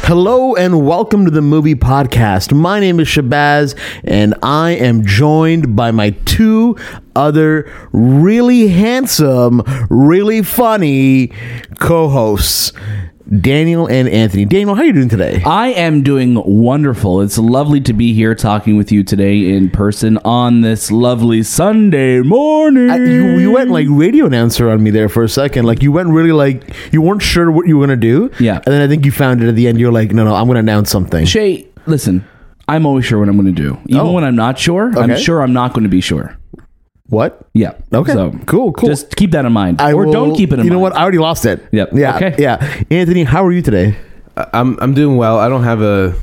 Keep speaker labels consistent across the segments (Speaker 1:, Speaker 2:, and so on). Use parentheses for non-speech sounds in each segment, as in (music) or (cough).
Speaker 1: Hello and welcome to the Movie Podcast. My name is Shabazz and I am joined by my two other really handsome, really funny co-hosts, Daniel and Anthony. Daniel, how are you doing today?
Speaker 2: I am doing wonderful. It's lovely to be here talking with you today in person on this lovely Sunday morning.
Speaker 1: I- you, you went like radio announcer on me there for a second. Like you went really like you weren't sure what you were gonna do.
Speaker 2: Yeah.
Speaker 1: And then I think you found it at the end. You're like, no, no, I'm gonna announce something.
Speaker 2: Shay, listen, I'm always sure what I'm going to do. Even
Speaker 1: Oh.
Speaker 2: when I'm not sure, I'm
Speaker 1: Okay.
Speaker 2: sure I'm not going to be sure.
Speaker 1: What?
Speaker 2: Yeah.
Speaker 1: Okay. Cool, cool.
Speaker 2: Just keep that in mind.
Speaker 1: I
Speaker 2: or
Speaker 1: will-
Speaker 2: don't keep it in
Speaker 1: You
Speaker 2: mind.
Speaker 1: know what? I already lost it.
Speaker 2: Yep.
Speaker 1: Yeah.
Speaker 2: Okay.
Speaker 1: Yeah. Anthony, how are you today?
Speaker 3: I'm I'm doing well. I don't have a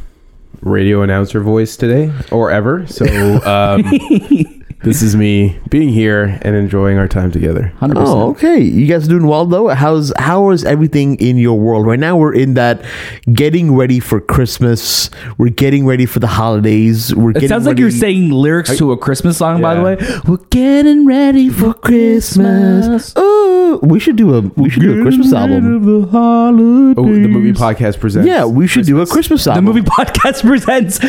Speaker 3: radio announcer voice today or ever, so
Speaker 1: (laughs)
Speaker 3: um, this is me being here and enjoying our time together.
Speaker 2: 100%.
Speaker 1: Oh, okay. You guys are doing well though. How's how is everything in your world right now? We're in that getting ready for Christmas. We're getting ready for the holidays. We're
Speaker 2: It
Speaker 1: getting
Speaker 2: sounds like
Speaker 1: ready
Speaker 2: you're singing lyrics to a Christmas song, by the
Speaker 3: Yeah.
Speaker 2: way. We're getting ready for
Speaker 1: for Christmas. Ooh, we should do a we should do a Christmas album.
Speaker 2: The, holidays.
Speaker 3: Oh, the movie podcast presents.
Speaker 1: Yeah, we should do a Christmas
Speaker 2: the
Speaker 1: album.
Speaker 2: movie podcast (laughs) presents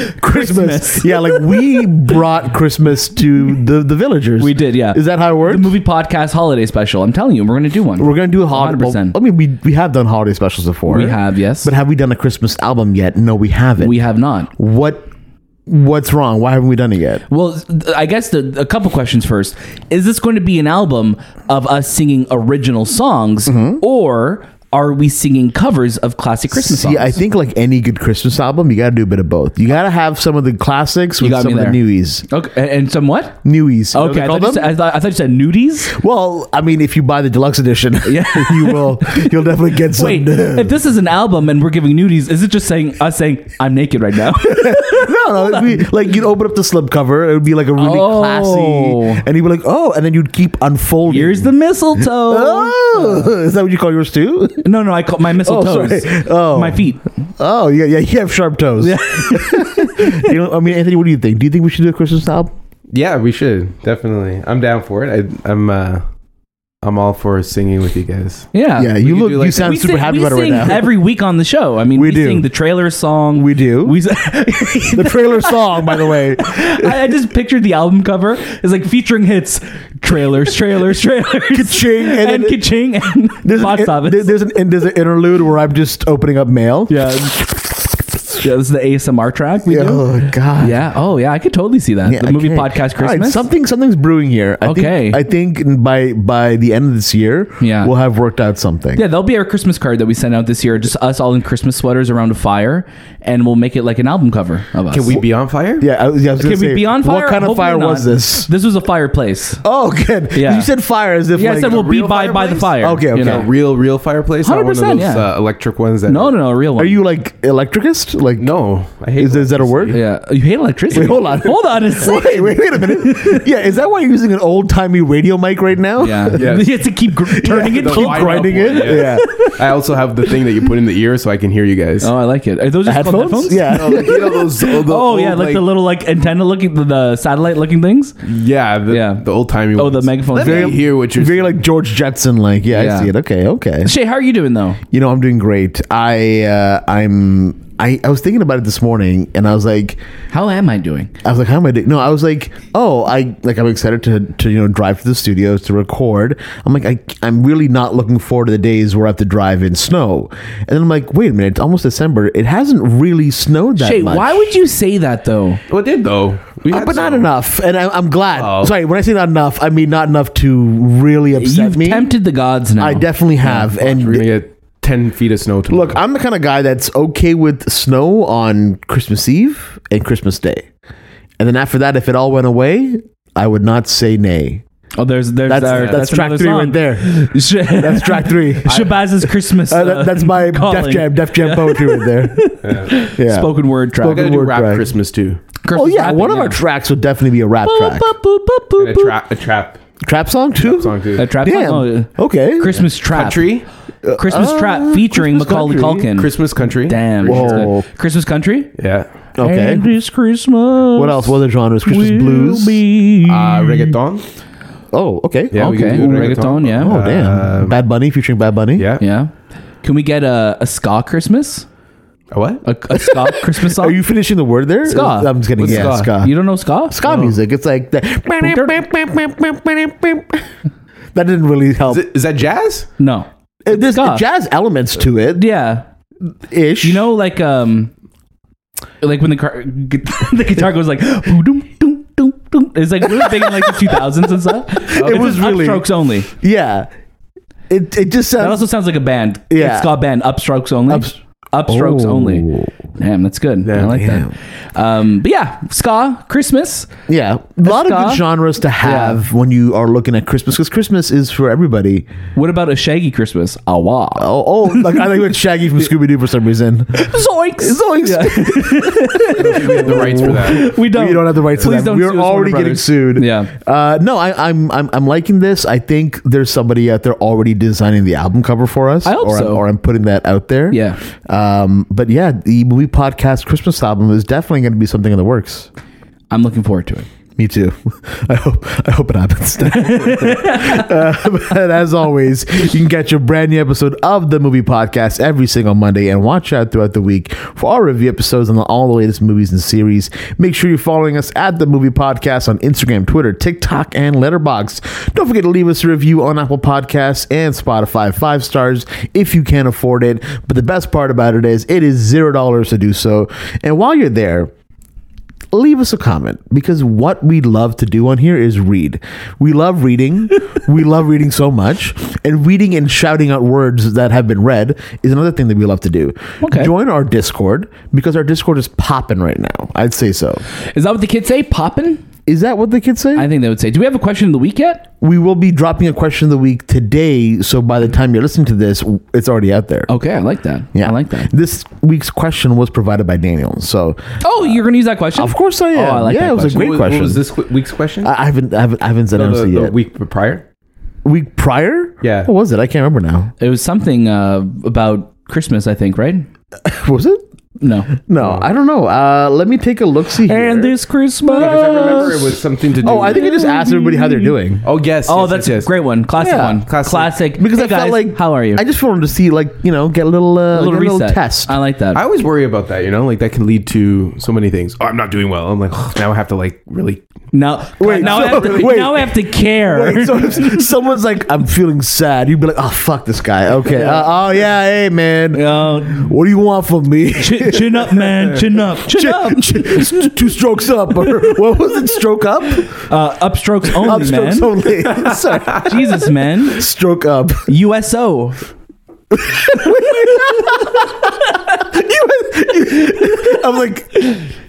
Speaker 1: (laughs)
Speaker 2: Christmas.
Speaker 1: yeah, like
Speaker 2: (laughs)
Speaker 1: we brought Christmas to the the villagers.
Speaker 2: We did, yeah.
Speaker 1: Is that how it works?
Speaker 2: The movie podcast holiday special. I'm telling you, we're going to do one.
Speaker 1: We're gonna do a holiday.
Speaker 2: 100%.
Speaker 1: I mean, we we have done holiday specials before.
Speaker 2: We have, yes.
Speaker 1: But have we done a Christmas album yet? No, we haven't.
Speaker 2: we have not.
Speaker 1: what what's wrong? Why haven't we done it yet?
Speaker 2: Well, th- I guess the, a couple questions first. Is this going to be an album of us singing original songs,
Speaker 1: Mm-hmm.
Speaker 2: or are we singing covers of classic Christmas songs?
Speaker 1: See, I think like any good Christmas album, you got to do a bit of both. You got to have some of the classics with
Speaker 2: got
Speaker 1: some
Speaker 2: me
Speaker 1: of the
Speaker 2: there.
Speaker 1: newies.
Speaker 2: Okay, and- and some what?
Speaker 1: Newies. You know what
Speaker 2: Okay,
Speaker 1: they
Speaker 2: I
Speaker 1: call
Speaker 2: thought,
Speaker 1: them?
Speaker 2: you said, I, thought, I thought you said nudies.
Speaker 1: well, I mean, if you buy the deluxe edition,
Speaker 2: (laughs) Yeah.
Speaker 1: (laughs) you will. You'll definitely get some. (laughs)
Speaker 2: Wait, (laughs) if this is an album and we're giving nudies, is it just saying us saying I'm naked right
Speaker 1: (laughs)
Speaker 2: now?
Speaker 1: No, no, it'd be, like you'd open up the slip cover, it would be like a really
Speaker 2: Oh.
Speaker 1: classy, and you'd be like, oh, and then you'd keep unfolding.
Speaker 2: Here's the mistletoe.
Speaker 1: (laughs) Oh, is that what you call yours too? Oh,
Speaker 2: No, Oh, no, I call
Speaker 1: (laughs)
Speaker 2: my mistletoes.
Speaker 1: sorry. Oh.
Speaker 2: my feet.
Speaker 1: Oh yeah, yeah, you have sharp toes. Yeah. (laughs) you know, I mean, Anthony, what do you think? Do you think we should do a Christmas album?
Speaker 3: yeah, we should definitely. I'm down for it. I, I'm uh, I'm all for singing with you guys.
Speaker 2: Yeah,
Speaker 1: yeah, you
Speaker 3: could
Speaker 1: look,
Speaker 3: do like
Speaker 1: you
Speaker 3: that.
Speaker 1: sound
Speaker 2: Uh, we
Speaker 1: super
Speaker 2: sing-
Speaker 1: happy
Speaker 2: we
Speaker 1: about it right
Speaker 2: sing
Speaker 1: now.
Speaker 2: Every week on the show, I mean,
Speaker 1: We
Speaker 2: we,
Speaker 1: do.
Speaker 2: sing the trailer song.
Speaker 1: we do.
Speaker 2: We,
Speaker 1: (laughs) (laughs)
Speaker 2: s-
Speaker 1: the
Speaker 2: (laughs)
Speaker 1: trailer song, by the way.
Speaker 2: I, I just pictured the album cover is like featuring hits, trailers, trailers, trailers,
Speaker 1: Ka-ching, and
Speaker 2: and,
Speaker 1: then-
Speaker 2: ka-ching, and
Speaker 1: There's
Speaker 2: box
Speaker 1: an,
Speaker 2: office.
Speaker 1: there- there's an and there's an interlude where I'm just opening up mail.
Speaker 2: yeah, yeah. This is the ASMR track we
Speaker 1: Yeah,
Speaker 2: do.
Speaker 1: Oh God.
Speaker 2: Yeah. Oh, yeah. I could totally see that.
Speaker 1: Yeah,
Speaker 2: the movie
Speaker 1: okay.
Speaker 2: podcast
Speaker 1: All right,
Speaker 2: Christmas.
Speaker 1: something something's brewing here. I
Speaker 2: Okay.
Speaker 1: Think, I think by by the end of this year,
Speaker 2: Yeah.
Speaker 1: we'll have worked out something.
Speaker 2: yeah, there'll be our Christmas card that we send out this year. Just us all in Christmas sweaters around a fire, and we'll make it like an album cover of us.
Speaker 3: Can we be on fire?
Speaker 1: Yeah, I, was- yeah, I was
Speaker 2: Can
Speaker 1: gonna
Speaker 2: we
Speaker 1: say,
Speaker 2: be on fire?
Speaker 1: What kind of
Speaker 2: Hopefully
Speaker 1: fire was
Speaker 2: not.
Speaker 1: this?
Speaker 2: This was a fireplace.
Speaker 1: Oh, good.
Speaker 2: Yeah.
Speaker 1: You said fire as if
Speaker 2: Yeah,
Speaker 1: like
Speaker 2: I said we'll be
Speaker 3: real
Speaker 2: by, by the fire.
Speaker 3: fireplace?
Speaker 1: Okay, okay.
Speaker 2: you know?
Speaker 3: A real, real fireplace, not one of
Speaker 2: 100%,
Speaker 3: those
Speaker 2: yeah.
Speaker 3: uh, electric ones. That
Speaker 2: No, no, no, a real one.
Speaker 1: Are you like electricist? Like
Speaker 3: no. I hate.
Speaker 1: Is, is that a word?
Speaker 2: Yeah, Oh, you hate electricity.
Speaker 1: Wait, hold on.
Speaker 2: (laughs) hold on. A
Speaker 1: (laughs)
Speaker 2: second.
Speaker 1: Wait, wait, wait a minute. yeah, is that why you're using an old timey radio mic right now? (laughs)
Speaker 2: Yeah,
Speaker 3: Yes.
Speaker 2: you have to keep gr- turning it.
Speaker 3: the
Speaker 2: Keep
Speaker 3: wide
Speaker 2: grinding.
Speaker 1: grinding it.
Speaker 3: up one,
Speaker 1: Yeah.
Speaker 3: I also have the thing that you put in the ear so I can hear you guys.
Speaker 2: Oh, I like it. Are those just called
Speaker 1: Headphones? Yeah. (laughs)
Speaker 3: No, like, you know, those- those
Speaker 2: Oh
Speaker 3: old,
Speaker 2: yeah, like, the little like antenna looking, the, the satellite looking things.
Speaker 3: Yeah, the,
Speaker 2: Yeah.
Speaker 3: the old timey.
Speaker 2: Oh, the megaphone.
Speaker 3: Let
Speaker 2: Very-
Speaker 3: me hear what
Speaker 1: (laughs)
Speaker 3: you're
Speaker 1: Very
Speaker 3: saying.
Speaker 1: like George Jetson, like yeah,
Speaker 2: Yeah.
Speaker 1: I see it. Okay, okay.
Speaker 2: Shay, how are you doing though?
Speaker 1: You know, I'm doing great. I uh, I'm I, I was thinking about it this morning, and I was like,
Speaker 2: How am I doing?
Speaker 1: I was like, how am I doing? No, I was like, oh, I like I'm excited to to you know drive to the studios to record. I'm like, I I'm really not looking forward to the days where I have to drive in snow. And then I'm like, wait a minute, it's almost December. It hasn't really snowed that
Speaker 2: Shay,
Speaker 1: much.
Speaker 2: why would you say that though?
Speaker 3: Well, it did though. We
Speaker 1: Uh,
Speaker 3: had
Speaker 1: but not
Speaker 3: some.
Speaker 1: enough, and I, I'm glad.
Speaker 3: Oh.
Speaker 1: Sorry, when I say not enough, I mean not enough to really upset
Speaker 2: You've
Speaker 1: me.
Speaker 2: tempted the gods now.
Speaker 1: I definitely have,
Speaker 3: We're
Speaker 1: and
Speaker 3: gonna get ten feet of snow tomorrow.
Speaker 1: Look, I'm the kind of guy that's okay with snow on Christmas Eve and Christmas Day. And then after that, if it all went away, I would not say nay.
Speaker 2: oh, there's there's
Speaker 1: That's,
Speaker 2: our,
Speaker 1: that's, track three right
Speaker 2: (laughs)
Speaker 1: there.
Speaker 2: there.
Speaker 1: That's track three.
Speaker 2: (laughs) Shabazz is Christmas.
Speaker 1: Uh, that- that's my
Speaker 2: calling.
Speaker 1: Def Jam, Def Jam poetry right there. Yeah.
Speaker 2: spoken word track.
Speaker 3: we're gonna do
Speaker 1: word
Speaker 3: rap
Speaker 1: drag.
Speaker 3: Christmas too.
Speaker 1: Oh, yeah. one of our tracks would definitely be a rap track.
Speaker 3: And a trap, a trap
Speaker 1: Trap song, too?
Speaker 3: song too.
Speaker 2: A trap.
Speaker 1: Damn.
Speaker 2: song? Oh,
Speaker 1: Okay.
Speaker 2: Christmas trap.
Speaker 3: Country,
Speaker 2: Christmas trap featuring Macaulay
Speaker 1: Uh, country.
Speaker 2: Culkin.
Speaker 3: Christmas country.
Speaker 2: Damn.
Speaker 1: Whoa.
Speaker 2: that's good. Christmas country?
Speaker 3: Yeah.
Speaker 1: Okay.
Speaker 2: And it's Christmas.
Speaker 1: What else? What other genres? Christmas
Speaker 2: will
Speaker 1: blues. Ah,
Speaker 2: Be.
Speaker 3: Uh, reggaeton.
Speaker 1: Oh, okay.
Speaker 3: Yeah, we
Speaker 2: okay.
Speaker 3: can do
Speaker 2: Reggaeton,
Speaker 3: reggaeton. Uh,
Speaker 2: yeah.
Speaker 1: Oh,
Speaker 2: Um,
Speaker 1: damn. Bad Bunny featuring Bad Bunny.
Speaker 3: Yeah.
Speaker 2: yeah. Can we get a, a ska Christmas?
Speaker 3: A what?
Speaker 2: A,
Speaker 1: (laughs)
Speaker 2: a ska Christmas song.
Speaker 1: Are you finishing the word there?
Speaker 2: Ska.
Speaker 1: I'm just kidding.
Speaker 3: What's
Speaker 1: yeah,
Speaker 3: ska?
Speaker 1: ska.
Speaker 2: You don't know ska?
Speaker 1: ska music. It's like that. that didn't really help.
Speaker 3: Is, it, is that jazz?
Speaker 2: No.
Speaker 1: Uh, There's
Speaker 2: ska.
Speaker 1: jazz elements to it,
Speaker 2: Yeah.
Speaker 1: ish.
Speaker 2: You know, like um, like when the car, (laughs) the guitar goes like, "Boo-dum, dum, dum, dum." it's like really big in like the two thousands and
Speaker 1: (laughs)
Speaker 2: stuff. It
Speaker 1: was really-
Speaker 2: upstrokes only.
Speaker 1: yeah. It it just
Speaker 2: That
Speaker 1: sounds.
Speaker 2: also sounds like a band.
Speaker 1: Yeah.
Speaker 2: it's ska band. Upstrokes only.
Speaker 1: Ups-
Speaker 2: upstrokes only. Oh.
Speaker 1: Oh.
Speaker 2: Damn, that's good. I like
Speaker 1: yeah.
Speaker 2: that. Um, but yeah, ska Christmas.
Speaker 1: yeah, a lot of
Speaker 2: ska.
Speaker 1: good genres to have when you are looking at Christmas because Christmas is for everybody.
Speaker 2: What about a shaggy Christmas? Awa.
Speaker 1: Oh, oh like I think it's Shaggy
Speaker 2: (laughs)
Speaker 1: from Scooby Doo for some reason.
Speaker 2: Zoinks.
Speaker 1: Zoinks.
Speaker 3: We have the rights for
Speaker 2: (laughs)
Speaker 3: that.
Speaker 2: We don't.
Speaker 1: You don't have the rights to that.
Speaker 2: Please don't
Speaker 1: We're
Speaker 2: sue us, Warner
Speaker 1: already getting
Speaker 2: Brothers.
Speaker 1: sued.
Speaker 2: Yeah.
Speaker 1: Uh, no, I, I'm, I'm I'm liking this. I think there's somebody out there already designing the album cover for us.
Speaker 2: I hope
Speaker 1: or,
Speaker 2: so.
Speaker 1: I'm, or I'm putting that out there.
Speaker 2: Yeah.
Speaker 1: Um, but yeah, the movie podcast Christmas album is definitely going to be something in the works.
Speaker 2: I'm looking forward to it.
Speaker 1: Me too. (laughs) I hope I hope it happens. (laughs) Uh, (laughs) but as always, you can catch a brand new episode of the movie podcast every single Monday and watch out throughout the week for our review episodes on all the latest movies and series. Make sure you're following us at the movie podcast on Instagram, Twitter, TikTok, and Letterboxd. Don't forget to leave us a review on Apple Podcasts and Spotify, five stars if you can afford it. But the best part about it is it is zero dollars to do so. And while you're there, leave us a comment because what we love to do on here is read. We love
Speaker 2: (laughs)
Speaker 1: reading. we love reading so much. And reading and shouting out words that have been read is another thing that we love to do.
Speaker 2: Okay.
Speaker 1: Join our Discord because our Discord is popping right now. I'd say so.
Speaker 2: Is that what the kids say? Poppin'?
Speaker 1: Is that what the kids say?
Speaker 2: I think they would say. Do we have a question of the week yet?
Speaker 1: we will be dropping a question of the week today. So by the time you're listening to this, it's already out there.
Speaker 2: Okay, I like that.
Speaker 1: Yeah.
Speaker 2: Oh, I like that. (laughs)
Speaker 1: This week's question was provided by Daniel. So,
Speaker 2: Oh, you're gonna use that question?
Speaker 1: of course I am.
Speaker 2: Oh, I like
Speaker 1: yeah,
Speaker 2: that
Speaker 1: it was
Speaker 2: question.
Speaker 1: a great
Speaker 3: What-
Speaker 1: question.
Speaker 3: What was this qu- week's question?
Speaker 1: I I haven't, I haven't, I haven't said
Speaker 3: No, the,
Speaker 1: honestly
Speaker 3: the
Speaker 1: yet.
Speaker 3: week prior.
Speaker 1: week prior?
Speaker 3: Yeah.
Speaker 1: What was it? I can't remember now.
Speaker 2: It was something uh, about Christmas, I think, right?
Speaker 1: (laughs) Was it?
Speaker 2: No.
Speaker 1: No, I don't know. Uh, let me take a look see here.
Speaker 2: And this Christmas.
Speaker 3: Because I remember it was something to do.
Speaker 1: oh, I think I just asked everybody how they're doing.
Speaker 3: Oh yes.
Speaker 2: Oh,
Speaker 3: yes,
Speaker 2: that's
Speaker 3: yes, yes.
Speaker 2: a great one. Classic
Speaker 1: Yeah,
Speaker 2: one.
Speaker 3: classic.
Speaker 2: Classic.
Speaker 1: Because
Speaker 2: Hey,
Speaker 1: I felt
Speaker 2: guys,
Speaker 1: like
Speaker 2: how are you?
Speaker 1: I just wanted to see, like you know, get a little, uh,
Speaker 2: a little
Speaker 1: get a
Speaker 2: reset. Um,
Speaker 1: little test.
Speaker 2: I like that.
Speaker 3: I always worry about that. You know, like that can lead to so many things. Oh, I'm not doing well. I'm like (sighs) "Ugh, now I have to like really. (laughs)
Speaker 2: now,
Speaker 1: Wait,
Speaker 2: now, I
Speaker 1: so-
Speaker 2: have to,
Speaker 1: (laughs) wait.
Speaker 2: now I have to care.
Speaker 1: Wait, (laughs)
Speaker 2: (laughs)
Speaker 1: so if someone's like, "I'm feeling sad," you'd be like, "Oh fuck this guy." Okay. Uh, oh yeah, hey man,
Speaker 2: Uh,
Speaker 1: what do you want from me?
Speaker 2: chin, chin up, man.
Speaker 1: (laughs)
Speaker 2: Chin up. Chin up.
Speaker 1: Two strokes up, or (laughs) what was it? Stroke up,
Speaker 2: Uh, upstrokes
Speaker 1: up
Speaker 2: only, man.
Speaker 1: strokes only. (laughs) Sorry,
Speaker 2: (laughs) Jesus, man.
Speaker 1: stroke up. (laughs) I'm
Speaker 2: USO.
Speaker 1: like,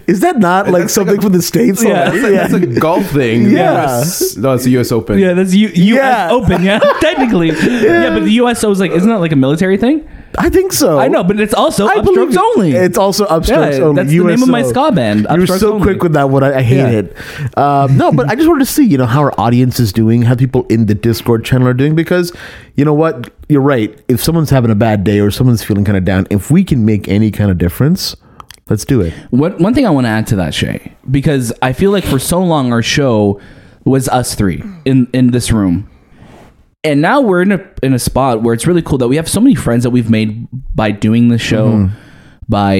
Speaker 1: is that not like something from the states?
Speaker 2: Yeah.
Speaker 1: already?
Speaker 3: That's a golf
Speaker 1: (laughs)
Speaker 3: thing.
Speaker 1: Yeah.
Speaker 3: US No, it's the U.S. Open.
Speaker 2: Yeah, that's U- U.S.
Speaker 1: Yeah.
Speaker 2: Open. Yeah, (laughs) technically. Yeah. but the USO is like, isn't that like a military thing?
Speaker 1: I think so.
Speaker 2: I know, but it's also
Speaker 1: I believe
Speaker 2: upstrokes
Speaker 1: it.
Speaker 2: only.
Speaker 1: It's also
Speaker 2: yeah,
Speaker 1: upstrokes only.
Speaker 2: that's the name of my
Speaker 1: USO.
Speaker 2: ska band.
Speaker 1: You're
Speaker 2: Upstrokes
Speaker 1: so
Speaker 2: only.
Speaker 1: quick with that one. I, I hate
Speaker 2: Yeah.
Speaker 1: it. Um, no, but I just wanted to see, you know, how our audience is doing, how people in the Discord channel are doing, because you know what, you're right. If someone's having a bad day or someone's feeling kind of down, if we can make any kind of difference, let's do it.
Speaker 2: What one thing I want to add to that, Shay, because I feel like for so long our show was us three in in this room, and now we're in a in a spot where it's really cool that we have so many friends that we've made by doing the show,
Speaker 1: Mm-hmm.
Speaker 2: by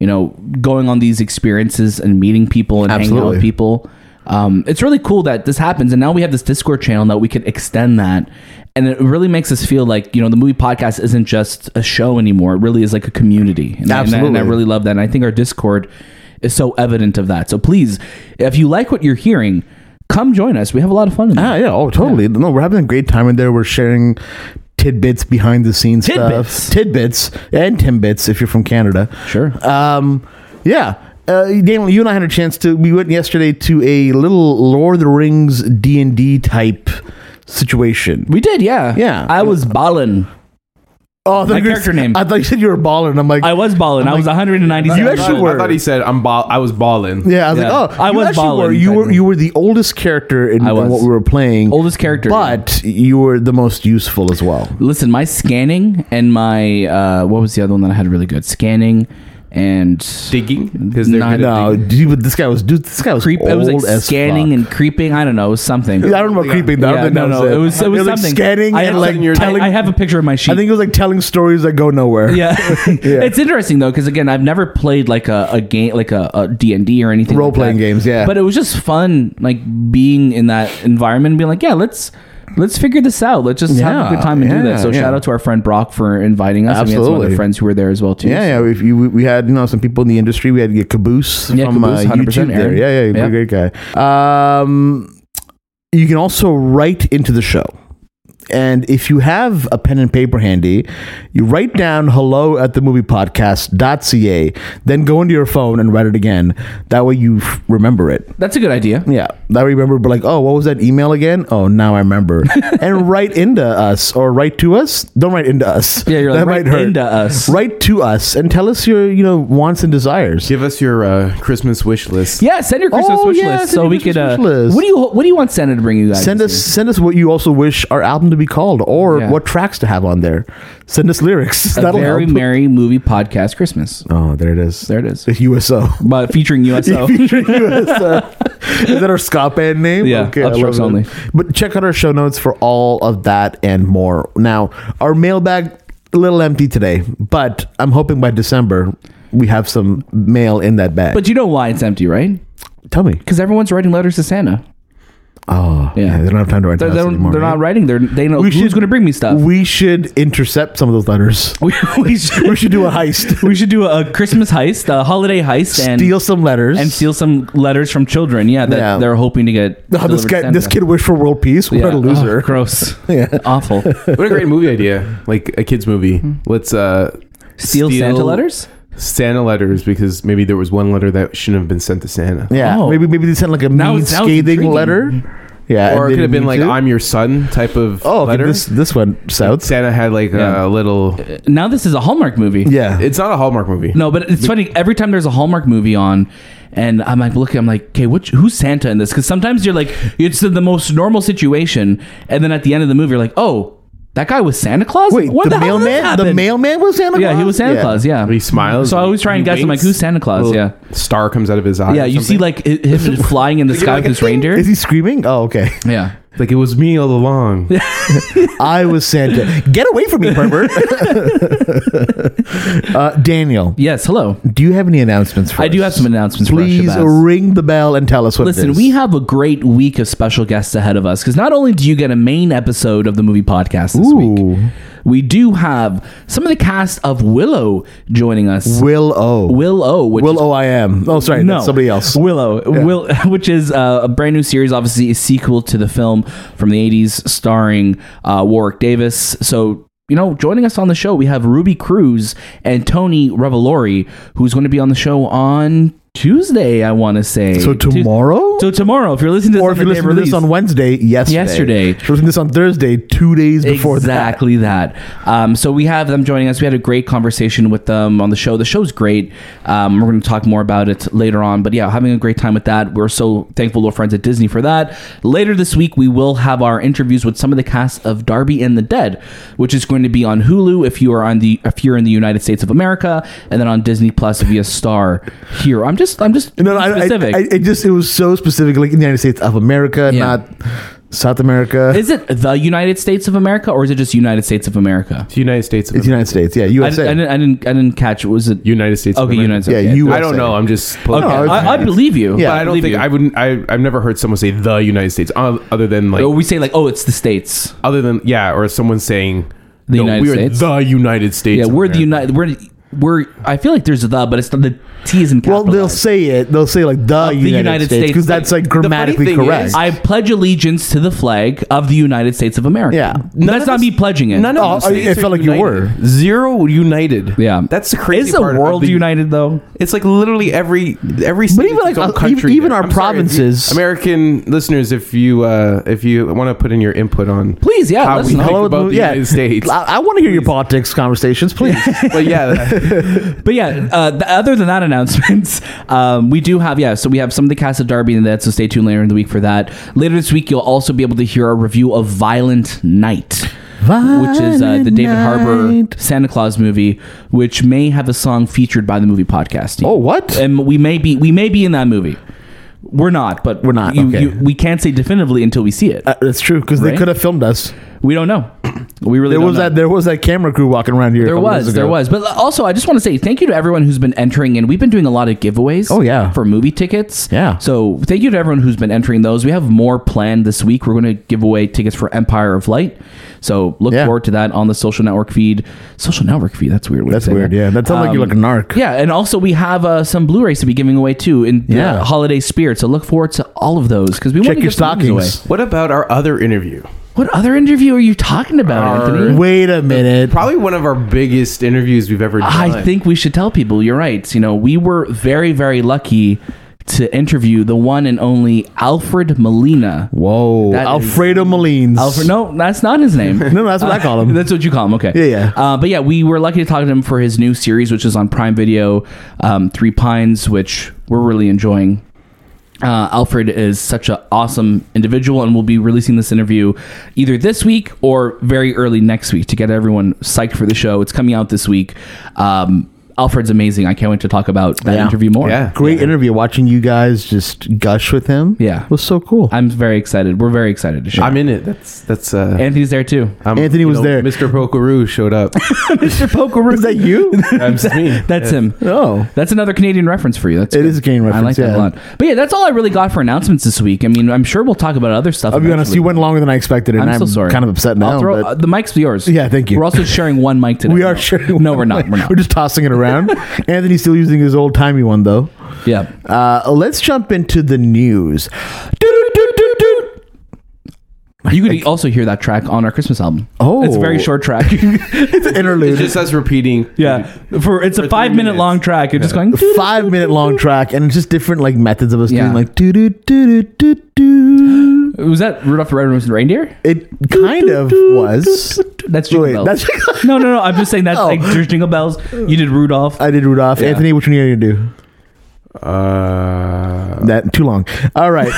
Speaker 2: you know going on these experiences and meeting people and hanging out
Speaker 1: Absolutely.
Speaker 2: with people. Um, it's really cool that this happens, and now we have this Discord channel that we could extend that, and it really makes us feel like you know the movie podcast isn't just a show anymore. It really is like a community, and I- and I- and I
Speaker 1: Absolutely.
Speaker 2: really really love that. And I think our Discord is so evident of that. So please, if you like what you're hearing, come join us. We have a lot of fun in there.
Speaker 1: Ah, yeah. Oh, totally. No, we're having a great time in there. We're sharing tidbits behind the scenes
Speaker 2: Tidbits.
Speaker 1: stuff, tidbits and timbits if you're from Canada.
Speaker 2: Sure.
Speaker 1: Um, yeah. Uh, Daniel, you and I had a chance to. We went yesterday to a little Lord of the Rings D and D type situation.
Speaker 2: We did, yeah.
Speaker 1: Yeah.
Speaker 2: I was ballin'.
Speaker 1: Oh, I thought
Speaker 2: My
Speaker 1: you were gonna-
Speaker 2: character name.
Speaker 1: I thought you said you were baller, and I'm like,
Speaker 2: I was ballin'. I was 197.
Speaker 1: You
Speaker 3: I
Speaker 1: actually
Speaker 3: thought-
Speaker 1: were.
Speaker 3: I thought he said I'm ball. I was balling.
Speaker 1: yeah, I was
Speaker 2: Yeah.
Speaker 1: like, oh,
Speaker 2: I
Speaker 1: you
Speaker 2: was
Speaker 1: actually
Speaker 2: baller,
Speaker 1: were- You were
Speaker 2: technically.
Speaker 1: you were the oldest character in,
Speaker 2: I
Speaker 1: in
Speaker 2: was.
Speaker 1: what we were playing,
Speaker 2: Oldest character.
Speaker 1: but you were the most useful as well.
Speaker 2: Listen, my scanning and my uh, what was the other one that I had really good? Scanning and
Speaker 3: Digging because they're
Speaker 2: Not-
Speaker 3: good at
Speaker 1: No,
Speaker 3: digging.
Speaker 1: dude, this guy was dude. This guy was
Speaker 2: creep.
Speaker 1: Old
Speaker 2: It was like
Speaker 1: as
Speaker 2: scanning
Speaker 1: fuck.
Speaker 2: and creeping. I don't know. It was something.
Speaker 1: I don't remember creeping. though. I
Speaker 2: Yeah,
Speaker 1: don't think
Speaker 2: no,
Speaker 1: that
Speaker 2: no, it was it was,
Speaker 1: like,
Speaker 2: something.
Speaker 1: scanning
Speaker 2: I
Speaker 1: and
Speaker 2: have
Speaker 1: like
Speaker 2: something- I-
Speaker 1: telling.
Speaker 2: I
Speaker 1: I,
Speaker 2: have a picture of my sheet.
Speaker 1: think it was like telling stories that go nowhere.
Speaker 2: yeah. (laughs) it's interesting though because again, I've never played like a, a game like a D and D or anything like
Speaker 1: Role-playing
Speaker 2: that.
Speaker 1: games, yeah.
Speaker 2: but it was just fun like being in that environment, and being like, yeah, let's. Let's figure this out. Let's just have a
Speaker 1: Yeah,
Speaker 2: good time and do
Speaker 1: yeah,
Speaker 2: that. So
Speaker 1: yeah.
Speaker 2: shout out to our friend Brock for inviting us. I mean, some other
Speaker 1: Absolutely.
Speaker 2: friends who were there as well too.
Speaker 1: Yeah, yeah. If you, we had you know some people in the industry. We had Caboose
Speaker 2: Yeah,
Speaker 1: from
Speaker 2: Caboose,
Speaker 1: uh,
Speaker 2: 100%
Speaker 1: YouTube. There.
Speaker 2: Aaron.
Speaker 1: Yeah, yeah,
Speaker 2: Yeah.
Speaker 1: great great guy. Um, you can also write into the show. And if you have a pen and paper handy, you write down hello at the movie podcast.ca, then go into your phone and write it again. That way you f- remember it.
Speaker 2: That's a good idea.
Speaker 1: Yeah, I remember, but like, oh, what was that email again? Oh, now I
Speaker 2: (laughs)
Speaker 1: remember. and write into us or write to us. Don't write into us.
Speaker 2: Yeah, you're
Speaker 1: (laughs)
Speaker 2: like,
Speaker 1: that
Speaker 2: "Write
Speaker 1: might hurt.
Speaker 2: into us."
Speaker 1: Write to us and tell us your you know wants and desires.
Speaker 3: Give us your uh, Christmas wish list.
Speaker 2: Yeah, send your Christmas
Speaker 1: Oh,
Speaker 2: wish
Speaker 1: yeah,
Speaker 2: list
Speaker 1: send
Speaker 2: so
Speaker 1: your
Speaker 2: we
Speaker 1: Christmas
Speaker 2: could. Uh,
Speaker 1: wish list.
Speaker 2: What do you What do you want Santa to bring you guys?
Speaker 1: Send
Speaker 2: this
Speaker 1: us
Speaker 2: year?
Speaker 1: send us what you also wish our album to be called or
Speaker 2: Yeah.
Speaker 1: what tracks to have on there. Send us lyrics. (laughs)
Speaker 2: a
Speaker 1: That'll
Speaker 2: very
Speaker 1: help.
Speaker 2: merry movie podcast Christmas.
Speaker 1: oh, there it is.
Speaker 2: There it is,
Speaker 1: USO.
Speaker 2: but
Speaker 1: (laughs)
Speaker 2: featuring USO.
Speaker 1: USO. Is
Speaker 2: (laughs)
Speaker 1: that our ska band name?
Speaker 2: Yeah, Upstrokes
Speaker 1: it.
Speaker 2: only.
Speaker 1: But check out our show notes for all of that and more. Now, our mailbag a little empty today, but I'm hoping by December we have some mail in that bag.
Speaker 2: but you know why it's empty, right?
Speaker 1: tell me,
Speaker 2: Because everyone's writing letters to Santa.
Speaker 1: oh yeah,
Speaker 2: Yeah.
Speaker 1: they don't have time to write
Speaker 2: They're,
Speaker 1: to
Speaker 2: they
Speaker 1: us
Speaker 2: don't-
Speaker 1: anymore.
Speaker 2: they're
Speaker 1: right?
Speaker 2: not writing. They're, they know
Speaker 1: We
Speaker 2: who's
Speaker 1: should-
Speaker 2: going to bring me stuff.
Speaker 1: We should intercept some of those
Speaker 2: (laughs)
Speaker 1: letters.
Speaker 2: We, we should,
Speaker 1: We should do a heist,
Speaker 2: we should do a Christmas heist, a holiday heist, and
Speaker 1: steal some letters,
Speaker 2: and steal some letters from children. Yeah, that
Speaker 1: Yeah.
Speaker 2: they're hoping to get.
Speaker 1: Oh, (laughs) this
Speaker 2: delivered to
Speaker 1: guy,
Speaker 2: Santa.
Speaker 1: this kid wished for world peace. What
Speaker 2: Yeah.
Speaker 1: a loser!
Speaker 2: Oh, gross.
Speaker 1: (laughs) Yeah.
Speaker 2: Awful.
Speaker 3: What a great movie idea! Like a kids movie.
Speaker 1: Hmm.
Speaker 3: Let's uh,
Speaker 2: Steal, Santa letters.
Speaker 3: Santa letters because maybe there was one letter that shouldn't have been sent to Santa.
Speaker 1: Yeah,
Speaker 2: Oh.
Speaker 1: maybe maybe they sent like a
Speaker 2: Now
Speaker 1: mean,
Speaker 2: it's- now it's
Speaker 1: scathing
Speaker 2: intriguing.
Speaker 1: letter. Yeah, and they
Speaker 3: or it could have
Speaker 1: didn't
Speaker 3: been
Speaker 1: mean
Speaker 3: like
Speaker 1: to.
Speaker 3: "I'm your son" type of
Speaker 1: oh, okay,
Speaker 3: letter.
Speaker 1: this this one sounds.
Speaker 3: Santa had like
Speaker 2: Yeah.
Speaker 3: a little.
Speaker 2: Now this is a Hallmark movie.
Speaker 1: Yeah,
Speaker 3: It's not a Hallmark movie.
Speaker 2: No, but it's funny. Every time there's a Hallmark movie on, and I'm like looking, I'm like, okay, which who's Santa in this? Because sometimes you're like, it's the most normal situation, and then at the end of the movie, you're like, oh, that guy was Santa Claus.
Speaker 1: wait,
Speaker 2: What
Speaker 1: the,
Speaker 2: hell did that
Speaker 1: mailman. The
Speaker 2: happen?"
Speaker 1: mailman was Santa.
Speaker 2: Yeah,
Speaker 1: Claus?
Speaker 2: he was Santa Claus. Yeah,
Speaker 3: He smiles.
Speaker 2: So I always try and
Speaker 3: he
Speaker 2: guess. I'm like,
Speaker 3: winks,
Speaker 2: who's Santa Claus?
Speaker 3: little
Speaker 2: Yeah,
Speaker 3: Star comes out of his eye.
Speaker 2: yeah.
Speaker 3: or
Speaker 2: You see
Speaker 3: something.
Speaker 2: like hi- him flying
Speaker 1: (laughs)
Speaker 2: in the sky with his reindeer.
Speaker 1: Is he screaming? Oh,
Speaker 2: (laughs)
Speaker 1: okay.
Speaker 2: Yeah.
Speaker 3: like it was me
Speaker 2: (laughs)
Speaker 3: all along.
Speaker 1: I was Santa. Get away from me, pervert. (laughs)
Speaker 2: (laughs)
Speaker 1: uh, Daniel,
Speaker 2: Yes. Hello.
Speaker 1: do you have any announcements for
Speaker 2: I
Speaker 1: us?
Speaker 2: do have some announcements. for us,
Speaker 1: Please
Speaker 2: Shabazz.
Speaker 1: ring the bell and tell us what it
Speaker 2: Listen,
Speaker 1: is.
Speaker 2: we have a great week of special guests ahead of us because not only do you get a main episode of the movie podcast this
Speaker 1: Ooh.
Speaker 2: week, we do have some of the cast of Willow joining us.
Speaker 1: Will O.
Speaker 2: Will O, which
Speaker 1: Will O I am. Oh, sorry,
Speaker 2: no
Speaker 1: that's somebody else.
Speaker 2: Willow, Will, (laughs) which is uh, a brand new series, obviously a sequel to the film from the '80s, starring uh, Warwick Davis. So. You know, joining us on the show, we have Ruby Cruz and Tony Revolori, who's going to be on the show on Tuesday, I want to say.
Speaker 1: So
Speaker 2: Tues-
Speaker 1: tomorrow,
Speaker 2: so tomorrow, if you're listening to this,
Speaker 1: or if
Speaker 2: on
Speaker 1: you're
Speaker 2: the day of
Speaker 1: listening to this
Speaker 2: release-
Speaker 1: on Wednesday, yesterday.
Speaker 2: Yesterday.
Speaker 1: If you're listening to this on Thursday, two days before that.
Speaker 2: exactly that. Um, so we have them joining us. We had a great conversation with them on the show. The show's great. Um, we're going to talk more about it later on. But yeah, having a great time with that. We're so thankful to our friends at Disney for that. Later this week, we will have our interviews with some of the cast of Darby and the Dead, which is going to be on Hulu if you are on the if you're in the United States of America, and then on Disney Plus via Star here. I'm just I'm just
Speaker 1: No, no, I, I,
Speaker 2: specific.
Speaker 1: I, it just it was so specific, like in the United States of America,
Speaker 2: Yeah.
Speaker 1: not South America.
Speaker 2: is it the United States of America or is it just United States of America?
Speaker 3: It's the United States. Of
Speaker 1: It's United States, yeah,
Speaker 2: I, didn't-
Speaker 1: USA.
Speaker 2: I didn't. I didn't. I didn't catch. Was it?
Speaker 3: United States. of
Speaker 2: Okay,
Speaker 3: America.
Speaker 2: United
Speaker 1: yeah,
Speaker 2: States.
Speaker 1: you.
Speaker 3: I don't know. I'm just.
Speaker 2: Okay,
Speaker 1: No, it's-
Speaker 2: I, I believe you.
Speaker 1: Yeah.
Speaker 3: But I don't
Speaker 2: believe
Speaker 3: think
Speaker 2: you.
Speaker 3: I wouldn't. I I've never heard someone say the United States uh, other than like
Speaker 2: Or we say like, oh, it's the states.
Speaker 3: other than yeah, or someone saying
Speaker 2: The
Speaker 3: "No,
Speaker 2: United
Speaker 3: we are
Speaker 2: States?"
Speaker 3: The United States.
Speaker 2: Yeah,
Speaker 3: of
Speaker 2: we're the
Speaker 3: America."
Speaker 2: United. We're we're. I feel like there's the, but it's not the T is in
Speaker 1: Well,
Speaker 2: capitalized.
Speaker 1: they'll say it. They'll say like the,
Speaker 2: the
Speaker 1: United,
Speaker 2: United
Speaker 1: States
Speaker 2: States,
Speaker 1: because that's like grammatically
Speaker 3: thing is-
Speaker 1: correct.
Speaker 2: I pledge allegiance to the flag of the United States of America.
Speaker 1: Yeah.
Speaker 3: None
Speaker 2: that's
Speaker 3: of
Speaker 2: not
Speaker 3: us-
Speaker 2: me pledging it.
Speaker 3: None of
Speaker 1: Oh,
Speaker 3: the
Speaker 1: I-
Speaker 3: states
Speaker 1: it
Speaker 3: are
Speaker 1: felt like you
Speaker 3: united. zero united.
Speaker 2: Yeah.
Speaker 3: that's the crazy.
Speaker 2: Is the
Speaker 3: part of
Speaker 2: world
Speaker 3: the-
Speaker 2: united though?
Speaker 3: It's like literally every every. State
Speaker 1: even,
Speaker 3: its
Speaker 1: like,
Speaker 3: own
Speaker 1: uh, even- even our
Speaker 3: I'm sorry, if you-
Speaker 1: provinces-
Speaker 3: American listeners, if you uh, if you want to put in your input on,
Speaker 2: Please, yeah.
Speaker 3: How
Speaker 2: listen,
Speaker 3: we-
Speaker 2: hello.
Speaker 1: Hello,
Speaker 3: about the
Speaker 1: yeah.
Speaker 3: United States.
Speaker 1: I, want to hear your politics conversations, please.
Speaker 3: but yeah,
Speaker 2: But yeah, uh, th- other than that announcements, (laughs) um, we do have yeah. So we have some of the cast of Darby and that. So stay tuned later in the week for that. Later this week, you'll also be able to hear our review of Violent Night. (laughs) which is uh, the David Harbour
Speaker 1: Violent night.
Speaker 2: Santa Claus movie, which may have a song featured by the movie podcast. team.
Speaker 1: Oh, what?
Speaker 2: And we may be we may be in that movie. We're not, but
Speaker 1: We're not,
Speaker 2: You,
Speaker 1: okay.
Speaker 2: you, we can't say definitively until we see it.
Speaker 1: Uh, that's true because they
Speaker 2: Right?
Speaker 1: could have filmed us.
Speaker 2: we don't know. We really
Speaker 1: There
Speaker 2: don't
Speaker 1: was
Speaker 2: know.
Speaker 1: that. There was that camera crew walking around here. a
Speaker 2: There
Speaker 1: couple days
Speaker 2: was, there
Speaker 1: ago.
Speaker 2: was. But also, I just want to say thank you to everyone who's been entering in. We've been doing a lot of giveaways.
Speaker 1: Oh, yeah.
Speaker 2: For movie tickets.
Speaker 1: Yeah.
Speaker 2: So thank you to everyone who's been entering those. We have more planned this week. We're going to give away tickets for Empire of Light. So look
Speaker 1: Yeah.
Speaker 2: forward to that on the social network feed. Social network feed. That's a weird. way to
Speaker 1: That's
Speaker 2: say
Speaker 1: weird.
Speaker 2: that. Um,
Speaker 1: Yeah, that sounds like you look a narc.
Speaker 2: Yeah, and also we have uh, some Blu-rays to be giving away too in the
Speaker 1: Yeah.
Speaker 2: holiday spirit. So look forward to all of those because we want
Speaker 1: Check
Speaker 2: to
Speaker 1: your
Speaker 2: give some movies away.
Speaker 1: stockings.
Speaker 3: What about our other interview?
Speaker 2: What other interview are you talking about,
Speaker 3: Our-
Speaker 2: Anthony?
Speaker 1: Wait a minute.
Speaker 3: Probably one of our biggest interviews we've ever done.
Speaker 2: I think we should tell people. You're right. You know, we were very, very lucky to interview the one and only Alfred Molina.
Speaker 1: Whoa,
Speaker 2: That is-
Speaker 1: Alfredo Molines.
Speaker 2: Alfred, no, that's not his
Speaker 1: (laughs)
Speaker 2: name.
Speaker 1: No, no, that's what I call
Speaker 2: (laughs)
Speaker 1: him.
Speaker 2: That's what you call him. Okay.
Speaker 1: Yeah, yeah.
Speaker 2: Uh, but yeah, we were lucky to talk to him for his new series, which is on Prime Video, um, Three Pines, which we're really enjoying. Uh, Alfred is such an awesome individual, and we'll be releasing this interview either this week or very early next week to get everyone psyched for the show. It's coming out this week. Um, Alfred's amazing. I can't wait to talk about that
Speaker 1: Yeah.
Speaker 2: interview more.
Speaker 3: Yeah.
Speaker 1: Great interview. Watching you guys just gush with him.
Speaker 2: Yeah.
Speaker 1: was so cool.
Speaker 2: I'm very excited. We're very excited to share.
Speaker 3: I'm in it. That's that's. uh
Speaker 2: Anthony's there too.
Speaker 3: I'm-
Speaker 1: Anthony
Speaker 3: you
Speaker 1: was there.
Speaker 3: Mr. Pokaroo
Speaker 1: (laughs)
Speaker 3: showed up.
Speaker 2: Mr. Poker,
Speaker 1: Is that
Speaker 2: (laughs)
Speaker 1: you?
Speaker 3: That's me.
Speaker 2: That's him.
Speaker 1: oh,
Speaker 2: That's another Canadian reference for you. That's
Speaker 1: It
Speaker 2: good.
Speaker 1: is a Canadian
Speaker 2: I like
Speaker 1: reference,
Speaker 2: that
Speaker 1: yeah.
Speaker 2: a lot. But yeah, that's all I really got for announcements this week. I mean, I'm sure we'll talk about other stuff.
Speaker 1: I'll be honest.
Speaker 2: eventually.
Speaker 1: You went longer than I expected, and
Speaker 2: I'm
Speaker 1: I'm,
Speaker 2: so sorry.
Speaker 1: kind of upset now.
Speaker 2: I'll throw-
Speaker 1: but
Speaker 2: uh, the mic's
Speaker 1: (laughs)
Speaker 2: yours.
Speaker 1: Yeah, thank you.
Speaker 2: We're also sharing one mic today.
Speaker 1: we
Speaker 2: No.
Speaker 1: are sharing.
Speaker 2: (laughs) No,
Speaker 1: one.
Speaker 2: we're not. We're
Speaker 1: (laughs)
Speaker 2: not.
Speaker 1: We're just tossing it
Speaker 2: (laughs)
Speaker 1: around. Anthony's still using his old timey one though. (laughs)
Speaker 2: yeah.
Speaker 1: Uh, let's jump into the news.
Speaker 2: You could also hear that track on our Christmas album.
Speaker 1: Oh.
Speaker 2: it's a very short
Speaker 1: (laughs)
Speaker 2: track. (laughs)
Speaker 1: It's an interlude.
Speaker 3: It's just us repeating.
Speaker 2: yeah, for it's a five minute
Speaker 3: minutes.
Speaker 2: long track. You're just going.
Speaker 1: five minute long track and it's just different like methods of us
Speaker 2: Yeah.
Speaker 1: doing like do do do do do do
Speaker 2: Was that Rudolph the Red-Nosed Reindeer?
Speaker 1: it kind of was
Speaker 2: That's Jingle
Speaker 1: Wait,
Speaker 2: Bells.
Speaker 1: that's-
Speaker 2: no, no, no. I'm just saying
Speaker 1: (laughs)
Speaker 2: that's
Speaker 1: Oh.
Speaker 2: like there's Jingle Bells. You
Speaker 1: (laughs)
Speaker 2: did Rudolph.
Speaker 1: I did Rudolph
Speaker 2: Yeah.
Speaker 1: Anthony which one are you gonna do
Speaker 3: Uh,
Speaker 1: that too long all right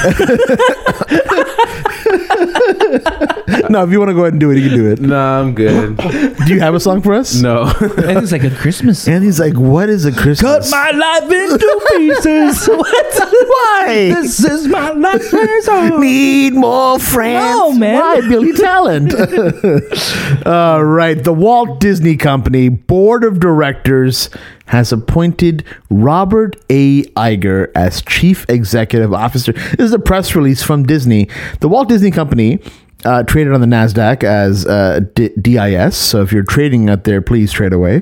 Speaker 1: no if you want to go ahead and do it you can do it
Speaker 3: no,
Speaker 1: (laughs)
Speaker 3: I'm good.
Speaker 1: do you have a song for us
Speaker 3: No.
Speaker 2: And it's like
Speaker 1: (laughs)
Speaker 2: a Christmas.
Speaker 1: Anthony's like what is a Christmas
Speaker 2: my life into pieces. (laughs) what?
Speaker 1: why
Speaker 2: This is my (laughs) last resort.
Speaker 1: (laughs) Need more friends.
Speaker 2: No, man.
Speaker 1: Why, Billy Talent? (laughs) All right. The Walt Disney Company Board of Directors has appointed Robert A. Iger as Chief Executive Officer. This is a press release from Disney. The Walt Disney Company. Uh, traded on the Nasdaq as uh, D- DIS, so if you're trading out there, please trade away.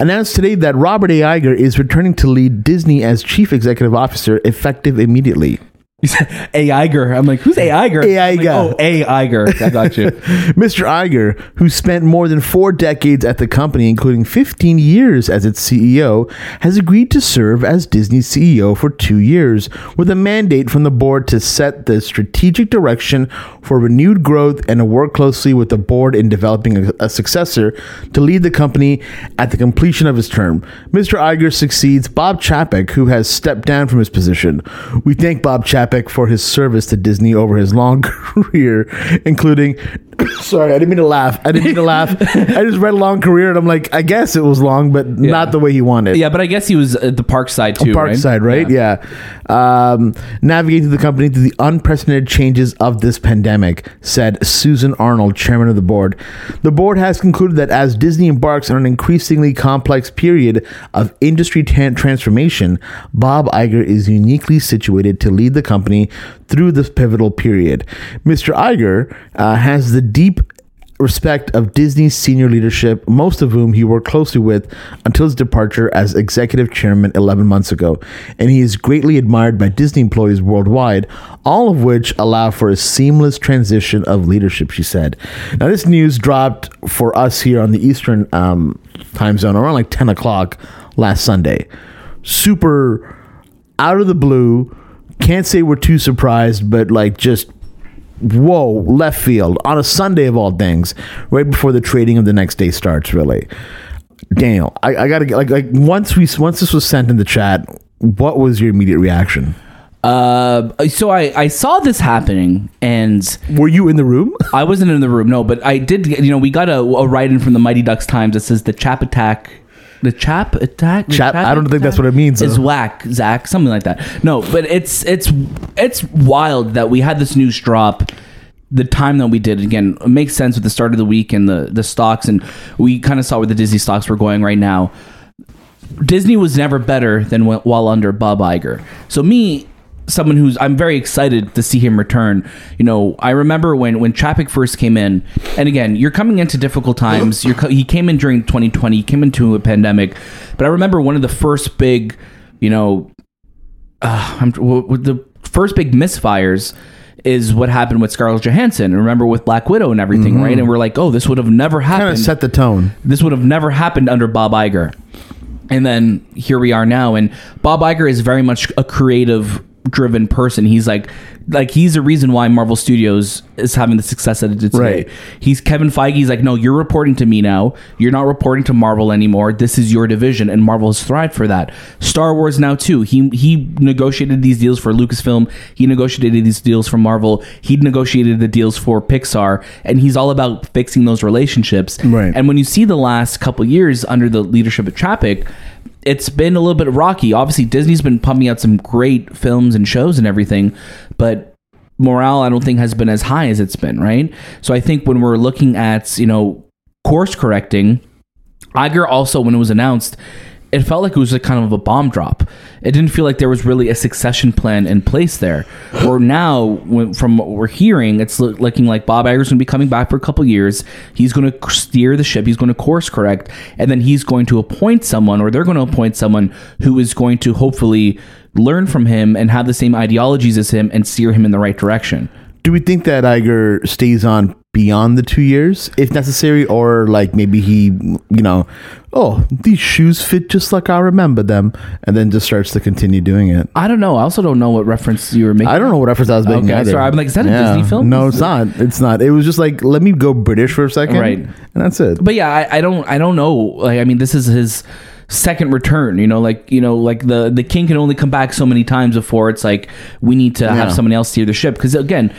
Speaker 1: Announced today that Robert A. Iger is returning to lead Disney as chief executive officer, effective immediately.
Speaker 2: You said A. Iger. I'm like, who's A. Iger?
Speaker 1: A.
Speaker 2: I'm like,
Speaker 1: Iger.
Speaker 2: oh, A. Iger. I got (laughs) you.
Speaker 1: Mr. Iger, who spent more than four decades at the company, including 15 years as its CEO, has agreed to serve as Disney's CEO for two years, with a mandate from the board to set the strategic direction for renewed growth and to work closely with the board in developing a, a successor to lead the company at the completion of his term. Mr. Iger succeeds Bob Chapek, who has stepped down from his position. We thank Bob Chapek for his service to Disney over his long (laughs) career, including. (coughs) Sorry, I didn't mean to laugh. I didn't mean to
Speaker 2: (laughs)
Speaker 1: laugh. I just read long career, and I'm like, I guess it was long, but not the way he wanted.
Speaker 2: Yeah, but I guess he was at the park side too. right?
Speaker 1: Parkside, right? Yeah. Um, navigating the company through the unprecedented changes of this pandemic, said Susan Arnold, chairman of the board. The board has concluded that as Disney embarks on an increasingly complex period of industry tan transformation, Bob Iger is uniquely situated to lead the company through this pivotal period. Mr. Iger uh, has the deep respect of Disney's senior leadership, most of whom he worked closely with until his departure as executive chairman 11 months ago. And he is greatly admired by Disney employees worldwide, all of which allow for a seamless transition of leadership, she said. Now, this news dropped for us here on the Eastern um, time zone around like 10 o'clock last Sunday. Super out of the blue. Can't say we're too surprised, but like just whoa, left field on a Sunday of all things, right before the trading of the next day starts. Really, Daniel, I, I gotta get like like once we once this was sent in the chat, what was your immediate reaction?
Speaker 2: Uh, so I, I saw this happening and
Speaker 1: Were you in the (laughs) room?
Speaker 2: I wasn't in the room, no, but I did. get- You know, we got a, a write in from the Mighty Ducks Times that says the chap attack, the chap attack, the
Speaker 1: Chap- I don't think that's what it means, uh.
Speaker 2: Is
Speaker 1: though.
Speaker 2: whack, Zach, something like that. No, but it's it's it's wild that we had this news drop. The time that we did again it makes sense with the start of the week and the the stocks, and we kind of saw where the Disney stocks were going right now. Disney was never better than wh- while under Bob Iger. So me, someone who's I'm very excited to see him return. You know, I remember when when Chapik first came in, and again, you're coming into difficult times. You're co- he came in during 2020, he came into a pandemic, but I remember one of the first big, you know, uh, I'm, w- w- the first big misfires is what happened with Scarlett Johansson. Remember with Black Widow and everything, right? And we're like, oh, this would have never happened
Speaker 1: Kind of set the tone.
Speaker 2: this would have never happened under Bob Iger. And then here we are now. And Bob Iger is very much a creative driven person. He's like, like he's the reason why Marvel Studios is having the success that it did today.
Speaker 1: Right.
Speaker 2: He's Kevin Feige's like, no, you're reporting to me now. You're not reporting to Marvel anymore. This is your division, and Marvel has thrived for that. Star Wars now too. He he negotiated these deals for Lucasfilm. He negotiated these deals for Marvel. He negotiated the deals for Pixar, and he's all about fixing those relationships.
Speaker 1: Right.
Speaker 2: And when you see the last couple years under the leadership of Chapik, it's been a little bit rocky. Obviously, Disney's been pumping out some great films and shows and everything, but morale I don't think has been as high as it's been, right? So I think when we're looking at, you know, course correcting, Iger also when it was announced, it felt like it was a kind of a bomb drop. It didn't feel like there was really a succession plan in place there. Or now, when, from what we're hearing, it's loo- looking like Bob Iger's going to be coming back for a couple years. He's going to steer the ship. He's going to course correct, and then he's going to appoint someone, or they're going to appoint someone who is going to hopefully learn from him and have the same ideologies as him and steer him in the right direction.
Speaker 1: Do we think that Iger stays on beyond the two years, if necessary, or like maybe he, you know, oh, these shoes fit just like I remember them, and then just starts to continue doing it?
Speaker 2: I don't know. I also don't know what reference you were making.
Speaker 1: I don't know what reference I was making.
Speaker 2: Okay,
Speaker 1: either.
Speaker 2: sorry. I'm like, is that a Disney film?
Speaker 1: No,
Speaker 2: Is
Speaker 1: it's not. It's not. It was just like, let me go British for a second,
Speaker 2: Right.
Speaker 1: And that's it.
Speaker 2: but yeah, I, I don't I don't know. Like I mean, this is his second return. You know, like you know, like the the king can only come back so many times before it's like we need to
Speaker 1: Yeah.
Speaker 2: have someone else steer the ship. Because again,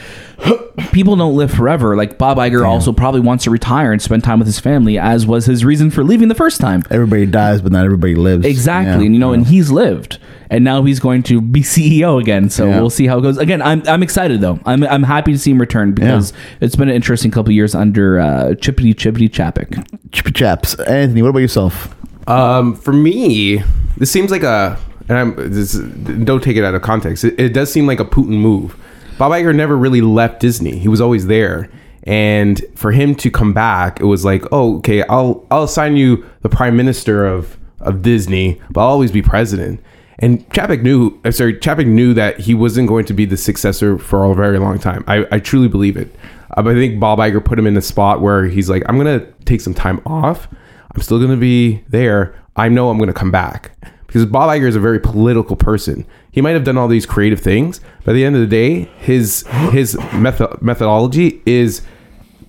Speaker 2: (clears throat) people don't live forever. Like Bob Iger also probably wants to retire and spend time with his family, as was his reason for leaving the first time.
Speaker 1: Everybody dies, but not everybody lives.
Speaker 2: Exactly,
Speaker 1: Yeah.
Speaker 2: and you know, and he's lived, and now he's going to be (laughs) CEO again. So
Speaker 1: Yeah.
Speaker 2: we'll see how it goes. Again, I'm I'm excited though. I'm I'm happy to see him return because it's been an interesting couple years under uh, Chippity Chippity Chappick.
Speaker 1: Ch- chaps. Anthony, what about yourself?
Speaker 3: Um, for me, this seems like a, and I'm this, don't take it out of context. It, it does seem like a Putin move. Bob Iger never really left Disney; he was always there. And for him to come back, it was like, oh, okay, I'll I'll assign you the prime minister of of Disney, but I'll always be president. And Chapik knew, I'm sorry, Chapik knew that he wasn't going to be the successor for a very long time. I, I truly believe it. Um, I think Bob Iger put him in a spot where he's like, I'm going to take some time off. I'm still going to be there. I know I'm going to come back because Bob Iger is a very political person. He might have done all these creative things, but at the end of the day, his his method, methodology is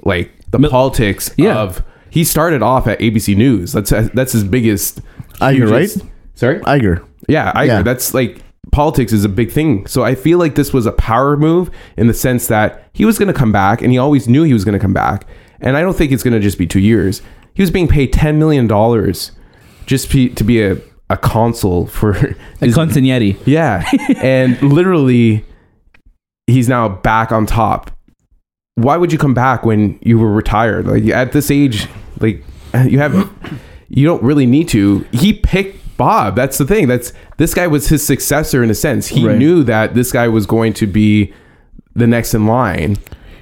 Speaker 3: like the politics
Speaker 2: yeah.
Speaker 3: of. He started off at ABC News. That's that's his biggest.
Speaker 1: Iger,
Speaker 3: hugest-
Speaker 1: right?
Speaker 3: Sorry,
Speaker 1: Iger.
Speaker 3: yeah, I
Speaker 1: Yeah.
Speaker 3: agree. That's like politics is a big thing. So I feel like this was a power move in the sense that he was going to come back and he always knew he was going to come back. And I don't think it's going to just be two years. He was being paid $10 million just be, to be a, a consul for (laughs)
Speaker 2: A consigliere.
Speaker 3: yeah. and literally, he's now back on top. Why would you come back when you were retired? Like at this age, like you have, you don't really need to. He picked Bob. That's the thing. That's this guy was his successor in a sense. He
Speaker 2: Right.
Speaker 3: knew that this guy was going to be the next in line,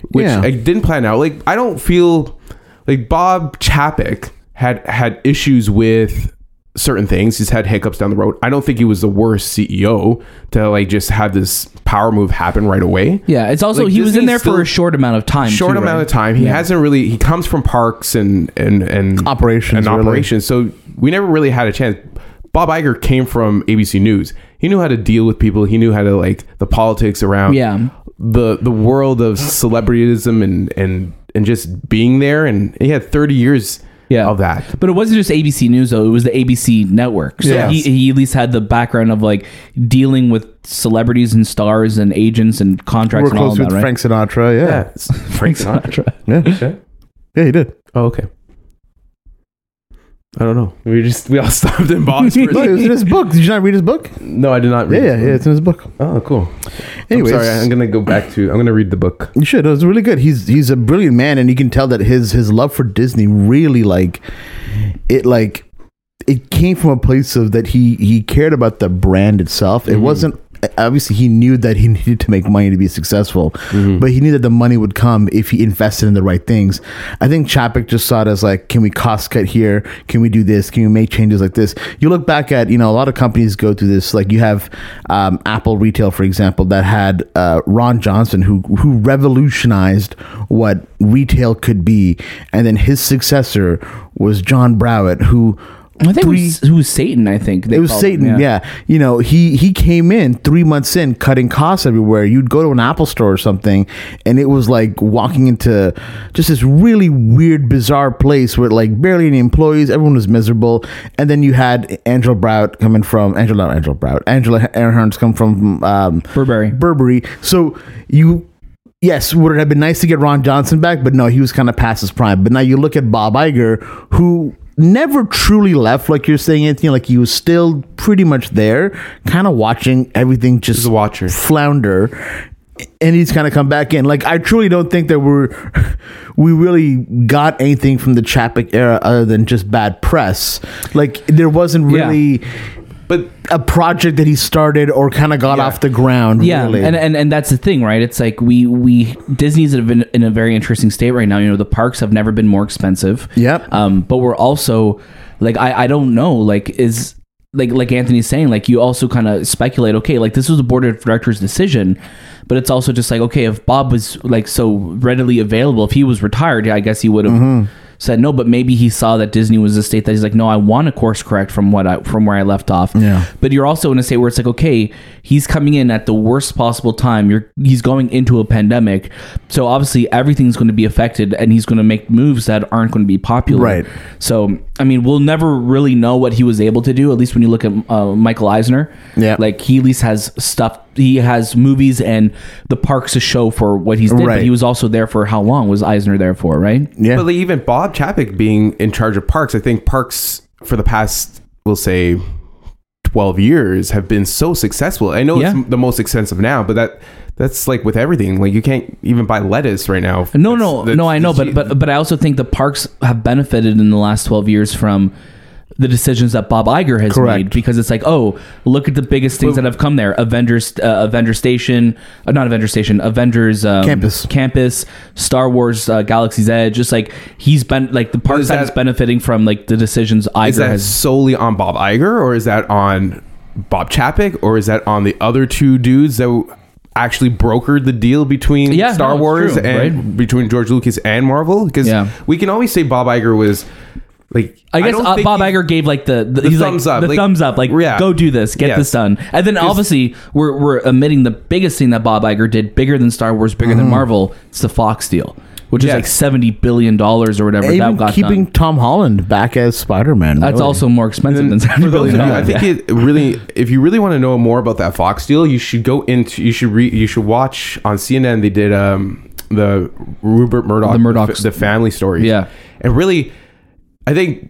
Speaker 3: which
Speaker 1: Yeah.
Speaker 3: I didn't plan out. Like I don't feel like Bob Chapek had had issues with certain things. He's had hiccups down the road. I don't think he was the worst CEO to like just have this power move happen right away.
Speaker 2: Yeah, it's also
Speaker 3: Like,
Speaker 2: he was in
Speaker 3: Disney's
Speaker 2: there for
Speaker 3: still-
Speaker 2: a short amount of time.
Speaker 3: Short
Speaker 2: too,
Speaker 3: amount
Speaker 2: right?
Speaker 3: of time. He hasn't really. He comes from parks and and and
Speaker 1: Operations,
Speaker 3: and
Speaker 1: really.
Speaker 3: operations. So we never really had a chance. Bob Iger came from ABC News. He knew how to deal with people. He knew how to like the politics around
Speaker 2: Yeah.
Speaker 3: the the world of celebrityism and and and just being there. And he had thirty years
Speaker 2: yeah.
Speaker 3: of that.
Speaker 2: But it wasn't just ABC News though; it was the ABC network. So
Speaker 3: Yeah.
Speaker 2: he, he at least had the background of like dealing with celebrities and stars and agents and contracts
Speaker 1: We're
Speaker 2: and all
Speaker 1: close
Speaker 2: of
Speaker 1: with
Speaker 2: that, right?
Speaker 1: Frank Sinatra. Yeah.
Speaker 3: Yeah, it's- Frank Sinatra.
Speaker 1: Yeah. (laughs) yeah,
Speaker 3: Okay.
Speaker 1: he
Speaker 2: (laughs)
Speaker 1: did.
Speaker 3: Oh, okay. I don't know. We just we all (laughs) stopped in Boston.
Speaker 1: (laughs) No, it was in his book. Did you not read his book?
Speaker 3: no, I did not
Speaker 1: Yeah,
Speaker 3: read.
Speaker 1: yeah,
Speaker 3: this
Speaker 1: yeah.
Speaker 3: one.
Speaker 1: It's in his book.
Speaker 3: Oh, cool.
Speaker 1: Anyways,
Speaker 3: I'm sorry, I'm gonna go back to. I'm gonna read the book.
Speaker 1: You should. It was really good. He's he's a brilliant man, and you can tell that his his love for Disney really like it like it came from a place of that he he cared about the brand itself. It wasn't obviously he knew that he (laughs) needed to make money to be successful, but he knew that the money would come if he invested in the right things. I think Chapik just saw it as like, can we cost cut here? Can we do this? Can we make changes like this? You look back at you know a lot of companies go through this. Like you have um, Apple Retail, for example, that had uh, Ron Johnson who who revolutionized what retail could be, and then his successor was John Browett who.
Speaker 2: I think it
Speaker 1: three-
Speaker 2: was, who was Satan. I think they
Speaker 1: it was
Speaker 2: called
Speaker 1: Satan.
Speaker 2: him,
Speaker 1: yeah. you know he he came in three months in, cutting costs everywhere. You'd go to an Apple store or something, and it was like walking into just this really weird, bizarre place with like barely any employees. Everyone was miserable, and then you had Angela Brout coming from Angela, not Angela Brout, Angela Earhart's come from um,
Speaker 2: Burberry.
Speaker 1: Burberry. So you, yes, would it have been nice to get Ron Johnson back? But no, he was kind of past his prime. But now you look at Bob Iger, who never truly left, like you're saying, Anthony. Like he was still pretty much there, kind of watching everything just
Speaker 3: He's a watcher.
Speaker 1: flounder. And he's kind of come back in. Like I truly don't think that we're (laughs) we really got anything from the Chapik era other than just bad press. Like there wasn't
Speaker 2: Yeah.
Speaker 1: really
Speaker 3: But
Speaker 1: a project that he started or kind of got
Speaker 3: Yeah.
Speaker 1: off the ground.
Speaker 2: Yeah,
Speaker 1: really.
Speaker 2: and, and and that's the thing, right? It's like we we Disney's in, in a very interesting state right now. You know, the parks have never been more expensive.
Speaker 1: Yep.
Speaker 2: Um, but we're also like I I don't know like is like like Anthony's saying like you also kind of speculate okay like this was a board of directors decision, but it's also just like okay if Bob was like so readily available if he was retired I guess he would have. Said no, but maybe he saw that Disney was a state that he's like, no, I want to course correct from what I from where I left off
Speaker 1: Yeah.
Speaker 2: but you're also in a state where it's like okay he's coming in at the worst possible time you're he's going into a pandemic so obviously everything's going to be affected and he's going to make moves that aren't going to be popular
Speaker 1: Right.
Speaker 2: so i mean we'll never really know what he was able to do at least when you look at uh, michael eisner
Speaker 1: Yeah.
Speaker 2: like he at least has stuff he has movies and the parks to show for what he's did
Speaker 1: Right.
Speaker 2: but he was also there for how long was eisner there for right
Speaker 1: Yeah.
Speaker 3: but like even Bob Chapek being in charge of parks, I think parks for the past we'll say twelve years have been so successful. I know
Speaker 2: Yeah.
Speaker 3: it's the most expensive now, but that that's like with everything. Like you can't even buy lettuce right now.
Speaker 2: No,
Speaker 3: That's-
Speaker 2: no,
Speaker 3: that's-
Speaker 2: no. I know,
Speaker 3: that's-
Speaker 2: but but but I also think the parks have benefited in the last twelve years from the decisions that Bob Iger has
Speaker 1: Correct.
Speaker 2: made because it's like, oh, look at the biggest things that have come there: Avengers, uh, Avenger Station, uh, not Avenger Station, Avengers um,
Speaker 1: Campus.
Speaker 2: Campus, Star Wars, uh, Galaxy's Edge. Just like he's been like the park
Speaker 3: is
Speaker 2: side
Speaker 3: that-
Speaker 2: is benefiting from like the decisions Iger
Speaker 3: is that
Speaker 2: has.
Speaker 3: solely on Bob Iger or is that on Bob Chapek or is that on the other two dudes that actually brokered the deal between
Speaker 2: Yeah, no,
Speaker 3: Star
Speaker 2: it's
Speaker 3: Wars
Speaker 2: true,
Speaker 3: and
Speaker 2: right?
Speaker 3: between George Lucas and Marvel? Because
Speaker 2: Yeah.
Speaker 3: we can always say Bob Iger was like
Speaker 2: I guess
Speaker 3: don't
Speaker 2: uh,
Speaker 3: think
Speaker 2: Bob
Speaker 3: he-
Speaker 2: Iger gave like the, the,
Speaker 3: The
Speaker 2: he's
Speaker 3: thumbs
Speaker 2: like,
Speaker 3: up,
Speaker 2: the
Speaker 3: like-
Speaker 2: thumbs up, like
Speaker 3: Yeah.
Speaker 2: go do this, get
Speaker 3: Yes.
Speaker 2: this done. And then obviously we're we're omitting the biggest thing that Bob Iger did, bigger than Star Wars, bigger than Marvel. It's the Fox deal, which is
Speaker 3: Mm-hmm. Yes.
Speaker 2: like seventy billion dollars or whatever that
Speaker 1: even
Speaker 2: got
Speaker 1: keeping
Speaker 2: done.
Speaker 1: Tom Holland back as Spider Man.
Speaker 2: That's also more expensive than seventy
Speaker 3: For those
Speaker 2: billion
Speaker 3: of you, I
Speaker 2: dollars.
Speaker 3: think it really. If you really want to know more about that Fox deal, you should go into. You should read. You should watch on CNN. They did um the Rupert Murdoch,
Speaker 2: The Murdoch-
Speaker 3: the, family story.
Speaker 2: Yeah.
Speaker 3: and really, I think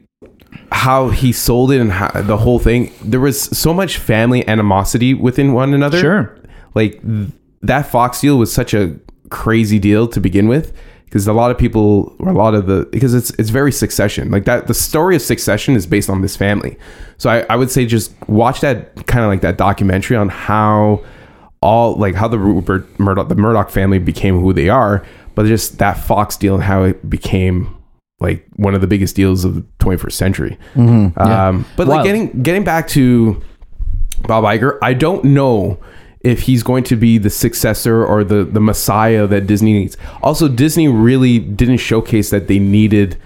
Speaker 3: how he sold it and how, the whole thing. There was so much family animosity within one another.
Speaker 2: Sure.
Speaker 3: like th- that Fox deal was such a crazy deal to begin with. Because a lot of people, or a lot of the, because it's it's very Succession, like that. The story of Succession is based on this family, so I, I would say just watch that kind of like that documentary on how all like how the Rupert Murdoch the Murdoch family became who they are, but just that Fox deal and how it became like one of the biggest deals of the 21st century. Um,
Speaker 2: Wild.
Speaker 3: but like getting getting back to Bob Iger, I don't know if he's going to be the successor or the the messiah that Disney needs. Also, Disney really didn't showcase that they needed.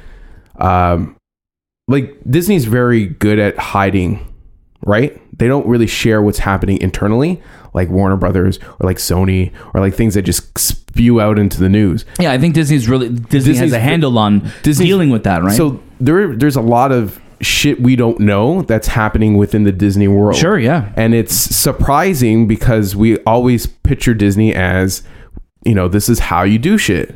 Speaker 3: Um, like Disney's very good at hiding, right? They don't really share what's happening internally. like Warner Brothers or like Sony or like things that just spew out into the news.
Speaker 2: Yeah, I think Disney's really Disney has
Speaker 3: Disney's-
Speaker 2: a handle on
Speaker 3: Disney's-
Speaker 2: dealing with that, right?
Speaker 3: So there, there's a lot of shit we don't know that's happening within the Disney world.
Speaker 2: Sure, yeah.
Speaker 3: And it's surprising because we always picture Disney as, you know, this is how you do shit.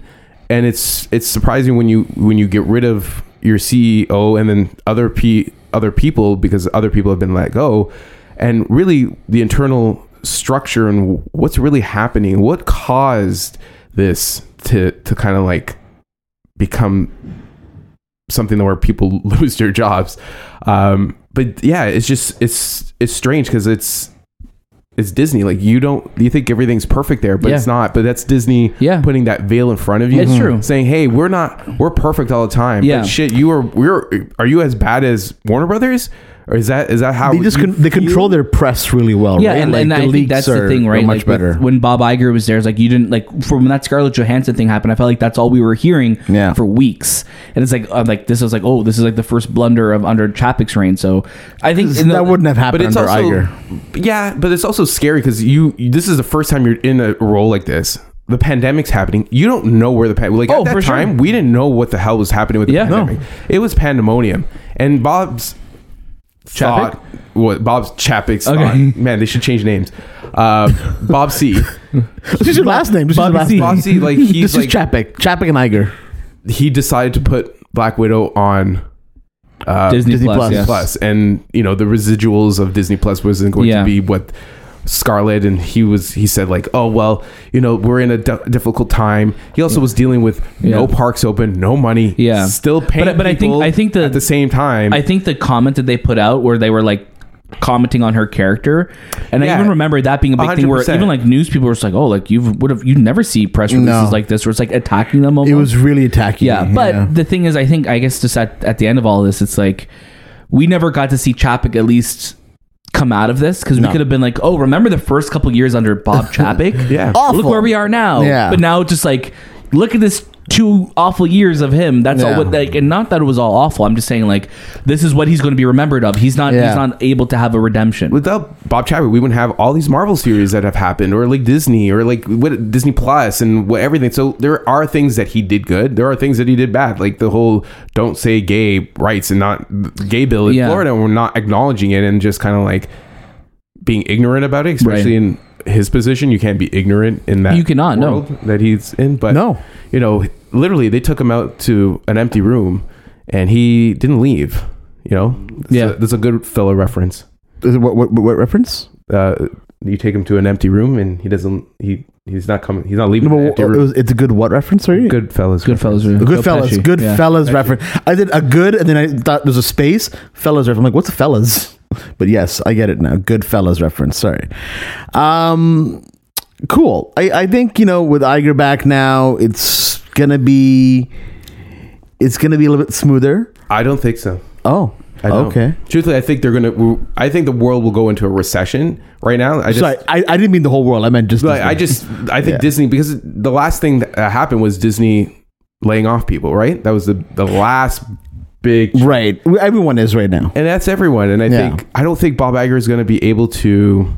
Speaker 3: And it's it's surprising when you when you get rid of your CEO and then other p other people because other people have been let go, and really the internal structure and what's really happening, what caused this to to kind of like become something where people (laughs) lose their jobs. Um, but yeah, it's just it's it's strange because it's it's Disney. Like you don't you think everything's perfect there, but it's
Speaker 2: Yeah.
Speaker 3: not. But that's Disney
Speaker 2: Yeah.
Speaker 3: putting that veil in front of you. Mm-hmm.
Speaker 2: It's true.
Speaker 3: Saying, hey, we're not we're perfect all the time.
Speaker 2: Yeah.
Speaker 3: But shit, you are we're are you as bad as Warner Brothers? Or is that is that how
Speaker 1: They just
Speaker 3: you
Speaker 1: con- they
Speaker 3: feel?
Speaker 1: control their press really well.
Speaker 2: yeah,
Speaker 1: right?
Speaker 2: and, and I think
Speaker 1: leaks
Speaker 2: that's
Speaker 1: are-
Speaker 2: the thing,
Speaker 1: are
Speaker 2: right?
Speaker 1: Much
Speaker 2: like with-
Speaker 1: better.
Speaker 2: when Bob Iger was there, it's like you didn't like from when that Scarlett Johansson thing happened. I felt like that's all we were hearing
Speaker 1: Yeah.
Speaker 2: for weeks, and it's like I'm like this is like oh this is like the first blunder of under Chapik's reign. So I think in the-
Speaker 1: that wouldn't have
Speaker 3: but
Speaker 1: happened
Speaker 3: it's
Speaker 1: under
Speaker 3: also
Speaker 1: Iger.
Speaker 3: yeah but it's also scary because you this is the first time you're in a role like this the pandemic's happening you don't know where the pan like
Speaker 2: Oh,
Speaker 3: at
Speaker 2: for
Speaker 3: that
Speaker 2: sure.
Speaker 3: time we didn't know what the hell was happening with the
Speaker 2: Yeah. No.
Speaker 3: pandemic it was pandemonium and bob's
Speaker 2: Chapek?
Speaker 3: thought what bob's chapik's
Speaker 2: Okay.
Speaker 3: thought man they should change names uh, bob
Speaker 2: (laughs)
Speaker 3: c
Speaker 1: This is your last name. This is your
Speaker 2: Bobby
Speaker 1: last
Speaker 2: C.
Speaker 1: name.
Speaker 3: bob c like he's
Speaker 1: (laughs) This is
Speaker 3: like
Speaker 1: Chapik. Chapik and Iger.
Speaker 3: he decided to put black widow on uh,
Speaker 2: Disney,
Speaker 1: Disney
Speaker 2: Plus,
Speaker 1: Plus.
Speaker 2: yes.
Speaker 3: Plus, and you know the residuals of Disney Plus wasn't going
Speaker 2: Yeah.
Speaker 3: to be what Scarlett and he was. He said like, oh well, you know we're in a di- difficult time. He also was dealing with no
Speaker 2: Yeah.
Speaker 3: parks open, no money,
Speaker 2: Yeah.
Speaker 3: still paying.
Speaker 2: But- but I think-
Speaker 3: people
Speaker 2: I think the-
Speaker 3: at the same time,
Speaker 2: I think the comment that they put out where they were like commenting on her character and i
Speaker 3: Yeah.
Speaker 2: even remember that being a big thing where
Speaker 3: 100%.
Speaker 2: even like news people were just like oh like you would have you never see press releases
Speaker 1: No.
Speaker 2: like this where it's like attacking them almost.
Speaker 1: It was really tacky.
Speaker 2: Yeah, but the thing is, I think I guess just at, at the end of all this, it's like we never got to see Chapik at least come out of this because
Speaker 1: No.
Speaker 2: we could have been like, oh, remember the first couple years under Bob Chapik?
Speaker 3: Yeah.
Speaker 2: look
Speaker 1: Awful.
Speaker 2: where we are now.
Speaker 1: Yeah.
Speaker 2: but now it's just like look at this two awful years of him. That's
Speaker 1: Yeah.
Speaker 2: all. What, like, and not that it was all awful. I'm just saying like this is what he's going to be remembered of. He's not.
Speaker 1: Yeah.
Speaker 2: He's not able to have a redemption.
Speaker 3: without Bob Chapek, we wouldn't have all these Marvel series that have happened, or like Disney, or like what Disney Plus and what everything. So there are things that he did good. There are things that he did bad, like the whole "don't say gay" rights and not gay bill in
Speaker 2: Yeah.
Speaker 3: Florida, and we're not acknowledging it and just kind of like being ignorant about it, especially in his position. You can't be ignorant in that
Speaker 2: You cannot, no.
Speaker 3: world that he's in. But
Speaker 1: No.
Speaker 3: you know, literally, they took him out to an empty room, and he didn't leave. You know, That's
Speaker 2: Yeah.
Speaker 3: a, that's a good fellow reference
Speaker 1: the what, what, what reference?
Speaker 3: uh, you take him to an empty room and he doesn't he he's not coming he's not
Speaker 1: No,
Speaker 3: leaving
Speaker 1: but
Speaker 3: the
Speaker 1: it
Speaker 3: empty room.
Speaker 1: was, it's a good what reference? Sorry,
Speaker 3: good fellas
Speaker 2: Goodfellas.
Speaker 1: A
Speaker 2: Joe
Speaker 1: Good fellas,
Speaker 2: Pesci.
Speaker 1: good
Speaker 2: Yeah.
Speaker 1: fellas reference. I did a good, and then I thought there's a space fellas reference. I'm like, what's a fellas? (laughs) But yes, I get it now. Good fellas reference. Sorry. Um, cool. I, I think you know with Iger back now, it's gonna be, it's gonna be a little bit smoother.
Speaker 3: i don't think so
Speaker 1: Oh,
Speaker 3: I don't.
Speaker 1: okay.
Speaker 3: truthfully i think they're gonna i think the world will go into a recession right now i just
Speaker 1: Sorry, I, I didn't mean the whole world. I meant just.
Speaker 3: like,
Speaker 1: Disney.
Speaker 3: i just i think
Speaker 1: (laughs) Yeah.
Speaker 3: disney because the last thing that happened was disney laying off people right that was the the last big
Speaker 1: right. Everyone is right now.
Speaker 3: and that's everyone. And I
Speaker 1: Yeah.
Speaker 3: think I don't think Bob Iger is going to be able to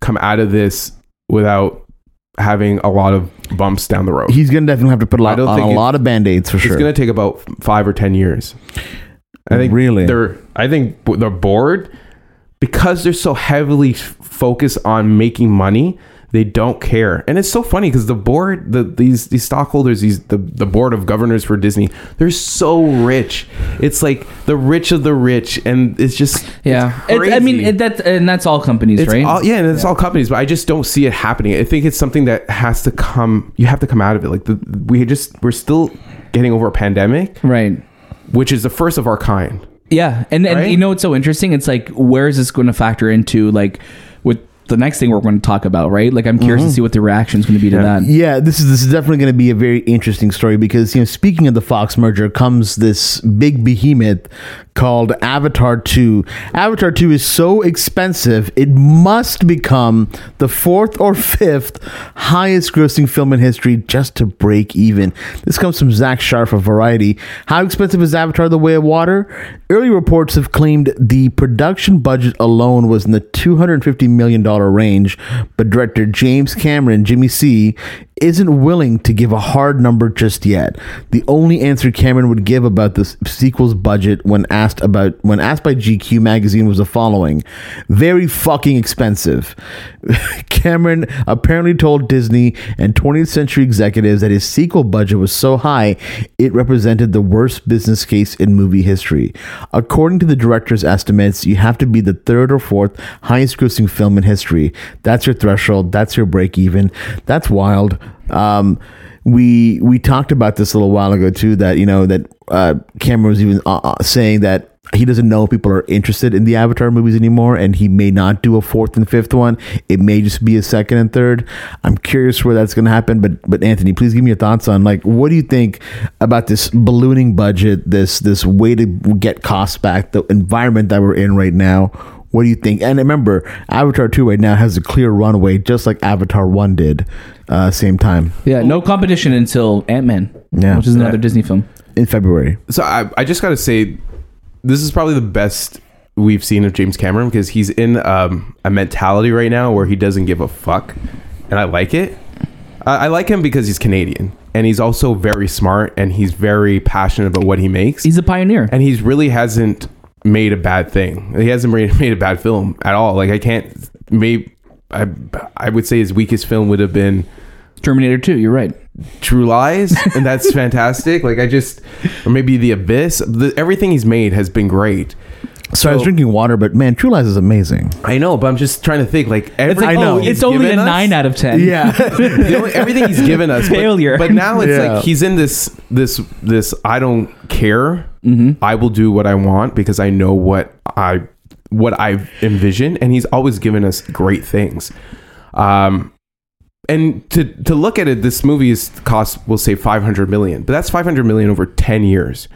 Speaker 3: come out of this without having a lot of bumps down the road.
Speaker 1: He's gonna definitely have to put a
Speaker 3: I
Speaker 1: lot
Speaker 3: don't
Speaker 1: on
Speaker 3: think
Speaker 1: a
Speaker 3: it-
Speaker 1: lot of band aids for sure.
Speaker 3: It's going to take about five or ten years. I think
Speaker 1: Really?
Speaker 3: They're I think b- they're bored because they're so heavily f- focused on making money. They don't care, and it's so funny because the board, the these these stockholders, these the, the board of governors for Disney, they're so rich. It's like the rich of the rich, and it's just
Speaker 2: Yeah,
Speaker 3: it's
Speaker 2: It- I mean
Speaker 3: crazy.
Speaker 2: it, that, and that's all companies,
Speaker 3: It's
Speaker 2: right?
Speaker 3: all, yeah, and it's all companies, but I just don't see it happening. I think it's something that has to come. You have to come out of it. Like the, we just we're still getting over a pandemic,
Speaker 2: right.
Speaker 3: which is the first of our kind.
Speaker 2: Yeah, and and
Speaker 3: Right?
Speaker 2: you know what's so interesting? It's like where is this going to factor into like with the next thing we're going to talk about, right? Like I'm curious to see what the reaction is going to be to
Speaker 3: Yeah.
Speaker 2: that.
Speaker 1: Yeah, this is this is definitely going to be a very interesting story because you know, speaking of the Fox merger, comes this big behemoth called Avatar Two. Avatar Two is so expensive; it must become the fourth or fifth highest-grossing film in history just to break even. This comes from Zach Sharf of Variety. How expensive is Avatar: The Way of Water? Early reports have claimed the production budget alone was in the two hundred fifty million dollar dollar range, but director James Cameron, Jimmy C, isn't willing to give a hard number just yet. The only answer Cameron would give about the s- sequel's budget when asked about when asked by GQ magazine was the following: "Very fucking expensive." (laughs) Cameron apparently told Disney and 20th Century executives that his sequel budget was so high it represented the worst business case in movie history. According to the director's estimates, you have to be the third or fourth highest grossing film in history. That's your threshold. That's your break even. That's wild. Um, we we talked about this a little while ago too. That you know that uh, Cameron was even uh, uh, saying that he doesn't know if people are interested in the Avatar movies anymore, and he may not do a fourth and fifth one. It may just be a second and third. I'm curious where that's going to happen. But but Anthony, please give me your thoughts on like what do you think about this ballooning budget, this this way to get costs back, the environment that we're in right now. What do you think? And remember, Avatar two right now has a clear runway, just like Avatar one did. Uh, same time
Speaker 2: Yeah, no competition until Ant Man,
Speaker 1: Yeah.
Speaker 2: which is another Disney film.
Speaker 1: in February.
Speaker 3: So I, I just gotta say, this is probably the best we've seen of James Cameron because he's in um, a mentality right now where he doesn't give a fuck, and I like it. I, I like him because he's Canadian and he's also very smart and he's very passionate about what he makes.
Speaker 2: He's a pioneer.
Speaker 3: and he's really hasn't made a bad thing. He hasn't made, (laughs) made a bad film at all. Like I can't. Maybe I I would say his weakest film would have been
Speaker 2: Terminator 2, you're right.
Speaker 3: True Lies, and that's fantastic. Like I just, or maybe The Abyss. The, everything he's made has been great.
Speaker 1: So I was drinking water, but man, True Lies is amazing.
Speaker 3: I know, but I'm just trying to think. Like
Speaker 2: It's
Speaker 3: everything
Speaker 2: like,
Speaker 1: I know.
Speaker 2: oh,
Speaker 3: he's
Speaker 2: it's only a
Speaker 3: given us-
Speaker 2: 9 out of
Speaker 1: (laughs)
Speaker 2: 10.
Speaker 1: Yeah,
Speaker 3: the only- everything he's given us but-
Speaker 2: Failure.
Speaker 3: But, now it's
Speaker 1: Yeah.
Speaker 3: like he's in this this this I don't care. I will do what I want because I know what I what I envision, and he's always given us great things. Um, and to to look at it, this movie is cost we'll say five hundred million, but that's five hundred million over ten years.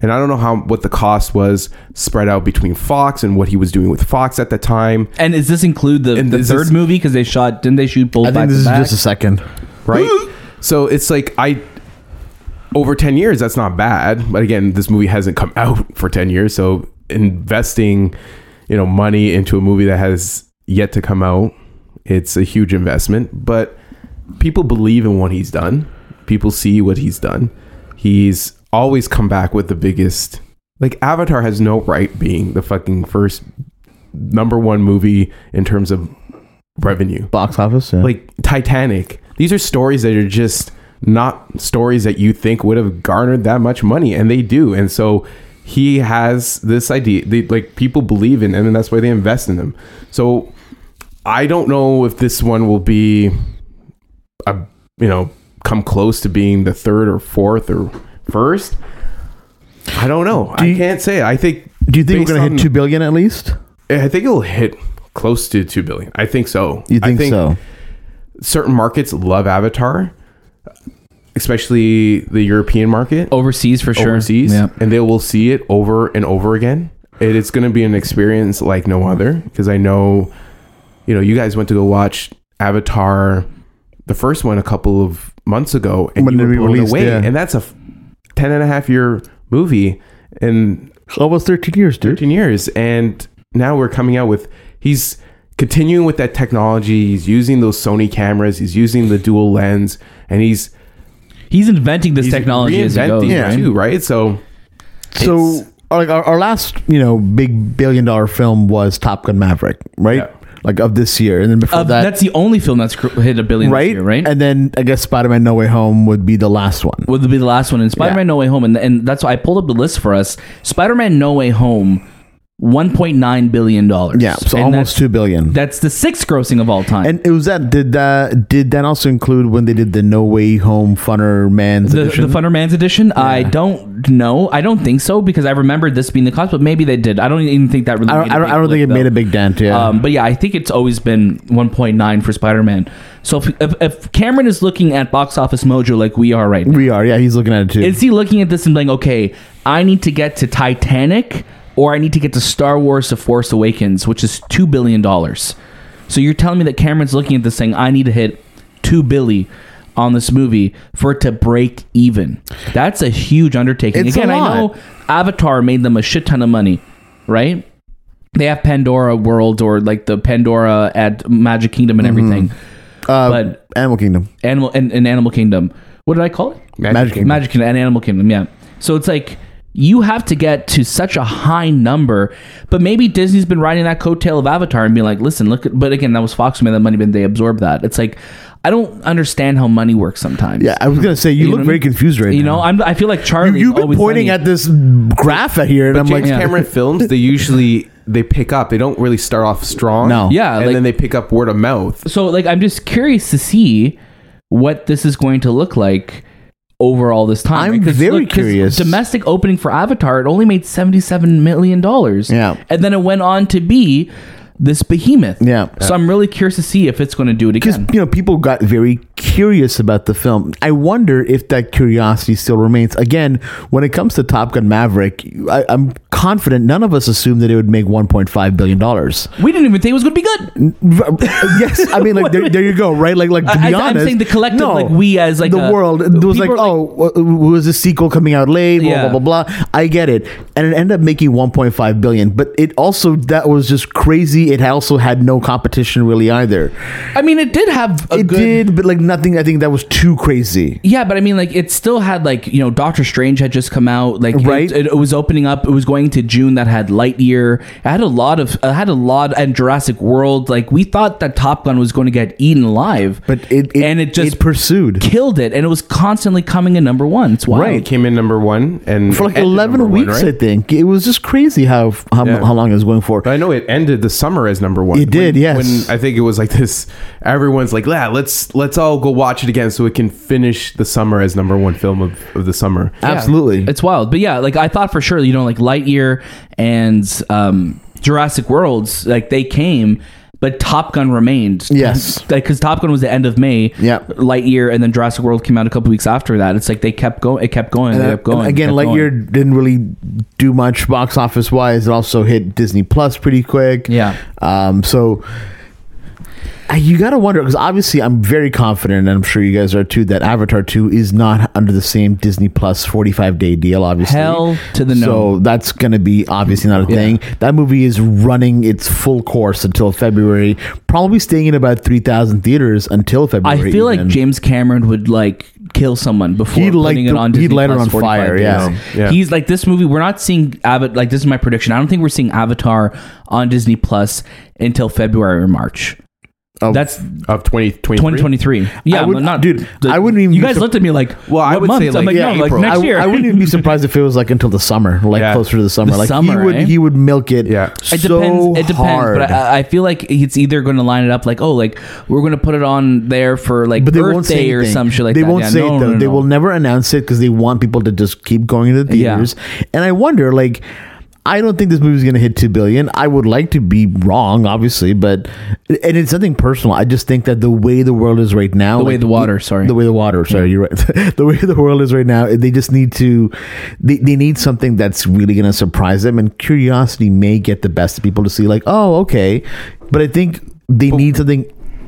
Speaker 3: And I don't know how what the cost was spread out between Fox and what he was doing with Fox at the time,
Speaker 2: And does this include the,
Speaker 3: And
Speaker 2: the
Speaker 3: this
Speaker 2: third
Speaker 3: is-
Speaker 2: movie? Because they shot, didn't they shoot both
Speaker 1: I
Speaker 2: back
Speaker 1: think this
Speaker 2: to
Speaker 1: is
Speaker 2: back?
Speaker 1: just a second.
Speaker 3: right? so it's like I over 10 years that's not bad, but again, this movie hasn't come (laughs) out for 10 years, so investing, you know, money into a movie that has yet to come out, it's a huge investment, but people believe in what he's done. People see what he's done. He's always come back with the biggest like Avatar has no right being the fucking first number 1 movie in terms of revenue
Speaker 1: Box office. Yeah.
Speaker 3: like Titanic. These are stories that are just not stories that you think would have garnered that much money, and they do. And so he has this idea, they, like people believe in him, and that's why they invest in him. So I don't know if this one will be, a, you know, come close to being the third or fourth or first. I don't know. I
Speaker 1: you-
Speaker 3: can't say. I think.
Speaker 1: Do you think
Speaker 3: based
Speaker 1: we're gonna
Speaker 3: on-
Speaker 1: hit two billion at least?
Speaker 3: I think it'll hit close to two billion. I think so.
Speaker 1: You
Speaker 3: I
Speaker 1: think, so?
Speaker 3: certain markets love Avatar, especially the European
Speaker 1: Oh,
Speaker 3: market
Speaker 2: Overseas for sure.
Speaker 3: overseas,
Speaker 2: Yeah.
Speaker 3: and they will see it over and over again. It, it's going to be an experience like no other because I know, you know, you guys went to go watch Avatar, the first one, a couple of months ago, and
Speaker 1: When
Speaker 3: you
Speaker 1: they
Speaker 3: were blown
Speaker 1: released,
Speaker 3: away.
Speaker 1: yeah.
Speaker 3: And that's a f- 10 and a half year movie. And
Speaker 1: Almost thirteen years, dude.
Speaker 3: 13 years and now we're coming out with he's continuing with that technology he's using those sony cameras he's using the dual lens and he's,
Speaker 2: He's inventing this
Speaker 3: he's
Speaker 2: technology as it goes,
Speaker 3: reinventing
Speaker 1: Yeah.
Speaker 2: right?
Speaker 3: too right so
Speaker 1: So, like our, our last, you know, big billion dollar film was Top Gun Maverick, right?
Speaker 3: Yeah.
Speaker 1: Like of this year, and then before
Speaker 2: Uh,
Speaker 1: that,
Speaker 2: that's the only film that's cr- hit a billion
Speaker 1: right?
Speaker 2: this year, right?
Speaker 1: And then I guess Spider Man No Way Home would be the last one.
Speaker 2: would be the last one. And Spider Man No Way Home, and, and that's why I pulled up the list for us. Spider Man No Way Home, one point nine billion dollars.
Speaker 1: Yeah, so
Speaker 2: And
Speaker 1: almost
Speaker 2: that's,
Speaker 1: two billion.
Speaker 2: That's the sixth grossing of all time.
Speaker 1: and it was that did that did that also include when they did the No Way Home Funner Man's
Speaker 2: the,
Speaker 1: edition?
Speaker 2: the Thunder Man's edition. I don't know. I don't think so because I remember this being the cost, but maybe they did. I don't even think that really.
Speaker 1: I don't,
Speaker 2: made a
Speaker 1: I don't,
Speaker 2: big
Speaker 1: I don't think
Speaker 2: lick,
Speaker 1: it made
Speaker 2: though.
Speaker 1: a big dent. Yeah,
Speaker 2: Um, but yeah, I think it's always been 1.9 for Spider Man. So if, if, if Cameron is looking at Box Office Mojo like we are right now,
Speaker 1: we are. Yeah, he's looking at it too.
Speaker 2: is he looking at this and being, okay, I need to get to Titanic or I need to get to Star Wars The Force Awakens, which is $2 billion. So you're telling me that Cameron's looking at this saying, I need to hit 2 billy on this movie for it to break even. That's a huge undertaking.
Speaker 1: It's a
Speaker 2: Again, I
Speaker 1: lot.
Speaker 2: know Avatar made them a shit ton of money, right? they have Pandora World or like the Pandora at Magic Kingdom and
Speaker 1: Mm-hmm.
Speaker 2: everything.
Speaker 1: Uh,
Speaker 2: but
Speaker 1: Animal Kingdom.
Speaker 2: animal and, and Animal Kingdom. What did I call it?
Speaker 1: Magic Kingdom.
Speaker 2: Magic Kingdom and Animal Kingdom, yeah. So it's like you have to get to such a high number, but maybe Disney's been riding that coattail of Avatar and being like, listen, look at, but again, that was Fox who made that money, but they absorbed that. It's like, I don't understand how money works sometimes.
Speaker 1: Yeah, I was gonna say you,
Speaker 2: know
Speaker 1: look
Speaker 2: what I
Speaker 1: very
Speaker 2: mean?
Speaker 1: confused right
Speaker 2: You
Speaker 1: now.
Speaker 2: know, I'm, I feel like Charlie.
Speaker 1: You've been pointing at this graph here, and I'm like,
Speaker 3: James
Speaker 1: (laughs)
Speaker 3: Cameron films, they usually they pick up. They don't really start off strong.
Speaker 1: No.
Speaker 2: Yeah,
Speaker 3: and
Speaker 2: like-
Speaker 3: then they pick up word of mouth.
Speaker 2: so like I'm just curious to see what this is going to look like over all this time.
Speaker 1: I'm
Speaker 2: 'Cause
Speaker 1: very
Speaker 2: 'cause
Speaker 1: curious.
Speaker 2: Domestic opening for Avatar, it only made seventy-seven million dollars.
Speaker 1: Yeah.
Speaker 2: and then it went on to be this behemoth.
Speaker 1: Yeah.
Speaker 2: So I'm really curious to see if it's going to do it
Speaker 1: because
Speaker 2: again.
Speaker 1: you know people got very curious about the film. I wonder if that curiosity still remains. Again, when it comes to Top Gun Maverick, I, I'm confident none of us assumed that it would make 1.5 billion dollars.
Speaker 2: We didn't even think it was going to be good.
Speaker 1: yes, I mean like there, there you go, right? Like like to
Speaker 2: I-
Speaker 1: be
Speaker 2: I'm
Speaker 1: honest,
Speaker 2: saying the collective, like, we as, like,
Speaker 1: the
Speaker 2: a-
Speaker 1: world it was like,
Speaker 2: people are like-
Speaker 1: oh, wa- was the sequel coming out late? Blah
Speaker 2: Yeah.
Speaker 1: blah blah blah. I get it, and it ended up making 1.5 billion, but it also that was just crazy. It also had no competition really either.
Speaker 2: I mean, it did have a
Speaker 1: it
Speaker 2: good.
Speaker 1: did, but like nothing. I think that was too crazy.
Speaker 2: Yeah, but I mean, like, it still had like you know, Doctor Strange had just come out, like,
Speaker 1: Right.
Speaker 2: It, it was opening up. It was going to June. That had Lightyear. It had a lot of. It had a lot and Jurassic World. Like, we thought that Top Gun was going to get eaten alive,
Speaker 1: But it,
Speaker 2: and it just
Speaker 1: pursued
Speaker 2: killed it, and it was constantly coming in number one. It's wild.
Speaker 3: It came in number one, and
Speaker 1: for like
Speaker 3: ended
Speaker 1: 11
Speaker 3: number one,
Speaker 1: weeks.
Speaker 3: right?
Speaker 1: I think it was just crazy how how,
Speaker 3: Yeah.
Speaker 1: how long it was going for.
Speaker 3: But I know it ended the summer as number one.
Speaker 1: It did,
Speaker 3: When-
Speaker 1: yes.
Speaker 3: When I think it was like this, everyone's like, "Yeah, let's let's all go watch it again so it can finish the summer as number one film of, of the summer."
Speaker 2: Yeah.
Speaker 1: Absolutely.
Speaker 2: It's wild. But yeah, like I thought for sure, you know, like Lightyear and um, Jurassic Worlds, like they came, but Top Gun remained.
Speaker 1: Yes.
Speaker 2: (laughs) Like, cause Top Gun was the end of May.
Speaker 1: Yeah.
Speaker 2: Lightyear and then Jurassic World came out a couple weeks after that. It's like they kept going, it kept going,
Speaker 1: And
Speaker 2: they
Speaker 1: that-
Speaker 2: kept going.
Speaker 1: and again,
Speaker 2: kept
Speaker 1: Lightyear
Speaker 2: going.
Speaker 1: didn't really do much box office wise. It also hit Disney Plus pretty quick.
Speaker 2: Yeah.
Speaker 1: Um, so I- you got to wonder because obviously I'm very confident, and I'm sure you guys are too, that Avatar 2 is not under the same Disney Plus 45 day deal, obviously.
Speaker 2: Hell to the no.
Speaker 1: So that's going to be obviously not a thing. That movie is running its full course until February, probably staying in about 3,000 theaters until
Speaker 2: I
Speaker 1: February.
Speaker 2: feel like
Speaker 1: even.
Speaker 2: James Cameron would like kill someone before
Speaker 1: He'd
Speaker 2: putting
Speaker 1: light
Speaker 2: it
Speaker 1: the-
Speaker 2: on
Speaker 1: he'd
Speaker 2: Disney
Speaker 1: light it
Speaker 2: Plus
Speaker 1: on
Speaker 2: 45
Speaker 1: fire,
Speaker 2: days.
Speaker 1: yeah.
Speaker 3: Yeah.
Speaker 2: He's like this movie. We're not seeing Avatar. Like this is my prediction. I don't think we're seeing Avatar on Disney Plus until February or March.
Speaker 1: Oh,
Speaker 2: That's
Speaker 3: of 2023.
Speaker 2: 2023. Yeah,
Speaker 1: I would-
Speaker 2: but not
Speaker 1: dude, I wouldn't even
Speaker 2: You
Speaker 1: be
Speaker 2: guys
Speaker 1: sur-
Speaker 2: looked at me like,
Speaker 3: Well, I
Speaker 2: what
Speaker 3: would say,
Speaker 2: months?
Speaker 3: like,
Speaker 2: I'm like, no,
Speaker 3: April.
Speaker 2: like
Speaker 1: I,
Speaker 2: next year.
Speaker 1: I
Speaker 2: (laughs)
Speaker 1: wouldn't even be surprised if it was like until the summer, like
Speaker 3: Yeah.
Speaker 1: closer to the summer.
Speaker 2: The
Speaker 1: like
Speaker 2: summer,
Speaker 1: he would
Speaker 2: eh?
Speaker 1: he would milk it.
Speaker 3: Yeah.
Speaker 2: It
Speaker 1: so
Speaker 2: depends. It depends.
Speaker 1: Hard.
Speaker 2: But I, I feel like it's either going to line it up like, oh, like we're going to put it on there for like
Speaker 1: but they
Speaker 2: Earth
Speaker 1: won't say
Speaker 2: Day or
Speaker 1: anything.
Speaker 2: some shit like
Speaker 1: they
Speaker 2: that.
Speaker 1: won't
Speaker 2: Yeah,
Speaker 1: say
Speaker 2: no,
Speaker 1: it though.
Speaker 2: no, no,
Speaker 1: they
Speaker 2: no.
Speaker 1: will never announce it because they want people to just keep going to the
Speaker 2: Yeah.
Speaker 1: theaters. And I wonder, like, I don't think this movie's going to hit two billion. I would like to be wrong, obviously, but and it's nothing personal. I just think that the way the world is right now,
Speaker 2: The way the water, sorry.
Speaker 1: the way the water. Sorry, you're right. (laughs) the way the world is right now, they just need to. They, they need something that's really going to surprise them, and curiosity may get the best of people to see, like, oh, okay. But I think they need something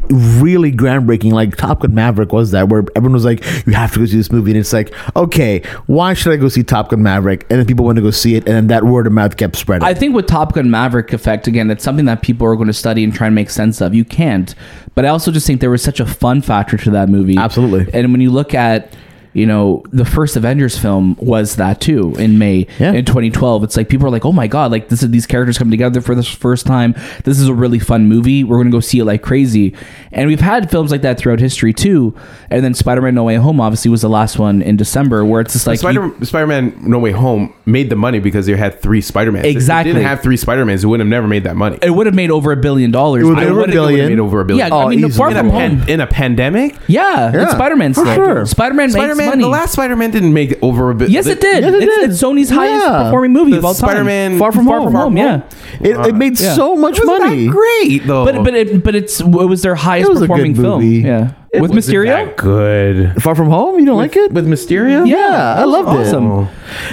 Speaker 1: really groundbreaking, like Top Gun Maverick was that, where everyone was like, you have to go see this movie, and it's like, okay, why should I go see Top Gun Maverick? And then people went to go see it, and then that word of mouth kept spreading.
Speaker 2: I think with Top Gun Maverick effect again, that's something that people are going to study and try and make sense of. You can't, but I also just think there was such a fun factor to that movie.
Speaker 1: Absolutely.
Speaker 2: And when you look at, you know, the first Avengers film was that too in May
Speaker 1: Yeah.
Speaker 2: in 2012. It's like people are like, oh my god, like this is these characters come together for the first time. This is a really fun movie. We're going to go see it like crazy. And we've had films like that throughout history too. And then Spider-Man: No Way Home obviously was the last one in December where it's just like you-
Speaker 3: Spider Spider Man No Way Home made the money because they had three Spider Mans.
Speaker 2: Exactly.
Speaker 3: If they didn't have three Spider Mans, it would have never made that money.
Speaker 2: it would have made over a billion dollars.
Speaker 1: would
Speaker 2: I
Speaker 1: have
Speaker 3: I
Speaker 1: over a
Speaker 3: would
Speaker 2: would've-
Speaker 3: think it would have
Speaker 1: billion.
Speaker 3: Made over a
Speaker 2: Yeah,
Speaker 3: billion.
Speaker 1: Oh,
Speaker 2: I mean,
Speaker 1: easily.
Speaker 2: far
Speaker 3: in a
Speaker 2: from home.
Speaker 3: pan- in a pandemic.
Speaker 2: Yeah,
Speaker 1: Yeah,
Speaker 2: it's Spider Man
Speaker 1: for
Speaker 2: stuff.
Speaker 1: sure.
Speaker 2: Spider Man makes
Speaker 3: Spider Man.
Speaker 2: money.
Speaker 3: The last Spider Man didn't make over a bit.
Speaker 2: yes, it did.
Speaker 1: Yes, it
Speaker 2: it's,
Speaker 1: did.
Speaker 2: it's Sony's highest
Speaker 1: Yeah.
Speaker 2: performing movie of all time.
Speaker 3: Spider Man
Speaker 1: Far From Home.
Speaker 2: yeah.
Speaker 1: it, it made
Speaker 2: Yeah.
Speaker 1: so much money.
Speaker 3: great though.
Speaker 2: But but it but it's it was their highest
Speaker 1: It was a good
Speaker 2: performing film.
Speaker 1: movie.
Speaker 2: Yeah,
Speaker 3: It
Speaker 2: with
Speaker 3: wasn't
Speaker 2: Mysterio.
Speaker 3: that good.
Speaker 1: Far from home, you don't like it?
Speaker 3: with
Speaker 2: (laughs)
Speaker 3: Mysterio.
Speaker 1: Yeah, I loved
Speaker 2: awesome.
Speaker 1: it.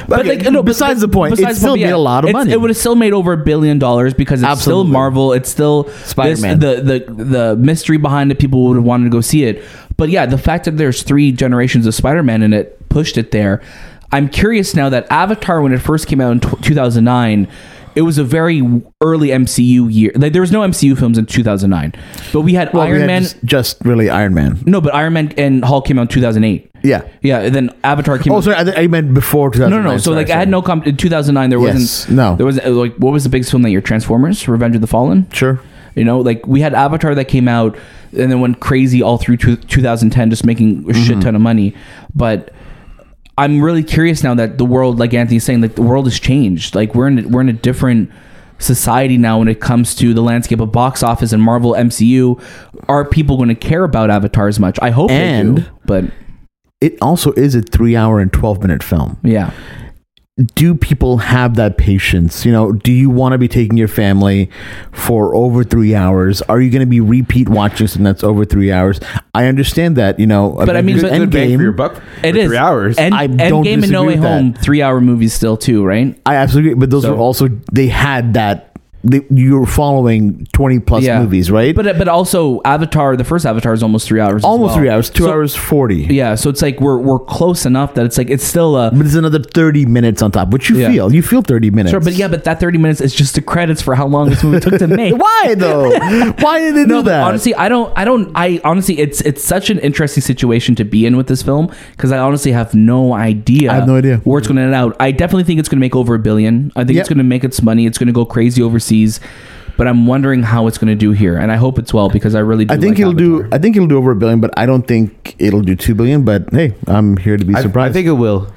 Speaker 2: But
Speaker 1: Okay,
Speaker 2: like no, but-
Speaker 1: besides
Speaker 2: but-
Speaker 1: the point, it
Speaker 2: besides the
Speaker 1: still
Speaker 2: point,
Speaker 1: made a lot of
Speaker 2: it's-
Speaker 1: money.
Speaker 2: It would have still made over a billion dollars because it's
Speaker 1: Absolutely.
Speaker 2: still Marvel. It's still this-
Speaker 1: Spider-Man.
Speaker 2: The the the mystery behind it, people would have wanted to go see it. But yeah, the fact that there's three generations of Spider-Man in it pushed it there. I'm curious now that Avatar, when it first came out in tw 2009. It was a very early MCU year. Like there was no MCU films in 2009, but we had
Speaker 1: Well, we
Speaker 2: Iron
Speaker 1: had
Speaker 2: Man.
Speaker 1: just, just really Iron Man.
Speaker 2: no, but Iron Man and Hulk came out in 2008.
Speaker 1: Yeah.
Speaker 2: Yeah, and then Avatar came.
Speaker 1: Oh,
Speaker 2: out.
Speaker 1: sorry, I, th- I meant before 2000.
Speaker 2: No, no, no. So like, I had no comp. In 2009, there
Speaker 1: Yes,
Speaker 2: wasn't.
Speaker 1: no.
Speaker 2: there was like, what was the biggest film that year? Transformers: Revenge of the Fallen.
Speaker 1: Sure.
Speaker 2: You know, like we had Avatar that came out, and then went crazy all through two, 2010, just making a
Speaker 1: Mm-hmm.
Speaker 2: shit ton of money. But I'm really curious now that the world, like Anthony's saying, like the world has changed. Like we're in a, we're in a different society now when it comes to the landscape of box office and Marvel MCU. Are people going to care about Avatar as much? I hope they
Speaker 1: And-
Speaker 2: do, but
Speaker 1: It also is a three hour and 12 minute film.
Speaker 2: yeah.
Speaker 1: Do people have that patience? You know, do you want to be taking your family for over three hours? Are you going to be repeat watching something that's over three hours? I understand that, you know.
Speaker 2: But I mean,
Speaker 1: Avengers
Speaker 2: but-
Speaker 3: Good bang for your
Speaker 1: Endgame.
Speaker 3: buck.
Speaker 2: Mm-hmm. It
Speaker 3: for
Speaker 2: is
Speaker 3: three hours.
Speaker 2: And,
Speaker 1: I
Speaker 2: Endgame
Speaker 1: don't
Speaker 2: and No
Speaker 1: disagree
Speaker 2: Way
Speaker 1: with
Speaker 2: Home, three hour movies still too, right?
Speaker 1: I absolutely agree. But those
Speaker 2: So-
Speaker 1: were also, they had that. They, you were following 20 plus movies, right?
Speaker 2: But but also Avatar, the first Avatar is almost three hours. as
Speaker 1: Almost
Speaker 2: well.
Speaker 1: three hours, two
Speaker 2: So-
Speaker 1: hours 40.
Speaker 2: Yeah, so it's like we're we're close enough that it's like it's still a.
Speaker 1: But it's another 30 minutes on top, which you
Speaker 2: Yeah.
Speaker 1: feel. You feel 30 minutes.
Speaker 2: Sure, but yeah, but that thirty minutes is just the credits for how long this movie (laughs) took to make.
Speaker 1: (laughs) Why
Speaker 2: (laughs)
Speaker 1: though? Why did they do
Speaker 2: but
Speaker 1: that?
Speaker 2: Honestly, I don't. I don't. I honestly, it's it's such an interesting situation to be in with this film because I honestly have no idea.
Speaker 1: I have no idea.
Speaker 2: where it's going to end out. I definitely think it's going to make over a billion. I think
Speaker 1: Yep.
Speaker 2: it's going to make its money. It's going to go crazy overseas. But I'm wondering how it's going to do here, and I hope it's well because I really. Do
Speaker 1: I think
Speaker 2: like
Speaker 1: it'll do.
Speaker 2: Avatar.
Speaker 1: I think it'll do over a billion, but I don't think it'll do two billion. But hey, I'm here to be
Speaker 3: I,
Speaker 1: surprised.
Speaker 3: I think it will.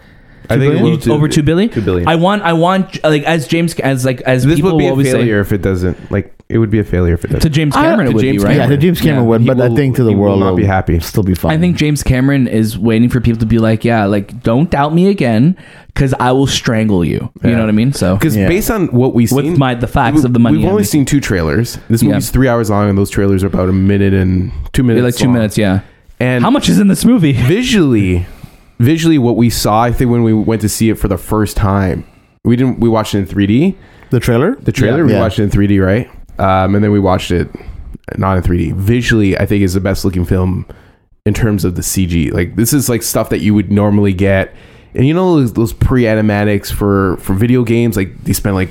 Speaker 3: I think
Speaker 1: billion?
Speaker 3: it will too.
Speaker 2: over two billion.
Speaker 3: Two billion.
Speaker 2: I want. I want. Like as James. As like as
Speaker 3: this
Speaker 2: people
Speaker 3: would be
Speaker 2: will
Speaker 3: a
Speaker 2: always
Speaker 3: failure
Speaker 2: say
Speaker 3: if it doesn't. Like it would be a failure if it doesn't.
Speaker 2: to James
Speaker 1: I-
Speaker 2: Cameron.
Speaker 1: to
Speaker 2: it would
Speaker 3: James
Speaker 2: be, right?
Speaker 1: yeah,
Speaker 3: Cameron.
Speaker 1: to James Cameron
Speaker 2: Yeah.
Speaker 1: would,
Speaker 3: He
Speaker 1: but I
Speaker 3: will-
Speaker 1: think to the
Speaker 3: he will
Speaker 1: world
Speaker 3: not
Speaker 1: it'll
Speaker 3: be happy.
Speaker 1: Still be fine.
Speaker 2: I think James Cameron is waiting for people to be like, yeah, like don't doubt me again, because I will strangle you. You
Speaker 3: Yeah.
Speaker 2: know what I mean? So
Speaker 3: Because
Speaker 1: Yeah.
Speaker 3: based on what we've
Speaker 2: with
Speaker 3: seen,
Speaker 2: my the facts
Speaker 3: we-
Speaker 2: of the money,
Speaker 3: We've
Speaker 2: I'm
Speaker 3: only
Speaker 2: making.
Speaker 3: seen two trailers. This
Speaker 2: Yeah.
Speaker 3: movie's three hours long, and those trailers are about a minute and two minutes.
Speaker 2: They're like two
Speaker 3: long.
Speaker 2: minutes. Yeah.
Speaker 3: And
Speaker 2: How much is in this movie? (laughs)
Speaker 3: visually, visually, what we saw, I think when we went to see it for the first time, we didn't. We watched it in 3D.
Speaker 1: the trailer.
Speaker 3: The trailer
Speaker 1: Yeah.
Speaker 3: we
Speaker 1: Yeah.
Speaker 3: watched it in 3D, right? Um, and then we watched it not in 3D. Visually, I think is the best looking film in terms of the CG. Like this is like stuff that you would normally get. And you know those, those pre-animatics for for video games, like they spend like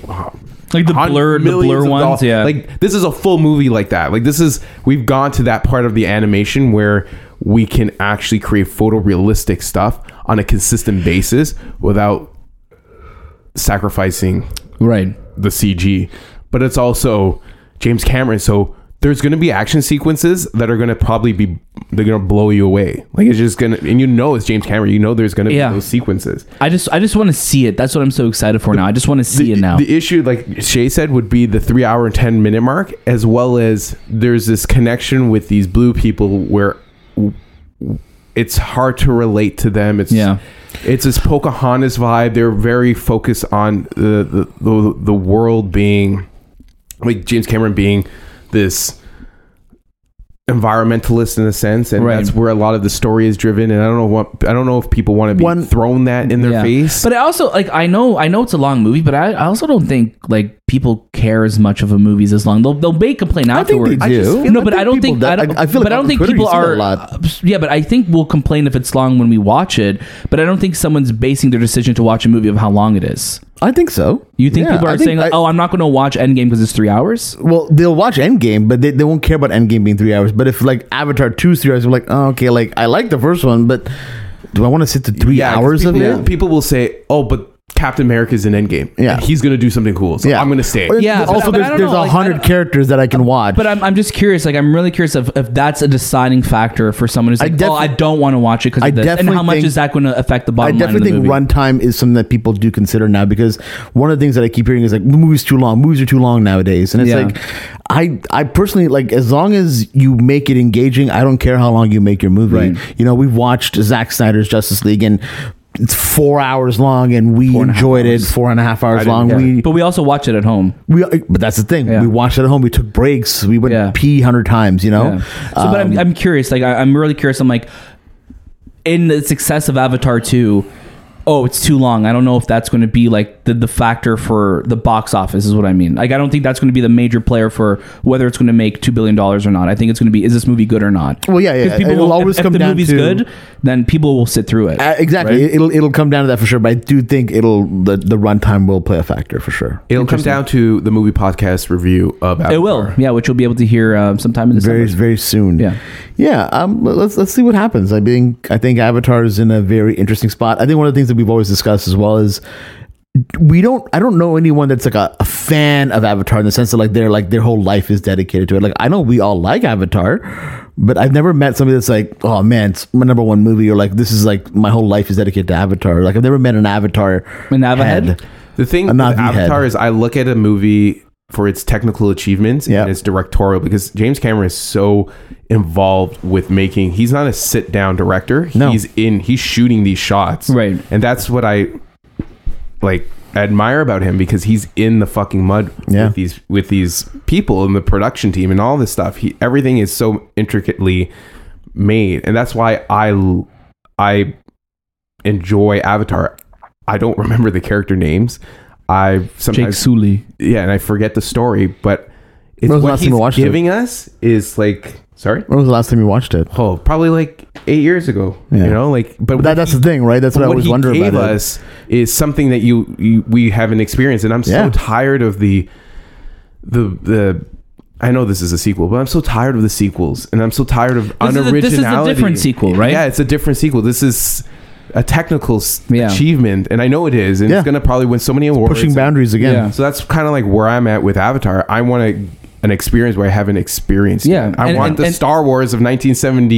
Speaker 2: Like the
Speaker 3: hun-
Speaker 2: blur, the
Speaker 3: millions
Speaker 2: blur
Speaker 3: of
Speaker 2: ones.
Speaker 3: dollars.
Speaker 2: Yeah.
Speaker 3: Like this is a full movie like that. Like this is we've gone to that part of the animation where we can actually create photorealistic stuff on a consistent basis without sacrificing
Speaker 2: right.
Speaker 3: the CG, but it's also James Cameron. So there's going to be action sequences that are going to probably be they're going to blow you away. Like it's just going to, and you know it's James Cameron. You know there's going to
Speaker 2: Yeah.
Speaker 3: be those sequences.
Speaker 2: I just I just want to see it. That's what I'm so excited for now. I just want to see
Speaker 3: the,
Speaker 2: it now.
Speaker 3: the issue, like Shay said, would be the three hour and ten minute mark, as well as there's this connection with these blue people where w- w- it's hard to relate to them. It's
Speaker 2: Yeah.
Speaker 3: it's this Pocahontas vibe. They're very focused on the the, the, the world being like James Cameron being this environmentalist in a sense and
Speaker 2: Right.
Speaker 3: that's where a lot of the story is driven and I don't know what I don't know if people want to be
Speaker 1: One-
Speaker 3: thrown that in their
Speaker 2: Yeah.
Speaker 3: face
Speaker 2: But I also like I know I know it's a long movie, but I, I also don't think like people care as much of a movie as long. They'll they'll make complain
Speaker 1: I think
Speaker 2: afterwards.
Speaker 1: they
Speaker 3: I just
Speaker 1: do.
Speaker 3: feel-
Speaker 2: no, but I don't
Speaker 1: people
Speaker 2: think
Speaker 1: do-
Speaker 2: I don't,
Speaker 1: I, I feel like
Speaker 2: but I
Speaker 1: on
Speaker 2: don't think
Speaker 1: Twitter you
Speaker 2: people
Speaker 1: see that
Speaker 2: are.
Speaker 1: a lot.
Speaker 2: Yeah, but I think we'll complain if it's long when we watch it. But I don't think someone's basing their decision to watch a movie of how long it is.
Speaker 1: I think so.
Speaker 2: You think
Speaker 1: Yeah,
Speaker 2: people
Speaker 1: I
Speaker 2: are
Speaker 1: think
Speaker 2: saying, like,
Speaker 1: I-
Speaker 2: "Oh, I'm not going to watch Endgame because it's three hours."
Speaker 1: Well, they'll watch Endgame, but they, they won't care about Endgame being three hours. But if like Avatar two is three hours, they're like, oh, okay, like I like the first one, but do I want to sit to three
Speaker 3: 'cause
Speaker 1: hours of
Speaker 3: people,
Speaker 1: it?
Speaker 3: People will say, "Oh, but Captain America's in Endgame.
Speaker 1: Yeah.
Speaker 3: and he's gonna do something cool. So
Speaker 1: Yeah,
Speaker 3: I'm gonna stay."
Speaker 1: Or-
Speaker 2: Yeah, but-
Speaker 1: Also,
Speaker 2: but I
Speaker 1: there's
Speaker 2: don't
Speaker 1: there's
Speaker 2: know,
Speaker 1: a
Speaker 2: like, I
Speaker 1: hundred
Speaker 2: don't-
Speaker 1: characters that I can watch.
Speaker 2: But I'm, I'm just curious. Like, I'm really curious if, if that's a deciding factor for someone who's
Speaker 1: I
Speaker 2: like,
Speaker 1: defi-
Speaker 2: "Oh, I don't want to watch it because
Speaker 1: I
Speaker 2: of this," and
Speaker 1: definitely
Speaker 2: how much
Speaker 1: think-
Speaker 2: is that going to affect the
Speaker 1: I
Speaker 2: bottom line of the
Speaker 1: definitely think
Speaker 2: movie?
Speaker 1: runtime is something that people do consider now because one of the things that I keep hearing is like the movies too long, movies are too long nowadays, and it's
Speaker 2: Yeah.
Speaker 1: like I I personally like as long as you make it engaging, I don't care how long you make your movie.
Speaker 2: Right.
Speaker 1: You know, we've watched Zack Snyder's Justice League and. It's four hours long, and we enjoyed it. Four and a half hours
Speaker 3: didn't
Speaker 1: long.
Speaker 3: care.
Speaker 1: We
Speaker 2: But we also watch it at home.
Speaker 1: we, but that's the thing.
Speaker 2: Yeah.
Speaker 1: We watched it at home. We took breaks. We went
Speaker 2: Yeah.
Speaker 1: pee hundred times. You know.
Speaker 2: Yeah. So, but I'm,
Speaker 1: Um,
Speaker 2: I'm curious. Like, I, I'm really curious. I'm like, in the success of Avatar 2, oh, it's too long. I don't know if that's going to be like the, the factor for the box office, is what I mean. Like, I don't think that's going to be the major player for whether it's going to make $2 billion or not. I think it's going to be, is this movie good or not?
Speaker 1: Well, yeah, yeah.
Speaker 2: 'Cause People
Speaker 1: It'll
Speaker 2: will,
Speaker 1: always
Speaker 2: always if,
Speaker 1: come
Speaker 2: if the
Speaker 1: down
Speaker 2: movie's
Speaker 1: to-
Speaker 2: good, then people will sit through it.
Speaker 1: Uh, exactly. It'll it'll come down to that for sure. But I do think it'll the the runtime will play a factor for sure.
Speaker 3: It'll come down to the movie podcast review of Avatar.
Speaker 2: it will. Yeah, which you'll be able to hear um, sometime in December.
Speaker 1: Very very soon.
Speaker 2: Yeah.
Speaker 1: yeah. Um, let's let's see what happens. I think I think Avatar is in a very interesting spot. I think one of the things that we've always discussed as well is we don't I don't know anyone that's like a, a fan of Avatar in the sense that like their like their whole life is dedicated to it. Like I know we all like Avatar, but I've never met somebody that's like, oh man, it's my number one movie, or like this is like my whole life is dedicated to Avatar. Like I've never met an Avatar
Speaker 2: An Ava head?
Speaker 3: The thing
Speaker 1: A
Speaker 3: with
Speaker 1: Na'vi
Speaker 3: Avatar
Speaker 1: head.
Speaker 3: is I look at a movie for its technical achievements
Speaker 1: Yeah.
Speaker 3: and its directorial because James Cameron is so involved with making he's not a sit down director.
Speaker 1: No.
Speaker 3: He's in he's shooting these shots.
Speaker 2: Right.
Speaker 3: And that's what I like admire about him because he's in the fucking mud
Speaker 1: Yeah.
Speaker 3: with these with these people and the production team and all this stuff. He everything is so intricately made, and that's why I l- I enjoy Avatar. I don't remember the character names. I
Speaker 2: Jake
Speaker 3: sometimes
Speaker 2: Sully.
Speaker 3: yeah, and I forget the story, but it's
Speaker 1: When was the
Speaker 3: what
Speaker 1: last time you
Speaker 3: he's
Speaker 1: watched it?
Speaker 3: giving us is like sorry.
Speaker 1: When was the last time you watched it?
Speaker 3: Oh, probably like eight years ago.
Speaker 1: Yeah.
Speaker 3: You know, like but
Speaker 1: But that, that's the thing, right? That's what, I
Speaker 3: what
Speaker 1: always
Speaker 3: he
Speaker 1: wonder
Speaker 3: gave
Speaker 1: about. it.
Speaker 3: us is something that you, you we haven't experienced, and I'm
Speaker 1: Yeah.
Speaker 3: so tired of the the the. I know this is a sequel, but I'm so tired of the sequels, and I'm so tired of
Speaker 2: This is a-
Speaker 3: unoriginality.
Speaker 2: this is a different sequel, right?
Speaker 3: Yeah, it's a different sequel. This is a technical s-
Speaker 2: Yeah.
Speaker 3: achievement, and I know it is, and
Speaker 1: Yeah.
Speaker 3: it's going to probably win so many awards.
Speaker 1: Pushing
Speaker 3: and-
Speaker 1: boundaries again.
Speaker 2: Yeah.
Speaker 3: so that's kind of like where I'm at with Avatar. I want to an experience where I haven't experienced.
Speaker 2: Yeah,
Speaker 3: yet. I
Speaker 2: and-
Speaker 3: want
Speaker 2: and-
Speaker 3: the
Speaker 2: and-
Speaker 3: Star Wars of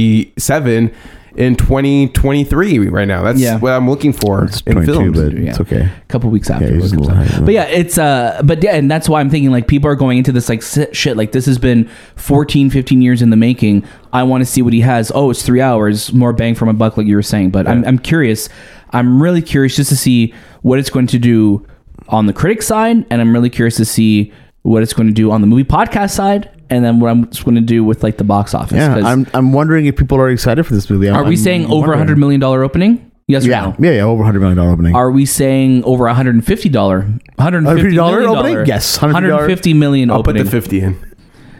Speaker 3: 1977 in 2023 right now. That's
Speaker 2: Yeah.
Speaker 3: what I'm looking for
Speaker 1: It's
Speaker 3: in
Speaker 1: 22,
Speaker 3: films.
Speaker 1: but it's okay.
Speaker 2: A couple weeks after.
Speaker 1: Yeah,
Speaker 2: it
Speaker 1: he's a
Speaker 2: comes
Speaker 1: little
Speaker 2: out.
Speaker 1: high, yeah.
Speaker 2: But yeah, it's uh but yeah, and that's why I'm thinking like people are going into this like si- shit like this has been 14 15 years in the making. I want to see what he has. Oh, it's 3 hours, more bang for my buck like you were saying, but I'm I'm curious. I'm really curious just to see what it's going to do on the critic side and I'm really curious to see what it's going to do on the movie podcast side and then what I'm just going to do with like the box office
Speaker 1: Yeah,
Speaker 2: 'cause
Speaker 1: I'm, I'm wondering if people are excited for this movie. I'm,
Speaker 2: are we
Speaker 1: I'm
Speaker 2: saying over
Speaker 1: wondering.
Speaker 2: 100 million dollar opening? Yes or
Speaker 1: Yeah,
Speaker 2: no?
Speaker 1: yeah, yeah, over $100 million opening.
Speaker 2: are we saying over 150 dollar
Speaker 1: $150
Speaker 2: 150 million
Speaker 1: opening?
Speaker 2: dollar-
Speaker 1: Yes, $150
Speaker 2: 150 million
Speaker 3: I'll
Speaker 2: opening
Speaker 3: put the 50 in.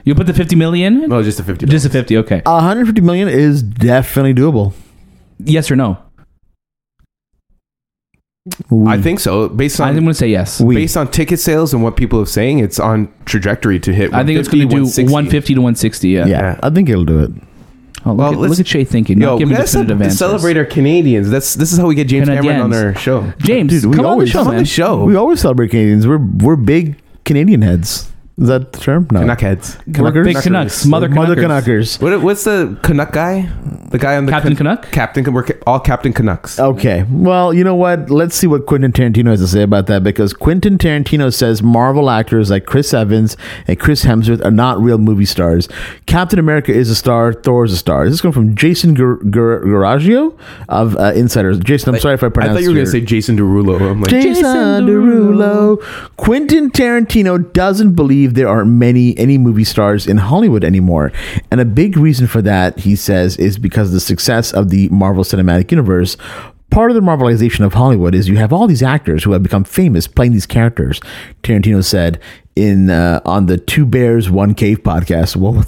Speaker 2: you put the 50 million
Speaker 3: No, just the 50.
Speaker 2: just a 50 okay
Speaker 1: 150 million is definitely doable.
Speaker 2: yes or no
Speaker 1: We,
Speaker 3: I think so. Based
Speaker 2: i'm
Speaker 3: on
Speaker 2: gonna say yes
Speaker 1: we,
Speaker 3: based on ticket sales and what people are saying, it's on trajectory to hit.
Speaker 2: i think it's
Speaker 3: 150,
Speaker 2: gonna do 150 to 160 yeah,
Speaker 1: yeah, I think it'll do it.
Speaker 2: Oh, look,
Speaker 3: Well,
Speaker 2: at,
Speaker 3: let's-
Speaker 2: look at shay thinking
Speaker 3: Yo,
Speaker 2: not giving
Speaker 3: let's
Speaker 2: definitive answers
Speaker 3: celebrate our Canadians. That's this is how we get James Cameron on
Speaker 2: Canadians.
Speaker 3: our show.
Speaker 2: james
Speaker 1: Dude, we
Speaker 2: come
Speaker 1: always- come (laughs)
Speaker 2: on the show
Speaker 3: On the
Speaker 2: man
Speaker 3: show,
Speaker 1: We always celebrate Canadians. We're we're big Canadian heads. Is that the term? No.
Speaker 3: Canuckheads.
Speaker 1: Canuckers?
Speaker 2: big canucks mother canuckers,
Speaker 1: Mother Canuckers.
Speaker 3: What, what's the Canuck guy? The guy on the
Speaker 2: Captain Canuck?
Speaker 3: Captain, we're ca- all Captain Canucks.
Speaker 1: Okay. Well, you know what? Let's see what Quentin Tarantino has to say about that because Quentin Tarantino says Marvel actors like Chris Evans and Chris Hemsworth are not real movie stars. Captain America is a star. Thor is a star. This is coming from Jason Gar- Gar- Garagio of uh, Insiders. Jason, I'm sorry if I
Speaker 3: I
Speaker 1: pronounced.
Speaker 3: thought you were
Speaker 1: your-
Speaker 3: gonna say Jason Derulo. I'm like,
Speaker 1: Jason
Speaker 2: Jason
Speaker 1: Derulo. Quentin Tarantino doesn't believe there are many any movie stars in Hollywood anymore, and a big reason for that, he says, is because of the success of the Marvel Cinematic Universe. Part of the marvelization of Hollywood is you have all these actors who have become famous playing these characters. Tarantino said in uh, on the Two Bears One Cave podcast. Well, (laughs)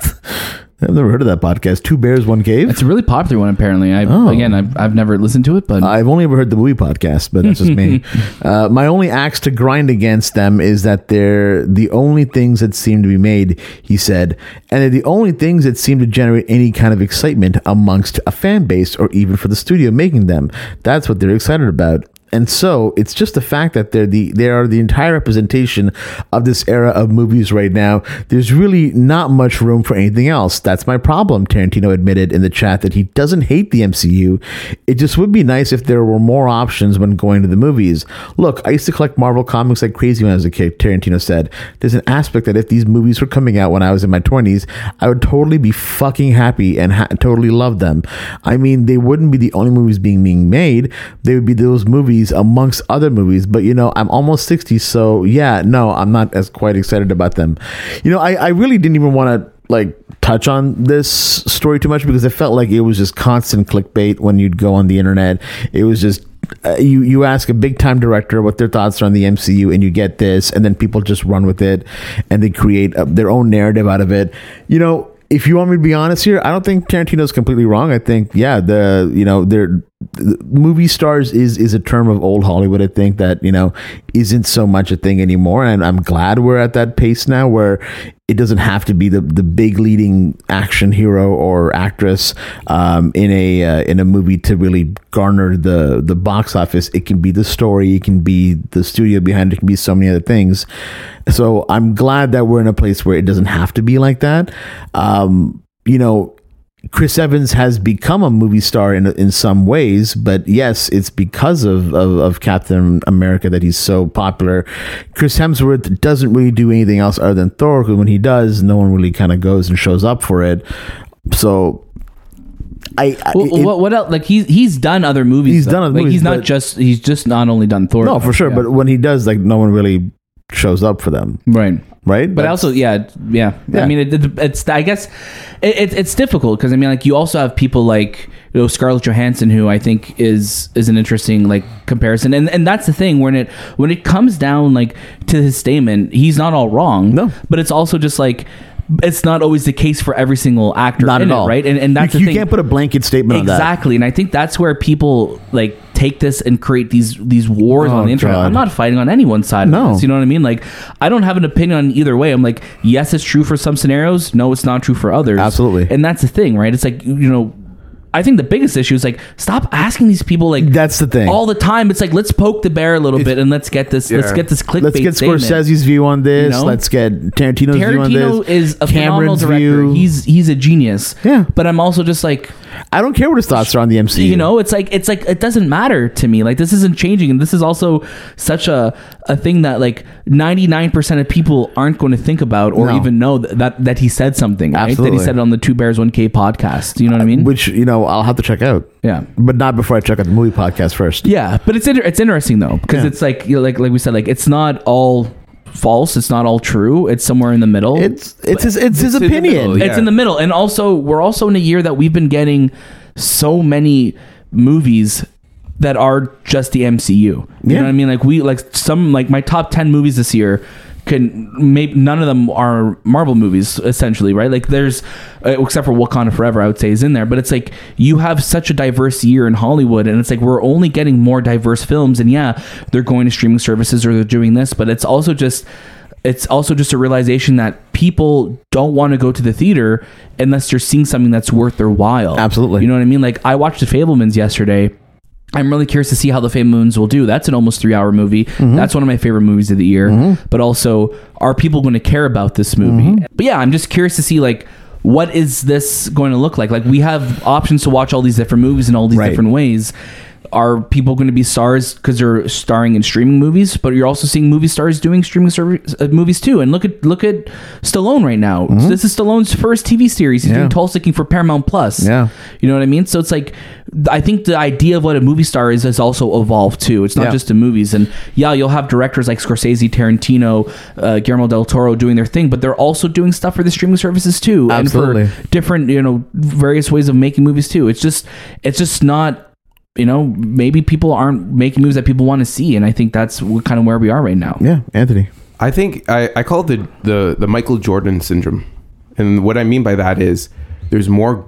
Speaker 1: I've never heard of that podcast. Two Bears One Cave.
Speaker 2: it's a really popular one apparently i
Speaker 1: Oh.
Speaker 2: again I've, I've never listened to it but
Speaker 1: I've only ever heard the movie podcast, but that's just me. Uh, my only axe to grind against them is that they're the only things that seem to be made, he said, and they're the only things that seem to generate any kind of excitement amongst a fan base or even for the studio making them. That's what they're excited about. And so it's just the fact that they're the they are the entire representation of this era of movies right now. There's really not much room for anything else. That's my problem. Tarantino admitted in the chat that he doesn't hate the MCU. It just would be nice if there were more options when going to the movies. Look, I used to collect Marvel comics like crazy when I was a kid. Tarantino said, "There's an aspect that if these movies were coming out when I was in my 20s, I would totally be fucking happy and ha- totally love them. I mean, they wouldn't be the only movies being being made. They would be those movies amongst other movies. But you know, I'm almost 60, so yeah, no, I'm not as quite excited about them. You know, I, I really didn't even want to like touch on this story too much because it felt like it was just constant clickbait when you'd go on the internet. It was just uh, you you ask a big time director what their thoughts are on the MCU and you get this and then people just run with it and they create uh their own narrative out of it. You know, if you want me to be honest here, I don't think Tarantino's completely wrong. I think yeah, the you know their the movie stars is is a term of old Hollywood. I think that you know isn't so much a thing anymore, and I'm glad we're at that pace now where it doesn't have to be the the big leading action hero or actress um, in a uh, in a movie to really garner the the box office. It can be the story, it can be the studio behind it, it can be so many other things. So I'm glad that we're in a place where it doesn't have to be like that. Um, you know, Chris Evans has become a movie star in in some ways, but yes, it's because of, of, of Captain America that he's so popular. Chris Hemsworth doesn't really do anything else other than Thor. 'cause When he does, no one really kind of goes and shows up for it. So, I, I
Speaker 2: Well,
Speaker 1: it-
Speaker 2: what, what else? Like he's he's done other movies.
Speaker 1: He's
Speaker 2: though.
Speaker 1: done other
Speaker 2: like,
Speaker 1: movies,
Speaker 2: He's not
Speaker 1: but-
Speaker 2: just he's just not only done Thor.
Speaker 1: no, for sure.
Speaker 2: Yeah.
Speaker 1: But when he does, like no one really shows up for them,
Speaker 2: right.
Speaker 1: right?
Speaker 2: But
Speaker 1: That's-
Speaker 2: also, yeah, yeah.
Speaker 1: Yeah.
Speaker 2: I mean, it, it, it's I guess it, it, it's difficult because I mean, like you also have people like you know Scarlett Johansson, who I think is is an interesting like comparison, and and that's the thing when it when it comes down like to his statement, he's not all wrong.
Speaker 1: No.
Speaker 2: but it's also just like it's not always the case for every single actor.
Speaker 1: not
Speaker 2: in
Speaker 1: at
Speaker 2: it,
Speaker 1: all,
Speaker 2: right? And and that's
Speaker 1: you,
Speaker 2: the
Speaker 1: you
Speaker 2: thing.
Speaker 1: can't put a blanket statement on that.
Speaker 2: Exactly, and I think that's where people like take this and create these these wars
Speaker 1: Oh,
Speaker 2: on the internet.
Speaker 1: God.
Speaker 2: I'm not fighting on anyone's side.
Speaker 1: No.
Speaker 2: of this, you know what I mean. Like, I don't have an opinion on either way. I'm like, yes, it's true for some scenarios. No, it's not true for others.
Speaker 1: Absolutely.
Speaker 2: and that's the thing, right? It's like you know. I think the biggest issue is like stop asking these people like
Speaker 1: That's the thing.
Speaker 2: all the time. It's like let's poke the bear a little bit and let's get this let's
Speaker 3: yeah.
Speaker 2: get this clickbait.
Speaker 1: Let's get
Speaker 2: statement.
Speaker 1: Scorsese's view on this.
Speaker 2: You know?
Speaker 1: Let's get Tarantino's view on this.
Speaker 2: Tarantino is a phenomenal director. He's he's a genius.
Speaker 1: Yeah.
Speaker 2: but I'm also just like
Speaker 1: I don't care what his thoughts are on the MCU.
Speaker 2: you know it's like it's like it doesn't matter to me like this isn't changing and this is also such a a thing that like 99% of people aren't going to think about or
Speaker 1: No.
Speaker 2: even know that, that that he said something right? that
Speaker 1: Absolutely.
Speaker 2: he said it on the two bears one k podcast you know what i mean
Speaker 1: which you know I'll have to check out,
Speaker 2: yeah
Speaker 1: but not before I check out the movie podcast first.
Speaker 2: yeah but it's inter- it's interesting though because
Speaker 1: Yeah.
Speaker 2: it's like you know, like like we said like it's not all false it's not all true it's somewhere in the middle
Speaker 1: It's it's his, it's his
Speaker 3: in the
Speaker 1: opinion.
Speaker 3: middle, yeah.
Speaker 2: it's in the middle and also we're also in a year that we've been getting so many movies that are just the MCU. You
Speaker 1: Yeah.
Speaker 2: know what I mean? Like we like some like my top 10 movies this year can maybe none of them are Marvel movies essentially, right? Like there's uh, except for Wakanda Forever I would say is in there, but it's like you have such a diverse year in Hollywood and it's like we're only getting more diverse films and yeah, they're going to streaming services or they're doing this, but it's also just it's also just a realization that people don't want to go to the theater unless you're seeing something that's worth their while.
Speaker 1: Absolutely.
Speaker 2: You know what I mean? Like I watched The Fablemans yesterday. I'm really curious to see how The Fablemans will do. That's an almost three hour movie.
Speaker 1: Mm-hmm.
Speaker 2: That's one of my favorite movies of the year. But also, are people going to care about this movie?
Speaker 1: Mm-hmm.
Speaker 2: But yeah, I'm just curious to see like what is this going to look like? Like we have options to watch all these different movies in all these
Speaker 1: Right.
Speaker 2: different ways. Are people going to be stars because they're starring in streaming movies? But you're also seeing movie stars doing streaming service, uh, movies too. And look at look at Stallone right now. This is Stallone's first TV series. He's
Speaker 1: Mm-hmm. Yeah.
Speaker 2: doing Tulsa King for Paramount Plus.
Speaker 1: Yeah.
Speaker 2: You know what I mean? So it's like th- I think the idea of what a movie star is has also evolved too. It's not
Speaker 1: Yeah.
Speaker 2: just in movies, and yeah, you'll have directors like Scorsese, Tarantino, uh, Guillermo del Toro doing their thing, but they're also doing stuff for the streaming services too,
Speaker 1: Absolutely.
Speaker 2: and for different you know various ways of making movies too. It's just it's just not. You know, maybe people aren't making movies that people want to see, and I think that's what, kind of where we are right now.
Speaker 1: Yeah, Anthony.
Speaker 3: I think I, I call it the, the the Michael Jordan syndrome, and what I mean by that is there's more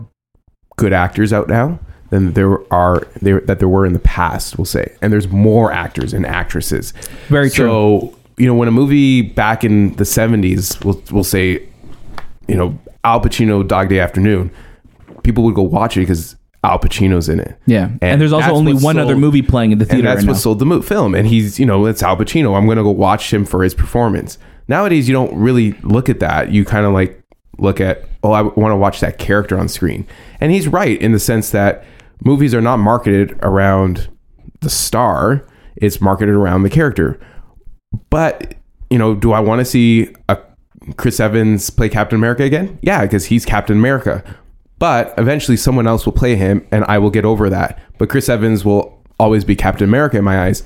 Speaker 3: good actors out now than there are there that there were in the past. We'll say, and there's more actors and actresses.
Speaker 2: Very
Speaker 3: So you know when a movie back in the '70s, we'll we'll say, you know Al Pacino Dog Day Afternoon, people would go watch it because Al Pacino's in it.
Speaker 2: Yeah, and, there's also
Speaker 3: that's
Speaker 2: only
Speaker 3: what
Speaker 2: one
Speaker 3: sold-
Speaker 2: other movie playing in the
Speaker 3: and
Speaker 2: theater.
Speaker 3: that's
Speaker 2: right
Speaker 3: what
Speaker 2: now.
Speaker 3: sold the mo- film. And he's, you know, it's Al Pacino. I'm going to go watch him for his performance. Nowadays, you don't really look at that. You kind of like look at, oh, I want to watch that character on screen. And he's right in the sense that movies are not marketed around the star; it's marketed around the character. But you know, do I want to see a Chris Evans play Captain America again? Yeah, because he's Captain America. But eventually, someone else will play him, and I will get over that. But Chris Evans will always be Captain America in my eyes.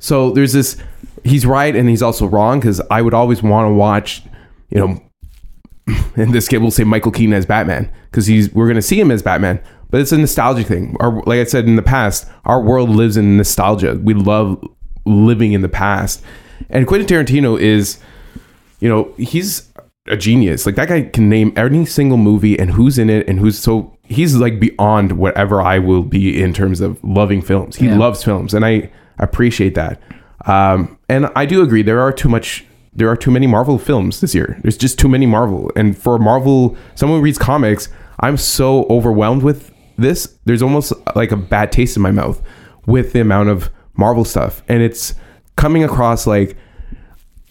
Speaker 3: So there's this. He's right, and he's also wrong because I would always want to watch, you know, and this kid will say Michael Keaton as Batman because he's we're gonna see him as Batman. But it's a nostalgic thing. Our, like I said in the past, our world lives in nostalgia. We love living in the past, and Quentin Tarantino is, you know, he's a genius. Like that guy can name any single movie and who's in it and who's so he's like beyond whatever I will be in terms of loving films. He
Speaker 2: Yeah.
Speaker 3: loves films, and I appreciate that. Um, and I do agree there are too much. There are too many Marvel films this year. There's just too many Marvel, and for Marvel, someone who reads comics, I'm so overwhelmed with this. There's almost like a bad taste in my mouth with the amount of Marvel stuff, and it's coming across like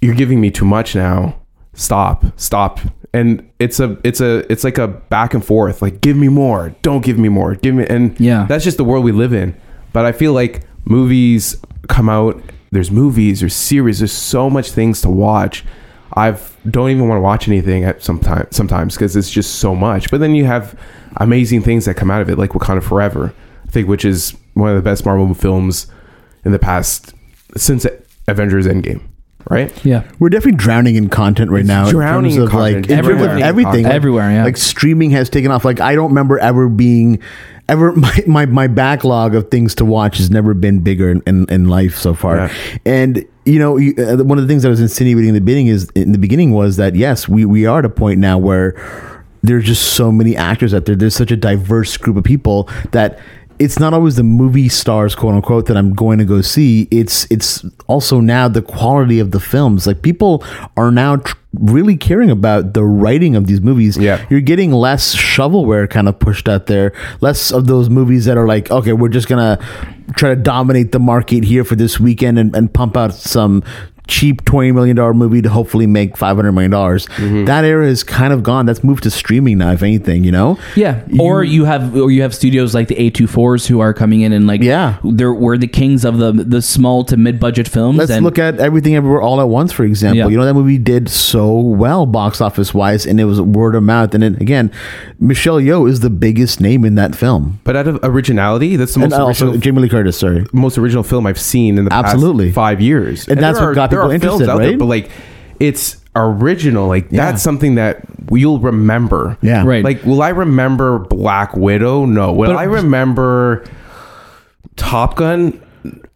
Speaker 3: you're giving me too much now stop stop and it's a it's a it's like a back and forth like give me more don't give me more give me and
Speaker 2: Yeah.
Speaker 3: that's just the world we live in but i feel like movies come out there's movies there's series there's so much things to watch i've don't even want to watch anything at sometime sometimes because it's just so much but then you have amazing things that come out of it like wakanda forever i think which is one of the best marvel films in the past since avengers endgame right
Speaker 2: Yeah.
Speaker 1: We're definitely drowning in content right now.
Speaker 3: drowning
Speaker 1: in
Speaker 3: in
Speaker 1: terms of
Speaker 3: content.
Speaker 1: like in terms
Speaker 2: Everywhere.
Speaker 1: of everything, like-
Speaker 2: Everywhere, yeah.
Speaker 1: Like streaming has taken off. Like I don't remember ever being ever (laughs) my, my, my backlog of things to watch has never been bigger in, in, in life so far.
Speaker 3: Yeah.
Speaker 1: And you know, you, uh, one of the things I was insinuating in the beginning is in the beginning was that yes, we we are at a point now where there's just so many actors out there. There's such a diverse group of people that it's not always the movie stars, quote unquote, that I'm going to go see. It's it's also now the quality of the films. Like people are now tr- really caring about the writing of these movies.
Speaker 3: Yeah.
Speaker 1: you're getting less shovelware kind of pushed out there. Less of those movies that are like, okay, we're just gonna try to dominate the market here for this weekend and, and pump out some cheap twenty million dollar movie to hopefully make five hundred million dollars.
Speaker 2: Mm-hmm.
Speaker 1: That era is kind of gone. That's moved to streaming now, if anything, you know?
Speaker 2: Yeah, or you have or you have studios like the A24s who are coming in and like
Speaker 1: Yeah.
Speaker 2: they're we're the kings of the the small to mid budget films.
Speaker 1: Let's
Speaker 2: and
Speaker 1: look at everything everywhere all at once, for example.
Speaker 2: Yeah.
Speaker 1: You know that movie did so well box office wise, and it was word of mouth. And then again, Michelle Yeoh is the biggest name in that film,
Speaker 3: But out of originality, that's the
Speaker 1: and
Speaker 3: most
Speaker 1: also
Speaker 3: original,
Speaker 1: Jamie Lee Curtis. Sorry,
Speaker 3: most original film I've seen in the
Speaker 1: Absolutely.
Speaker 3: past five years,
Speaker 1: And that's
Speaker 3: there
Speaker 1: what got
Speaker 3: there
Speaker 1: people
Speaker 3: films
Speaker 1: interested,
Speaker 3: out there,
Speaker 1: right?
Speaker 3: But like, it's original. Like
Speaker 1: Yeah.
Speaker 3: that's something that you'll remember.
Speaker 1: yeah,
Speaker 2: Right.
Speaker 3: Like, will I remember Black Widow? No. Will
Speaker 2: But-
Speaker 3: I remember Top Gun?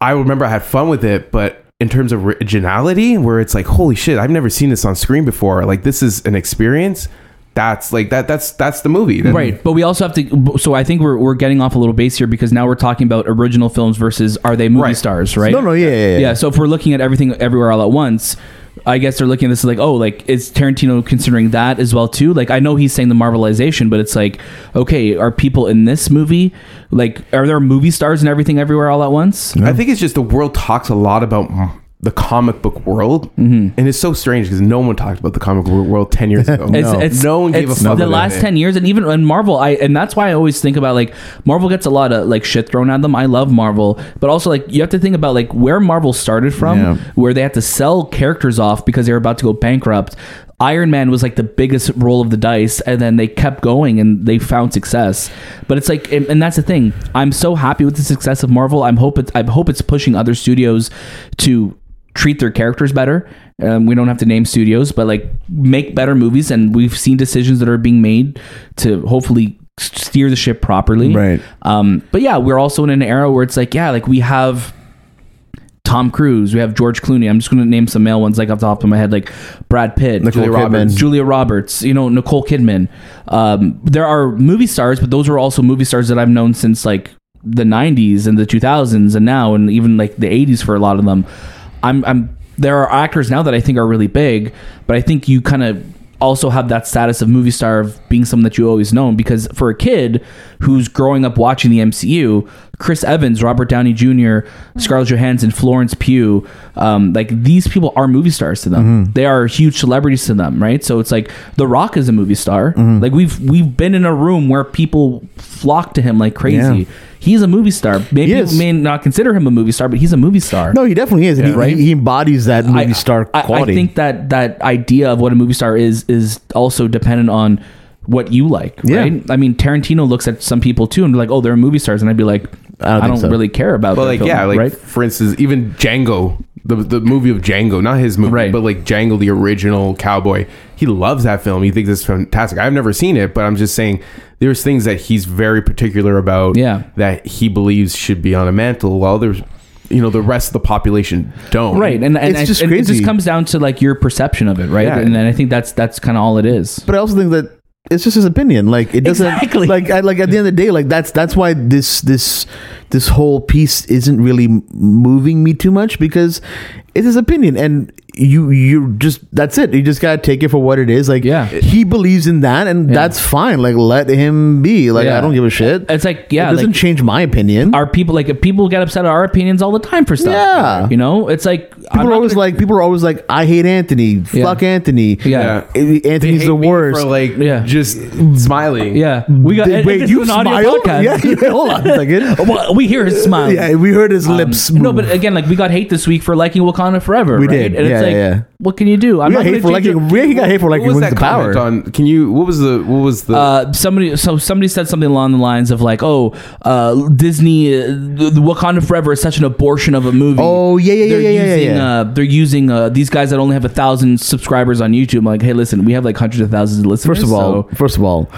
Speaker 3: I remember I had fun with it, but in terms of originality, where it's like, holy shit, I've never seen this on screen before. Like, this is an experience. That's like that. That's that's the movie, That-
Speaker 2: right, but we also have to. So I think we're we're getting off a little base here because now we're talking about original films versus are they movie
Speaker 3: Right.
Speaker 2: stars, right?
Speaker 1: No, no, yeah, yeah, yeah.
Speaker 2: yeah. So if we're looking at everything everywhere all at once, I guess they're looking at this like, oh, like is Tarantino considering that as well too? Like I know he's saying the Marvelization, but it's like, okay, are people in this movie like are there movie stars and everything everywhere all at once?
Speaker 3: I think it's just the world talks a lot about m- the comic book world, and it's so strange because no one talked about the comic book world ten years ago.
Speaker 2: Mm-hmm. (laughs) It's,
Speaker 3: no.
Speaker 2: it's,
Speaker 3: no one gave
Speaker 2: it's
Speaker 3: a fuck.
Speaker 2: The
Speaker 3: about
Speaker 2: last
Speaker 3: it.
Speaker 2: ten years, and even in Marvel, I and that's why I always think about like Marvel gets a lot of like shit thrown at them. I love Marvel, but also like you have to think about like where Marvel started from,
Speaker 1: Yeah.
Speaker 2: where they had to sell characters off because they were about to go bankrupt. Iron Man was like the biggest roll of the dice, and then they kept going and they found success. But it's like, and, and that's the thing. I'm so happy with the success of Marvel. I'm hope it's, I hope it's pushing other studios to treat their characters better. Um, we don't have to name studios, but like make better movies. And we've seen decisions that are being made to hopefully s- steer the ship properly.
Speaker 1: Right.
Speaker 2: Um, but yeah, we're also in an era where it's like, yeah, like we have Tom Cruise, we have George Clooney. I'm just going to name some male ones like off the top of my head, like Brad Pitt,
Speaker 1: Nicole
Speaker 2: Julia
Speaker 1: Kidman.
Speaker 2: Roberts, Julia Roberts, you know, Nicole Kidman. Um, there are movie stars, but those are also movie stars that I've known since like the 90s and the 2000s and now and even like the 80s for a lot of them. I'm, I'm there are actors now that I think are really big, but I think you kind of also have that status of movie star of being someone that you always known because for a kid who's growing up watching the MCU, Chris Evans, Robert Downey Jr., Scarlett Johansson, Florence Pugh, um, like these people are movie stars to them.
Speaker 1: Mm-hmm.
Speaker 2: They are huge celebrities to them, right? So it's like The Rock is a movie star.
Speaker 1: Mm-hmm.
Speaker 2: Like we've we've been in a room where people flock to him like crazy.
Speaker 1: Yeah.
Speaker 2: He's a movie star. Maybe
Speaker 1: He is.
Speaker 2: you may not consider him a movie star, but he's a movie star.
Speaker 1: No, he definitely is. and he,
Speaker 2: right?
Speaker 1: he he embodies that movie star
Speaker 2: I-
Speaker 1: quality.
Speaker 2: I think that that idea of what a movie star is is also dependent on what you like,
Speaker 1: Yeah.
Speaker 2: right? I mean, Tarantino looks at some people too and be like, "Oh, they're movie stars," and I'd be like, "I
Speaker 1: think
Speaker 2: don't,
Speaker 1: so.
Speaker 2: really care about."
Speaker 3: But
Speaker 2: their
Speaker 3: like,
Speaker 2: film,
Speaker 3: yeah, like
Speaker 2: right?
Speaker 3: for instance, even Django, the the movie of Django, not his movie,
Speaker 2: Right.
Speaker 3: but like Django, the original cowboy. He loves that film. He thinks it's fantastic. I've never seen it, but I'm just saying there's things that he's very particular about.
Speaker 2: Yeah.
Speaker 3: that he believes should be on a mantle, while there's, you know, the rest of the population don't.
Speaker 2: right and, and
Speaker 1: It's
Speaker 2: I-
Speaker 1: just
Speaker 2: and it
Speaker 1: crazy.
Speaker 2: just comes down to like your perception of it right
Speaker 3: Yeah.
Speaker 2: and then i think that's that's kind of all it is
Speaker 1: but I also think that it's just his opinion. Like it doesn't
Speaker 2: Exactly.
Speaker 1: like I, like at the end of the day, like that's that's why this this this whole piece isn't really m- moving me too much because it's his opinion and you you just that's it you just gotta take it for what it is like
Speaker 2: Yeah.
Speaker 1: he believes in that and that's fine like let him be like i
Speaker 2: Yeah.
Speaker 1: don't give a shit
Speaker 2: It's like, yeah,
Speaker 1: it doesn't
Speaker 2: like-
Speaker 1: change my opinion
Speaker 2: our people like if people get upset at our opinions all the time for stuff
Speaker 1: Yeah.
Speaker 2: you know it's like I'm
Speaker 1: people
Speaker 2: not
Speaker 1: are always
Speaker 2: gonna-
Speaker 1: like people are always like i hate anthony
Speaker 2: Yeah.
Speaker 1: fuck anthony
Speaker 2: Yeah.
Speaker 1: I- anthony's
Speaker 3: Hate
Speaker 1: the
Speaker 3: me
Speaker 1: worst
Speaker 3: for like
Speaker 2: Yeah.
Speaker 3: just smiling.
Speaker 2: yeah we got
Speaker 1: Did-
Speaker 2: and- and
Speaker 1: wait
Speaker 2: this
Speaker 1: you
Speaker 2: is an audio
Speaker 1: smiled
Speaker 2: podcast.
Speaker 1: yeah
Speaker 2: (laughs)
Speaker 1: yeah, hold on a second
Speaker 2: well, we hear his smile
Speaker 1: Yeah, we heard his lips.
Speaker 2: Um, no,
Speaker 1: move.
Speaker 2: but again, like we got hate this week for liking Wakanda Forever.
Speaker 1: We
Speaker 2: right?
Speaker 1: did.
Speaker 2: and
Speaker 1: Yeah,
Speaker 2: it's like,
Speaker 1: yeah, yeah.
Speaker 2: what can you do? I'm
Speaker 1: we got
Speaker 2: gonna
Speaker 1: hate for
Speaker 2: change
Speaker 1: liking.
Speaker 2: your-
Speaker 1: We got hate for
Speaker 3: What
Speaker 1: liking
Speaker 3: was
Speaker 1: wins
Speaker 3: that
Speaker 1: the power.
Speaker 3: comment on? Can you? What was the? What was the?
Speaker 2: Uh, somebody, so somebody said something along the lines of like, "Oh, uh, Disney, uh, the, the Wakanda Forever is such an abortion of a movie."
Speaker 1: Oh, yeah, yeah, yeah,
Speaker 2: They're
Speaker 1: yeah, yeah, yeah,
Speaker 2: using,
Speaker 1: yeah.
Speaker 2: Uh, they're using uh, these guys that only have a thousand subscribers on YouTube. I'm like, hey, listen, we have like hundreds of thousands of listeners.
Speaker 1: First of all,
Speaker 2: so-
Speaker 1: first of all,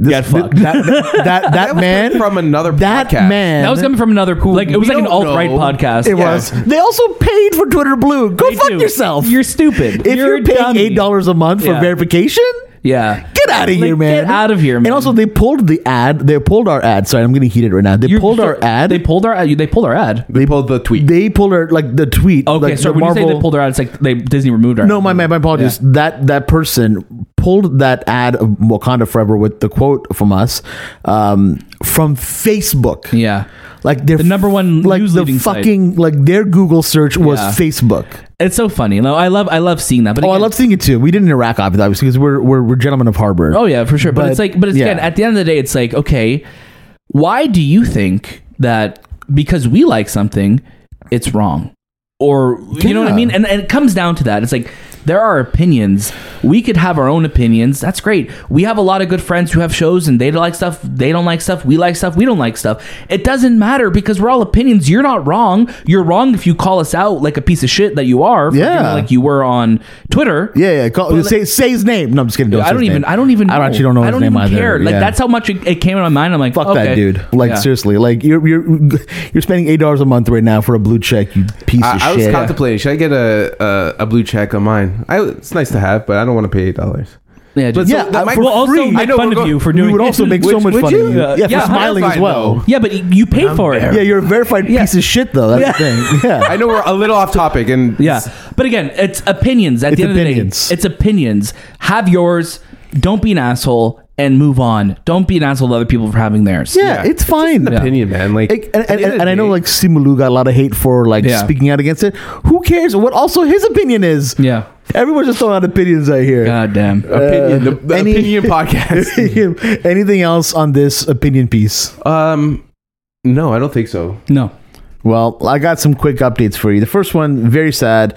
Speaker 1: this,
Speaker 2: Get fucked.
Speaker 1: that,
Speaker 2: (laughs)
Speaker 1: that, that, that
Speaker 3: was
Speaker 1: man
Speaker 3: from another
Speaker 1: That
Speaker 3: podcast.
Speaker 1: man.
Speaker 2: that was coming from another cool. Like it was
Speaker 3: we
Speaker 2: like an
Speaker 3: don't know.
Speaker 2: alt right podcast.
Speaker 1: It
Speaker 3: Yeah.
Speaker 1: was. They also paid for Twitter Blue. Go
Speaker 2: They
Speaker 1: fuck
Speaker 2: do.
Speaker 1: yourself.
Speaker 2: You're stupid.
Speaker 1: if you're,
Speaker 2: a
Speaker 1: paying
Speaker 2: dummy.
Speaker 1: eight dollars a month for
Speaker 2: Yeah.
Speaker 1: verification,
Speaker 2: yeah,
Speaker 1: get out of
Speaker 2: Like,
Speaker 1: here, man.
Speaker 2: Get out of here, man.
Speaker 1: And also, they pulled the ad. They pulled our ad. Sorry, I'm getting heated right now. They
Speaker 2: You're-
Speaker 1: pulled our ad.
Speaker 2: They
Speaker 1: They,
Speaker 2: pulled our ad. They pulled our ad.
Speaker 3: they pulled the tweet.
Speaker 1: pulled our like the tweet.
Speaker 2: Okay,
Speaker 1: like,
Speaker 2: so
Speaker 1: the
Speaker 2: when you say they pulled her out, it's like they Disney removed her.
Speaker 1: No, my my, my apologies. That that person pulled that ad of Wakanda Forever with the quote from us um, from Facebook.
Speaker 2: Yeah,
Speaker 1: Like their
Speaker 2: The number one
Speaker 1: like
Speaker 2: news
Speaker 1: the
Speaker 2: leading site.
Speaker 1: fucking like their Google search was
Speaker 2: Yeah.
Speaker 1: Facebook.
Speaker 2: it's so funny. No, I love I love seeing that. But
Speaker 1: Oh, I
Speaker 2: again-
Speaker 1: love seeing it too. We didn't interact obviously because we're, we're we're gentlemen of harbor.
Speaker 2: Oh yeah, for sure. But,
Speaker 1: But,
Speaker 2: it's like, but it's
Speaker 1: yeah.
Speaker 2: again, at the end of the day, it's like, okay, why do you think that because we like something, it's wrong, or you know what I
Speaker 1: Yeah.
Speaker 2: mean? And, and it comes down to that. It's like there are opinions. We could have our own opinions. That's great. We have a lot of good friends who have shows, and they like stuff. They don't like stuff. We like stuff. We don't like stuff. It doesn't matter because we're all opinions. You're not wrong. You're wrong if you call us out like a piece of shit that you are. for doing
Speaker 1: Yeah.
Speaker 2: like you were on Twitter.
Speaker 1: yeah, yeah. Call, say say his name. No, I'm just kidding.
Speaker 2: I
Speaker 1: say
Speaker 2: don't
Speaker 1: his
Speaker 2: even.
Speaker 1: name.
Speaker 2: I don't even. Know.
Speaker 1: I don't- actually don't know
Speaker 2: I
Speaker 1: his
Speaker 2: don't
Speaker 1: name
Speaker 2: even
Speaker 1: either.
Speaker 2: care. Like
Speaker 1: Yeah.
Speaker 2: that's how much it, it came in my mind. I'm like,
Speaker 1: Fuck
Speaker 2: okay.
Speaker 1: that dude! Like
Speaker 2: Yeah.
Speaker 1: seriously, like you're you're you're spending eight dollars a month right now for a blue check. You piece of
Speaker 3: I, I was
Speaker 1: shit.
Speaker 3: contemplating should I get a, a a blue check on mine? I, it's nice to have, but I don't want to pay eight dollars.
Speaker 2: Yeah, dude.
Speaker 1: so Yeah, that I- might for be
Speaker 2: well,
Speaker 1: free. I
Speaker 2: also make
Speaker 3: know,
Speaker 2: fun
Speaker 3: we're
Speaker 2: of
Speaker 3: go-
Speaker 2: you for
Speaker 1: we
Speaker 2: doing.
Speaker 1: would also make so
Speaker 3: Would-
Speaker 1: much
Speaker 3: would
Speaker 1: fun
Speaker 3: you?
Speaker 1: of you.
Speaker 2: Yeah.
Speaker 1: Yeah,
Speaker 2: Yeah,
Speaker 1: for smiling as
Speaker 3: horrified,
Speaker 1: well.
Speaker 3: though.
Speaker 2: Yeah, but you paid for it.
Speaker 1: Yeah, you're a verified piece of shit though. That's
Speaker 3: (laughs)
Speaker 1: the thing. Yeah.
Speaker 3: I know we're a little off
Speaker 1: (laughs)
Speaker 3: topic, and
Speaker 2: Yeah, but again, it's opinions. At
Speaker 1: It's
Speaker 2: the end
Speaker 1: opinions.
Speaker 2: of the day, it's opinions. Have yours. Don't be an asshole and move on. Don't be an asshole to other people for having theirs.
Speaker 1: yeah, it's fine.
Speaker 3: an opinion, man. Like,
Speaker 1: Like, and,
Speaker 3: at the
Speaker 1: and,
Speaker 3: end of
Speaker 1: and,
Speaker 3: the
Speaker 1: I know
Speaker 3: day-
Speaker 1: like Simulu got a lot of hate for like
Speaker 2: Yeah.
Speaker 1: speaking out against it. Who cares what also his opinion is?
Speaker 2: Yeah.
Speaker 1: Everyone's just throwing out opinions out here. (laughs)
Speaker 2: God damn.
Speaker 3: opinion, the, the
Speaker 1: uh, any- (laughs)
Speaker 3: opinion podcast.
Speaker 1: Anything else on this opinion piece?
Speaker 3: um, no, I don't think so.
Speaker 2: No.
Speaker 1: Well, I got some quick updates for you. The first one, very sad.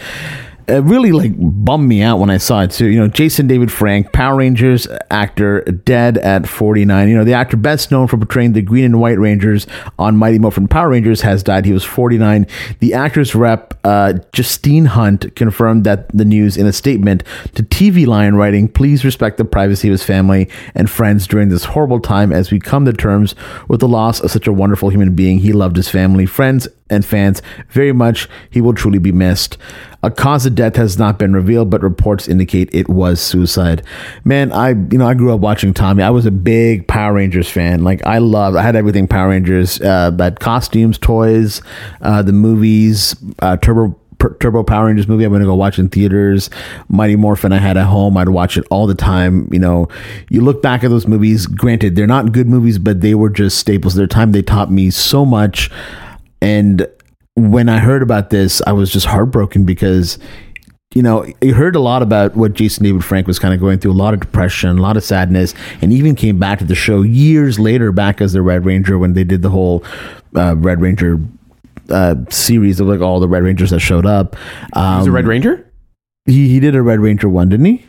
Speaker 1: It really like bummed me out when I saw it too. You know, Jason David Frank, Power Rangers actor, dead at 49. You know, the actor best known for portraying the Green and White Rangers on Mighty Morphin Power Rangers has died. He was 49. The actor's rep, uh, Justine Hunt, confirmed that the news in a statement to TV Line, writing, "Please respect the privacy of his family and friends during this horrible time as we come to terms with the loss of such a wonderful human being. He loved his family, friends, and fans very much. He will truly be missed. A cause of death has not been revealed, but reports indicate it was suicide. Man, I you know I grew up watching Tommy. I was a big Power Rangers fan. Like I loved, I had everything Power Rangers. Uh, that costumes, toys, uh, the movies, uh, Turbo. Pur- Turbo Power Rangers movie. I'm gonna go watch in theaters. Mighty Morphin. I had at home. I'd watch it all the time. You know, you look back at those movies. Granted, they're not good movies, but they were just staples of their time. They taught me so much. And when I heard about this, I was just heartbroken because, you know, you heard a lot about what Jason David Frank was kind of going through a lot of depression, a lot of sadness, and even came back to the show years later, back as the Red Ranger when they did the whole uh, Red Ranger uh, series of like all the Red Rangers that showed up. Um,
Speaker 3: He's a Red Ranger.
Speaker 1: he, he did a Red Ranger one, didn't he?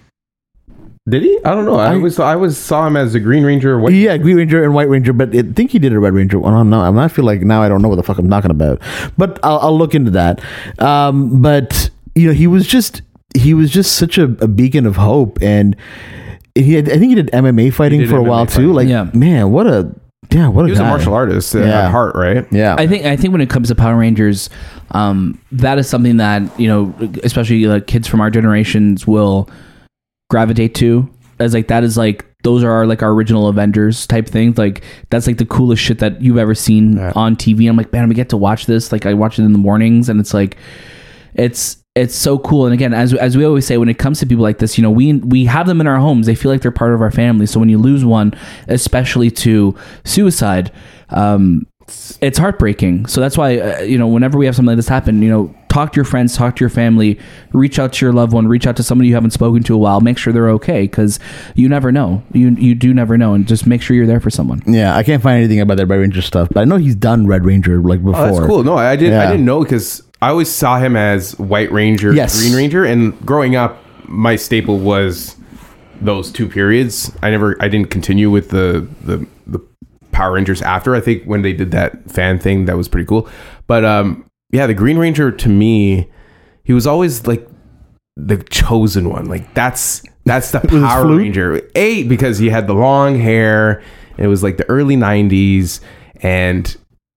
Speaker 3: Did he? I don't know. I, always I always saw him as the Green Ranger. Or what?
Speaker 1: Yeah, Green Ranger and White Ranger, but I think he did a Red Ranger. I don't know. I'm- I feel like now I don't know what the fuck I'm talking about, but I'll, I'll look into that. Um, but you know, he was just he was just such a, a beacon of hope, and he had, I think he did MMA fighting
Speaker 3: did
Speaker 1: for a
Speaker 3: MMA
Speaker 1: while too.
Speaker 3: fighting.
Speaker 1: Like,
Speaker 2: Yeah.
Speaker 1: man, what a yeah, what a
Speaker 3: He was
Speaker 1: guy.
Speaker 3: a martial artist
Speaker 1: Yeah.
Speaker 3: at heart, right?
Speaker 1: Yeah,
Speaker 2: I think I think when it comes to Power Rangers, um, that is something that you know, especially like kids from our generations will gravitate to. As like that is like those are our, like our original Avengers type things. Like that's like the coolest shit that you've ever seen
Speaker 3: Yeah.
Speaker 2: on TV. I'm like, man, we get to watch this. Like I watch it in the mornings, and it's like, it's it's so cool. And again, as as we always say, when it comes to people like this, you know, we we have them in our homes. They feel like they're part of our family. So when you lose one, especially to suicide. Um, it's heartbreaking. So that's why uh, you know whenever we have something like this happen, you know, talk to your friends, talk to your family, reach out to your loved one, reach out to somebody you haven't spoken to in a while, make sure they're okay cuz you never know. You you do never know and just make sure you're there for someone.
Speaker 1: yeah. I can't find anything about that Red Ranger stuff, but I know he's done Red Ranger like before.
Speaker 3: Oh, that's cool. No, I didn't.
Speaker 1: Yeah.
Speaker 3: I didn't know because I always saw him as White Ranger,
Speaker 1: Yes.
Speaker 3: Green Ranger, and growing up, my staple was those two periods. I never, I didn't continue with the the, the Power Rangers after. I think when they did that fan thing, that was pretty cool. But um, yeah, the Green Ranger to me, he was always like the chosen one. Like that's
Speaker 1: (laughs)
Speaker 3: that's the
Speaker 1: his
Speaker 3: Power
Speaker 1: flute?
Speaker 3: Ranger. Eight because he had the long hair. It was like the early '90s, and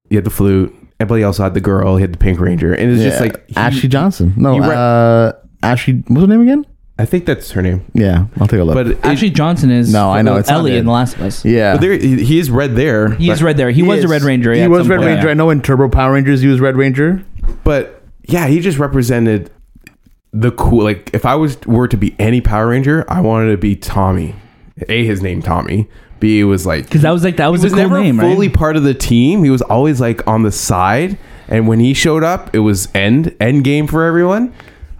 Speaker 3: he had the flute. And but he also had the girl. He had the Pink Ranger, and it's just
Speaker 1: Yeah.
Speaker 3: like he-
Speaker 1: Ashley Johnson. No,
Speaker 3: he re-
Speaker 1: uh, Ashley. What's her name again?
Speaker 3: I think that's her name.
Speaker 1: Yeah, I'll take a look.
Speaker 3: But it-
Speaker 2: Actually Johnson is
Speaker 1: No, I know,
Speaker 2: with
Speaker 1: it's not
Speaker 2: Ellie
Speaker 1: it.
Speaker 2: in the last place.
Speaker 1: yeah,
Speaker 3: but there, he he is red there.
Speaker 2: He's
Speaker 3: but,
Speaker 2: right there. He, was a
Speaker 1: is.
Speaker 2: Red Ranger.
Speaker 1: He
Speaker 2: at
Speaker 1: was
Speaker 2: some
Speaker 1: Red
Speaker 2: point.
Speaker 1: Ranger. I know in Turbo Power Rangers he was Red Ranger.
Speaker 3: But yeah, he just represented the cool. Like if I was were to be any Power Ranger, I wanted to be Tommy. A his name Tommy. B it was like
Speaker 2: Cuz that was like that was,
Speaker 3: he was
Speaker 2: a cool
Speaker 3: never
Speaker 2: name,
Speaker 3: fully
Speaker 2: right?
Speaker 3: part of the team. He was always like on the side. And when he showed up, it was end end game for everyone.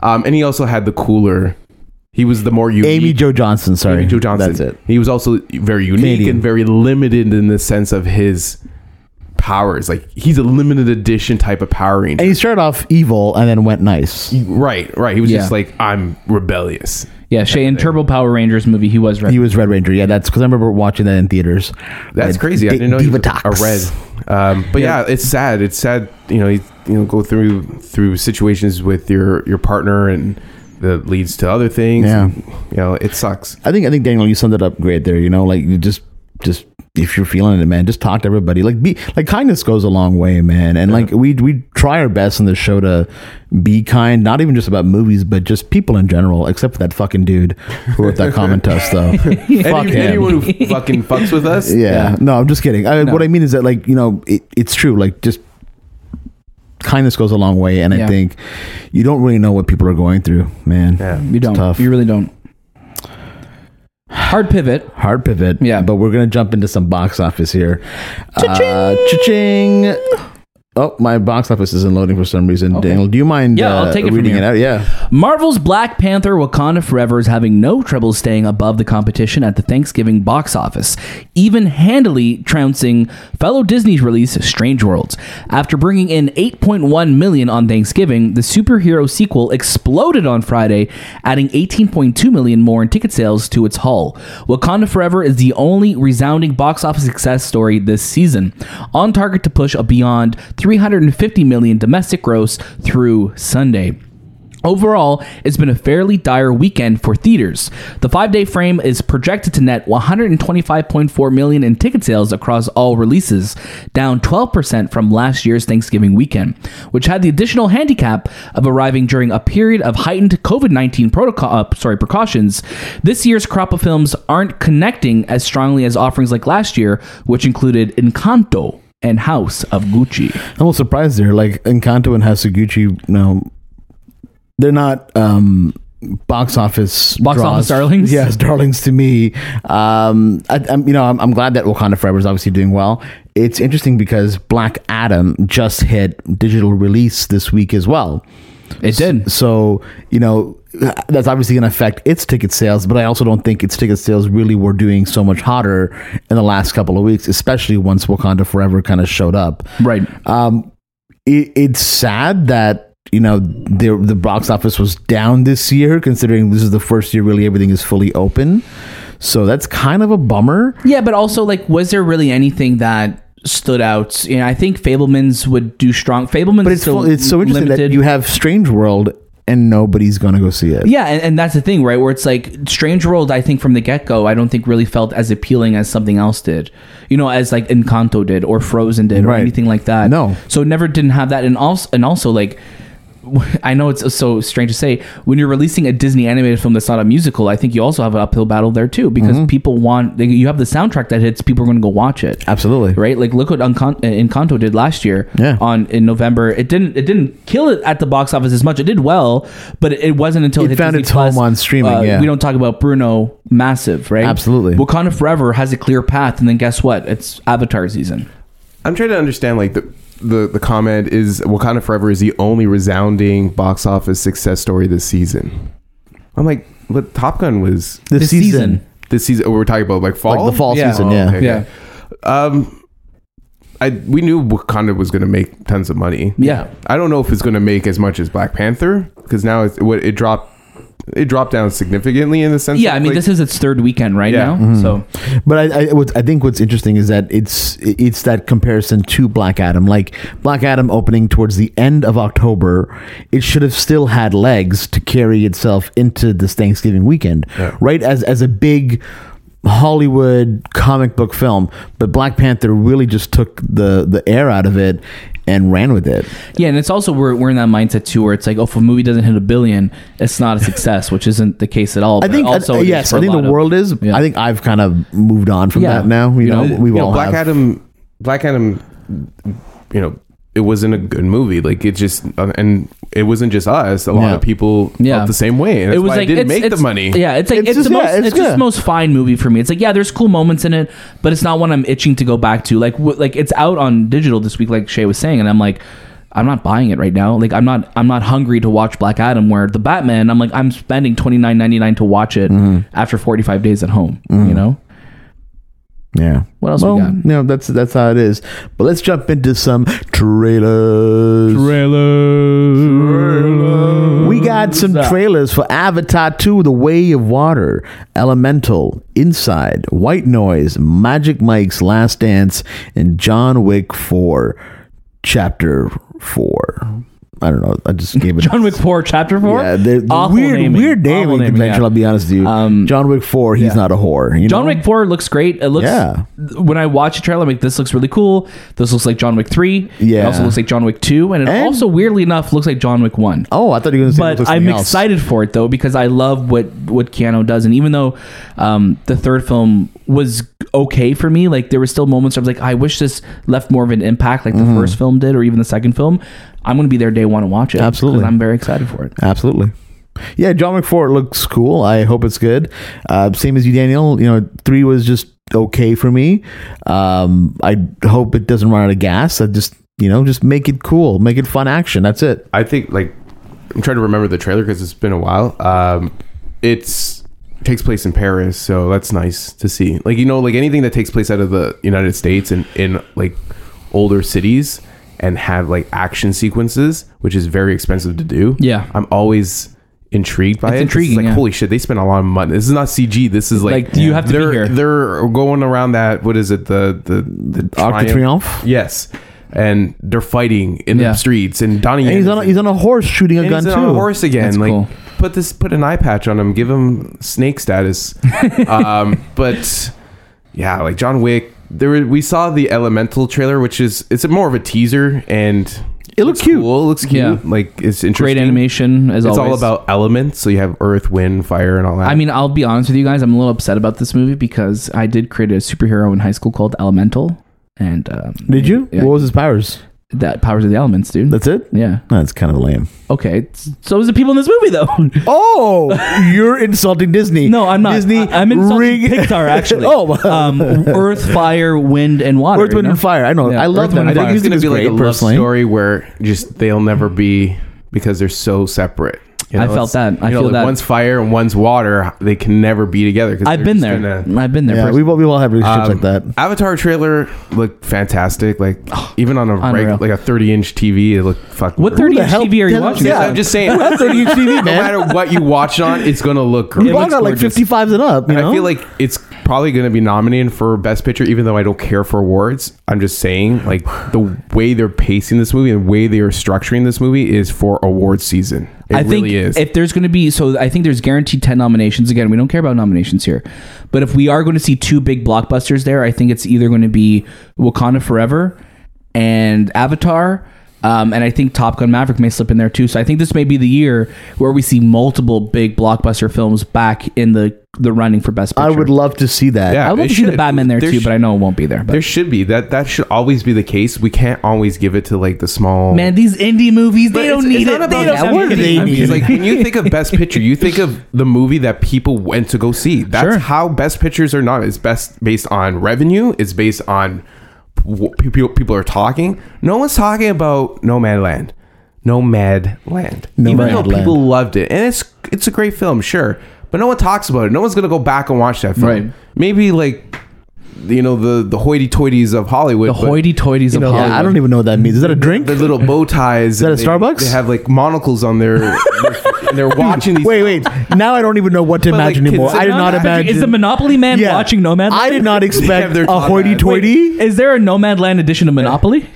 Speaker 3: Um, and he also had the cooler. He was the more unique.
Speaker 1: Amy Joe Johnson. Sorry,
Speaker 3: Amy Jo Johnson.
Speaker 1: That's it.
Speaker 3: He was also very unique
Speaker 1: Canadian.
Speaker 3: and very limited in the sense of his powers. Like he's a limited edition type of Power Ranger.
Speaker 1: And he started off evil and then went nice.
Speaker 3: right, right. He was
Speaker 2: Yeah.
Speaker 3: just like I'm rebellious.
Speaker 2: Yeah, Shay in Turbo Power Rangers movie, he was Red.
Speaker 1: He was Red Ranger. Yeah, that's because I remember watching that in theaters.
Speaker 3: That's
Speaker 1: Like,
Speaker 3: crazy. I
Speaker 1: D-
Speaker 3: didn't know he
Speaker 1: Diva
Speaker 3: was a
Speaker 1: Tox.
Speaker 3: red. Um, but yeah. it's sad. It's sad. You know, you, you know, go through through situations with your your partner, and that leads to other things.
Speaker 1: Yeah.
Speaker 3: And, you know, it sucks.
Speaker 1: I think I think Daniel, you summed it up great there. You know, like you just just if you're feeling it, man, just talk to everybody. Like be like kindness goes a long way, man. And like we we try our best on this show to be kind, not even just about movies, but just people in general. Except for that fucking dude who wrote that
Speaker 3: (laughs)
Speaker 1: comment to us, though. Fuck
Speaker 3: Any-
Speaker 1: him.
Speaker 3: Anyone who fucking fucks
Speaker 1: (laughs)
Speaker 3: with us,
Speaker 1: Yeah.
Speaker 2: Yeah.
Speaker 1: No, I'm just kidding. I,
Speaker 2: No.
Speaker 1: What I mean is that, like, you know, it, it's true. Like, just kindness goes a long way, and I
Speaker 2: Yeah.
Speaker 1: think you don't really know what people are going through, man.
Speaker 3: Yeah.
Speaker 2: You don't.
Speaker 1: tough.
Speaker 2: You really don't. Hard pivot.
Speaker 1: Hard pivot.
Speaker 2: Yeah.
Speaker 1: But we're gonna jump into some box office here. Cha-ching. cha-ching. Oh, my box office isn't loading for some reason.
Speaker 2: Okay.
Speaker 1: Daniel, do you mind? uh,
Speaker 2: Yeah, I'll take it from
Speaker 1: reading
Speaker 2: here.
Speaker 1: it out. Yeah.
Speaker 2: Marvel's Black Panther Wakanda Forever is having no trouble staying above the competition at the Thanksgiving box office, even handily trouncing fellow Disney release Strange Worlds. After bringing in 8.1 million on Thanksgiving, the superhero sequel exploded on Friday, adding 18.2 million more in ticket sales to its haul. Wakanda Forever is the only resounding box office success story this season, on target to push a beyond 350 million domestic gross through Sunday. Overall, it's been a fairly dire weekend for theaters. The five-day frame is projected to net 125.4 million in ticket sales across all releases, down 12% from last year's Thanksgiving weekend, which had the additional handicap of arriving during a period of heightened COVID-19 protocol, uh, sorry, precautions. This year's crop of films aren't connecting as strongly as offerings like last year, which included Encanto and House of Gucci.
Speaker 1: I'm a little surprised there. Like Encanto and Haseguchi, you know, they're not um box office
Speaker 2: Box office darlings?
Speaker 1: Yes, (laughs) darlings to me. Um, I, I'm you know I'm, I'm glad that Wakanda Forever is obviously doing well. It's interesting because Black Adam just hit digital release this week as well.
Speaker 2: It did.
Speaker 1: So, you know, that's obviously going to affect its ticket sales, but I also don't think its ticket sales really were doing so much hotter in the last couple of weeks, especially once Wakanda Forever kind of showed up.
Speaker 2: Right.
Speaker 1: Um, it, it's sad that you know the the box office was down this year, considering this is the first year really everything is fully open. So that's kind of a bummer.
Speaker 2: Yeah, but also like, was there really anything that stood out? You know, I think Fablemans would do strong. Fablemans,
Speaker 1: But it's
Speaker 2: still
Speaker 1: full, it's so interesting
Speaker 2: limited.
Speaker 1: that you have Strange World and nobody's gonna go see it.
Speaker 2: yeah, and, and that's the thing, right? Where it's like Strange World. I think from the get go, I don't think really felt as appealing as something else did. You know, as like Encanto did or Frozen did or
Speaker 1: Right.
Speaker 2: anything like that.
Speaker 1: No.
Speaker 2: so it never didn't have that. And also, and also like. (laughs) I know it's so strange to say when you're releasing a Disney animated film that's not a musical. I think you also have an uphill battle there too because
Speaker 1: Mm-hmm.
Speaker 2: people want they, you have the soundtrack that hits. People are going to go watch it.
Speaker 1: Absolutely.
Speaker 2: right? Like look what Encon- Encanto did last year.
Speaker 1: Yeah.
Speaker 2: On in November, it didn't it didn't kill it at the box office as much. It did well, but it wasn't until
Speaker 1: It
Speaker 2: hit
Speaker 1: found its home on streaming, yeah.
Speaker 2: uh, we don't talk about Bruno, massive, right?
Speaker 1: Absolutely.
Speaker 2: Wakanda Forever has a clear path, and then guess what? It's Avatar season.
Speaker 3: I'm trying to understand like the the, the comment is Wakanda Forever is the only resounding box office success story this season. I'm like, but Top Gun was
Speaker 1: This,
Speaker 2: This
Speaker 1: season,
Speaker 2: season.
Speaker 3: this season. oh, We're talking about like fall,
Speaker 1: like the fall
Speaker 2: Yeah.
Speaker 1: season,
Speaker 3: Oh,
Speaker 1: yeah.
Speaker 3: okay. Um, I we knew Wakanda was going to make tons of money.
Speaker 2: Yeah.
Speaker 3: I don't know if it's going to make as much as Black Panther because now it's what it dropped. It dropped down significantly in the sense.
Speaker 2: Yeah,
Speaker 3: of,
Speaker 2: I mean
Speaker 3: like-
Speaker 2: this is its third weekend right
Speaker 3: Yeah.
Speaker 2: now.
Speaker 1: Mm-hmm.
Speaker 2: So
Speaker 1: But I, I, what I think what's interesting is that it's it's that comparison to Black Adam. Like Black Adam opening towards the end of October, it should have still had legs to carry itself into this Thanksgiving weekend, right? As as a big Hollywood comic book film, but Black Panther really just took the the air out of it and ran with it.
Speaker 2: yeah, and it's also we're, we're in that mindset too, where it's like, oh, if a movie doesn't hit a billion, it's not a success, which isn't the case at all.
Speaker 1: I
Speaker 2: but
Speaker 1: think
Speaker 2: also
Speaker 1: uh,
Speaker 2: it is
Speaker 1: yes,
Speaker 2: for
Speaker 1: I
Speaker 2: a
Speaker 1: think
Speaker 2: lot
Speaker 1: the
Speaker 2: of-
Speaker 1: world is.
Speaker 2: yeah.
Speaker 1: I think I've kind of moved on from
Speaker 2: Yeah.
Speaker 1: that now. You,
Speaker 2: You
Speaker 1: know,
Speaker 2: know,
Speaker 1: we
Speaker 3: you know,
Speaker 1: all
Speaker 3: Black
Speaker 1: have.
Speaker 3: Adam. Black Adam. You know, it wasn't a good movie. Like it just, uh, and it wasn't just us. A lot
Speaker 1: Yeah.
Speaker 3: of people
Speaker 2: Yeah.
Speaker 3: felt the same way, and that's why it didn't
Speaker 2: it's-
Speaker 3: make
Speaker 2: it's-
Speaker 3: the money.
Speaker 2: Yeah, it's like
Speaker 1: It's
Speaker 2: it's,
Speaker 1: just-
Speaker 2: the most
Speaker 1: yeah, it's
Speaker 2: it's, just
Speaker 1: good.
Speaker 2: the most fine movie for me. It's like yeah, there's cool moments in it, but it's not one I'm itching to go back to. Like w- like it's out on digital this week, like Shay was saying, and I'm like. I'm not buying it right now. Like I'm not I'm not hungry to watch Black Adam where the Batman I'm like I'm spending 29.99 to watch it
Speaker 3: Mm-hmm.
Speaker 2: after 45 days at home, you know?
Speaker 1: Yeah.
Speaker 2: What else we
Speaker 1: Well,
Speaker 2: got?
Speaker 1: No, that's that's how it is. But let's jump into some trailers. We got some trailers for Avatar 2, The Way of Water, Elemental, Inside, White Noise, Magic Mike's Last Dance, and John Wick 4, Chapter 4. I don't know. I just gave it
Speaker 2: (laughs) John Wick 4 chapter 4.
Speaker 1: Yeah, they're- weird, weird naming convention. I'll be honest with you.
Speaker 2: Um,
Speaker 1: John Wick Four, he's not a whore. you
Speaker 2: John
Speaker 1: know?
Speaker 2: Wick 4 looks great. It looks
Speaker 1: Yeah.
Speaker 2: when I watch a trailer, I'm like, this looks really cool. This looks like John Wick 3. It
Speaker 1: Yeah.
Speaker 2: also looks like John Wick 2. And it
Speaker 1: And-
Speaker 2: also, weirdly enough, looks like John Wick 1.
Speaker 1: Oh, I thought you were going to say. it
Speaker 2: But
Speaker 1: looks
Speaker 2: I'm
Speaker 1: something else.
Speaker 2: excited for it though because I love what what Keanu does, and even though um, the third film was okay for me, like there were still moments where I was like, I wish this left more of an impact, like
Speaker 1: Mm-hmm.
Speaker 2: the first film did, or even the second film. I'm going to be there day one to watch it. 'cause
Speaker 1: Absolutely.
Speaker 2: I'm very excited for it.
Speaker 1: Absolutely. Yeah, John McFort looks cool. I hope it's good. Uh, same as you, Daniel. You know, three was just okay for me. Um, I hope it doesn't run out of gas. I just, you know, just make it cool, make it fun action. That's it.
Speaker 3: I think like I'm trying to remember the trailer because it's been a while. Um, it's takes place in Paris, so that's nice to see. Like you know, like anything that takes place out of the United States and in like older cities and have like action sequences, which is very expensive to do.
Speaker 2: Yeah.
Speaker 3: I'm always intrigued by
Speaker 2: It's
Speaker 3: it. This is
Speaker 2: intriguing,
Speaker 3: Like
Speaker 2: yeah.
Speaker 3: holy shit, they spent a lot of money. This is not CG. This is like,
Speaker 2: Like, you have to be
Speaker 3: they're,
Speaker 2: here.
Speaker 3: They're going around that. What is it? The the the
Speaker 1: Arc de Triomphe.
Speaker 3: Yes. And they're fighting in
Speaker 2: Yeah.
Speaker 3: the streets, and Donnie
Speaker 1: And he's on a, he's on a horse shooting a
Speaker 3: and
Speaker 1: gun
Speaker 3: he's
Speaker 1: too.
Speaker 3: on a horse again.
Speaker 2: That's
Speaker 3: like
Speaker 2: cool.
Speaker 3: put this put an eye patch on him, give him snake status.
Speaker 2: (laughs)
Speaker 3: um, but yeah, like John Wick. There were, we saw the Elemental trailer, which is it's a more of a teaser, and
Speaker 1: It looks cute.
Speaker 3: Cool. It looks cute.
Speaker 2: Yeah.
Speaker 3: Like it's interesting.
Speaker 2: Great animation as
Speaker 3: It's
Speaker 2: always.
Speaker 3: all about elements, so you have earth, wind, fire, and all that.
Speaker 2: I mean, I'll be honest with you guys. I'm a little upset about this movie because I did create a superhero in high school called Elemental, and um,
Speaker 1: Did you?
Speaker 2: Yeah.
Speaker 1: What was his powers?
Speaker 2: that powers of the elements, dude.
Speaker 1: That's it.
Speaker 2: yeah.
Speaker 1: That's kind of lame.
Speaker 2: Okay. it's- So is the people in this movie though? (laughs)
Speaker 1: Oh, (laughs) you're insulting Disney.
Speaker 2: No, I'm not.
Speaker 1: Disney.
Speaker 2: I, am insulting
Speaker 1: ring- (laughs)
Speaker 2: Pixar actually.
Speaker 1: oh,
Speaker 2: um, Earth, Fire, Wind, and Water.
Speaker 1: Earth, Wind,
Speaker 2: you know?
Speaker 1: and Fire. I know.
Speaker 2: Yeah,
Speaker 1: I love
Speaker 2: Earth, Wind,
Speaker 1: that.
Speaker 2: and
Speaker 3: I think
Speaker 2: Fire.
Speaker 3: it's gonna be like
Speaker 1: great,
Speaker 3: a love
Speaker 1: personally.
Speaker 3: story where just they'll never be because they're so separate. You
Speaker 2: I
Speaker 3: know,
Speaker 2: felt
Speaker 3: it's-
Speaker 2: that. I
Speaker 3: you know,
Speaker 2: feel
Speaker 3: like
Speaker 2: that.
Speaker 3: One's fire and one's water. They can never be together. 'cause
Speaker 2: I've
Speaker 3: they're
Speaker 2: been
Speaker 3: just
Speaker 2: there.
Speaker 3: in a-
Speaker 2: I've been there.
Speaker 1: Yeah,
Speaker 2: pers-
Speaker 1: we both we all have relationships
Speaker 3: Um,
Speaker 1: like that.
Speaker 3: Avatar trailer looked
Speaker 2: (sighs)
Speaker 3: fantastic. Like even on a
Speaker 2: Unreal.
Speaker 3: reg, like a thirty inch TV, it looked fucking.
Speaker 2: what
Speaker 3: great.
Speaker 2: 30 inch
Speaker 1: hell-
Speaker 2: TV are you
Speaker 1: Yeah,
Speaker 2: watching?
Speaker 3: Yeah, I'm just
Speaker 2: (laughs)
Speaker 3: saying.
Speaker 1: That's on your TV,
Speaker 3: no
Speaker 1: man.
Speaker 3: matter what you watch on, it's gonna look great.
Speaker 1: We all
Speaker 2: looks
Speaker 1: got like
Speaker 2: gorgeous.
Speaker 1: 55s and up. You
Speaker 3: And
Speaker 1: know?
Speaker 3: I feel like it's probably going to be nominated for Best Picture, even though I don't care for awards. I'm just saying, like the way they're pacing this movie and the way they are structuring this movie is for award season. It
Speaker 2: I think
Speaker 3: really is.
Speaker 2: if there's going to be so, I think there's guaranteed ten nominations. Again, we don't care about nominations here, but if we are going to see two big blockbusters there, I think it's either going to be Wakanda Forever and Avatar, um, and I think Top Gun Maverick may slip in there too. So I think this may be the year where we see multiple big blockbuster films back in the the running for best.
Speaker 1: I
Speaker 2: Picture.
Speaker 1: would love to see that.
Speaker 3: Yeah.
Speaker 2: I would love
Speaker 3: it
Speaker 2: to see the
Speaker 3: should.
Speaker 2: Batman there,
Speaker 3: There
Speaker 2: too,
Speaker 3: sh-
Speaker 2: but I know it won't be there. But.
Speaker 3: there should be that. That should always be the case. We can't always give it to like the small
Speaker 2: Man, these indie movies,
Speaker 3: But
Speaker 2: they
Speaker 3: it's-
Speaker 2: don't
Speaker 3: it's
Speaker 2: need
Speaker 3: not
Speaker 2: it. They
Speaker 3: about
Speaker 2: don't
Speaker 3: that
Speaker 2: want
Speaker 1: word.
Speaker 2: it.
Speaker 1: They
Speaker 3: I'm
Speaker 1: need
Speaker 3: just
Speaker 1: it.
Speaker 3: like when you think of best picture, you think of the movie that people went to go see. That's
Speaker 2: Sure.
Speaker 3: how best pictures are not. It's best based on revenue. It's based on what people people are talking. No one's talking about Nomad Land. Nomad Land. Even though
Speaker 1: Nomadland.
Speaker 3: people loved it, and it's it's a great film, sure, but no one talks about it. No one's gonna go back and watch that film.
Speaker 2: Right.
Speaker 3: Maybe like you know the the hoity-toities of Hollywood.
Speaker 2: The
Speaker 3: but-
Speaker 2: hoity-toities of
Speaker 1: Yeah,
Speaker 2: Hollywood.
Speaker 1: I don't even know what that means. Is that a (laughs) drink?
Speaker 3: their little bow ties. Is
Speaker 1: that a
Speaker 3: they,
Speaker 1: Starbucks?
Speaker 3: They have like monocles on their. (laughs) their- and they're watching these.
Speaker 1: Wait, wait. Now I don't even know what to
Speaker 3: But, like,
Speaker 1: imagine anymore.
Speaker 3: kids-
Speaker 1: I did
Speaker 3: No,
Speaker 1: not
Speaker 3: no,
Speaker 1: imagine.
Speaker 2: Is the Monopoly Man
Speaker 1: Yeah.
Speaker 2: watching Nomad?
Speaker 1: I did not
Speaker 3: have
Speaker 1: expect
Speaker 3: their
Speaker 1: a
Speaker 3: top
Speaker 1: hoity-toity.
Speaker 2: Is there a Nomad Land edition of
Speaker 1: (laughs)
Speaker 2: Monopoly?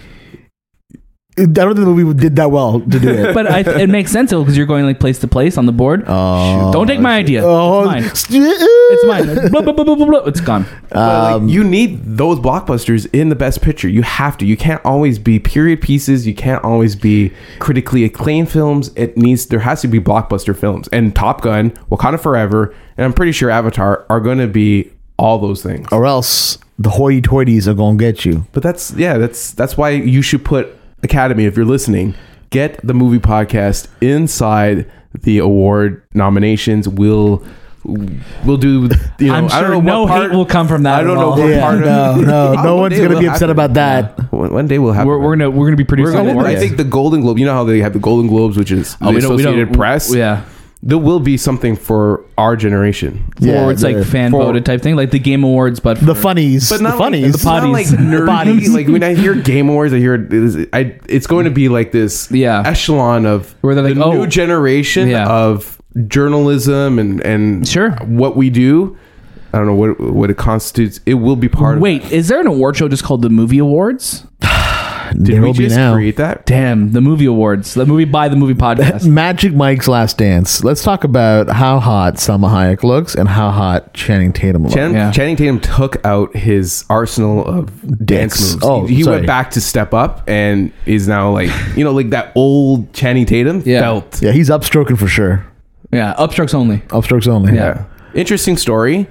Speaker 1: I don't think the movie did that well to do (laughs) it.
Speaker 2: but I, it makes sense though because you're going like place to place on the board. Oh, don't take my idea.
Speaker 1: Oh, (laughs)
Speaker 2: It's mine.
Speaker 1: it's
Speaker 2: It's mine. blah, blah, blah, blah, blah, blah. It's gone.
Speaker 3: But, like, you need those blockbusters in the best picture. You have to. You can't always be period pieces. You can't always be critically acclaimed films. It needs. There has to be blockbuster films. And Top Gun, Wakanda Forever, and I'm pretty sure Avatar are going to be all those things.
Speaker 1: Or else the hoity-toities are gonna get you.
Speaker 3: But that's yeah. That's that's why you should put Academy if you're listening. Get the movie podcast inside the award nominations. We'll we'll do. You know,
Speaker 2: I'm
Speaker 3: I
Speaker 2: sure
Speaker 3: don't know
Speaker 2: no
Speaker 3: what part
Speaker 2: hate will come from that
Speaker 3: I
Speaker 2: at
Speaker 3: don't know
Speaker 2: all.
Speaker 3: what
Speaker 1: Yeah,
Speaker 3: part. of-
Speaker 1: no,
Speaker 3: (laughs)
Speaker 1: no,
Speaker 3: One
Speaker 1: no one's
Speaker 3: day
Speaker 1: gonna be
Speaker 3: will
Speaker 1: upset about
Speaker 3: happen.
Speaker 1: that.
Speaker 3: One, one day we'll have.
Speaker 2: We're, we're gonna we're gonna be producing.
Speaker 1: gonna-
Speaker 2: awards.
Speaker 3: I think the Golden Globe. You know how they have the Golden Globes, which is
Speaker 2: Oh,
Speaker 3: the Associated Press.
Speaker 2: Yeah.
Speaker 3: there will be something for our generation.
Speaker 1: Yeah,
Speaker 2: or it's
Speaker 1: the-
Speaker 2: like fan
Speaker 3: for-
Speaker 2: voted type thing, like the Game Awards, but
Speaker 1: The funnies,
Speaker 3: But not
Speaker 1: the funnies,
Speaker 3: like, not
Speaker 2: (laughs)
Speaker 3: like
Speaker 2: The
Speaker 3: nerdy.
Speaker 1: bodies.
Speaker 3: like when I hear Game Awards, I hear it is- I, it's going to be like this
Speaker 2: Yeah.
Speaker 3: echelon of
Speaker 2: Where they're
Speaker 3: the
Speaker 2: like, oh,
Speaker 3: new generation
Speaker 2: yeah.
Speaker 3: of journalism and and
Speaker 2: Sure.
Speaker 3: what we do. I don't know what what it constitutes. It will be part.
Speaker 2: wait, is there an award show just called the Movie Awards?
Speaker 3: of did
Speaker 1: There
Speaker 3: we
Speaker 1: will be
Speaker 3: just
Speaker 1: now.
Speaker 3: create that?
Speaker 2: Damn, the Movie Awards, the movie by the
Speaker 1: (laughs)
Speaker 2: movie podcast.
Speaker 1: Magic Mike's Last Dance. Let's talk about how hot Salma Hayek looks and how hot Channing Tatum looks.
Speaker 3: Channing,
Speaker 2: Yeah.
Speaker 3: Channing Tatum took out his arsenal of dance
Speaker 1: Dicks.
Speaker 3: moves.
Speaker 1: Oh,
Speaker 3: he, he
Speaker 1: sorry.
Speaker 3: went back to step up and is now like you know like that old Channing Tatum
Speaker 2: Yeah.
Speaker 3: felt
Speaker 1: yeah, he's upstroking for sure.
Speaker 2: yeah, upstrokes only.
Speaker 1: Upstrokes only.
Speaker 2: Yeah.
Speaker 3: Yeah. Interesting story.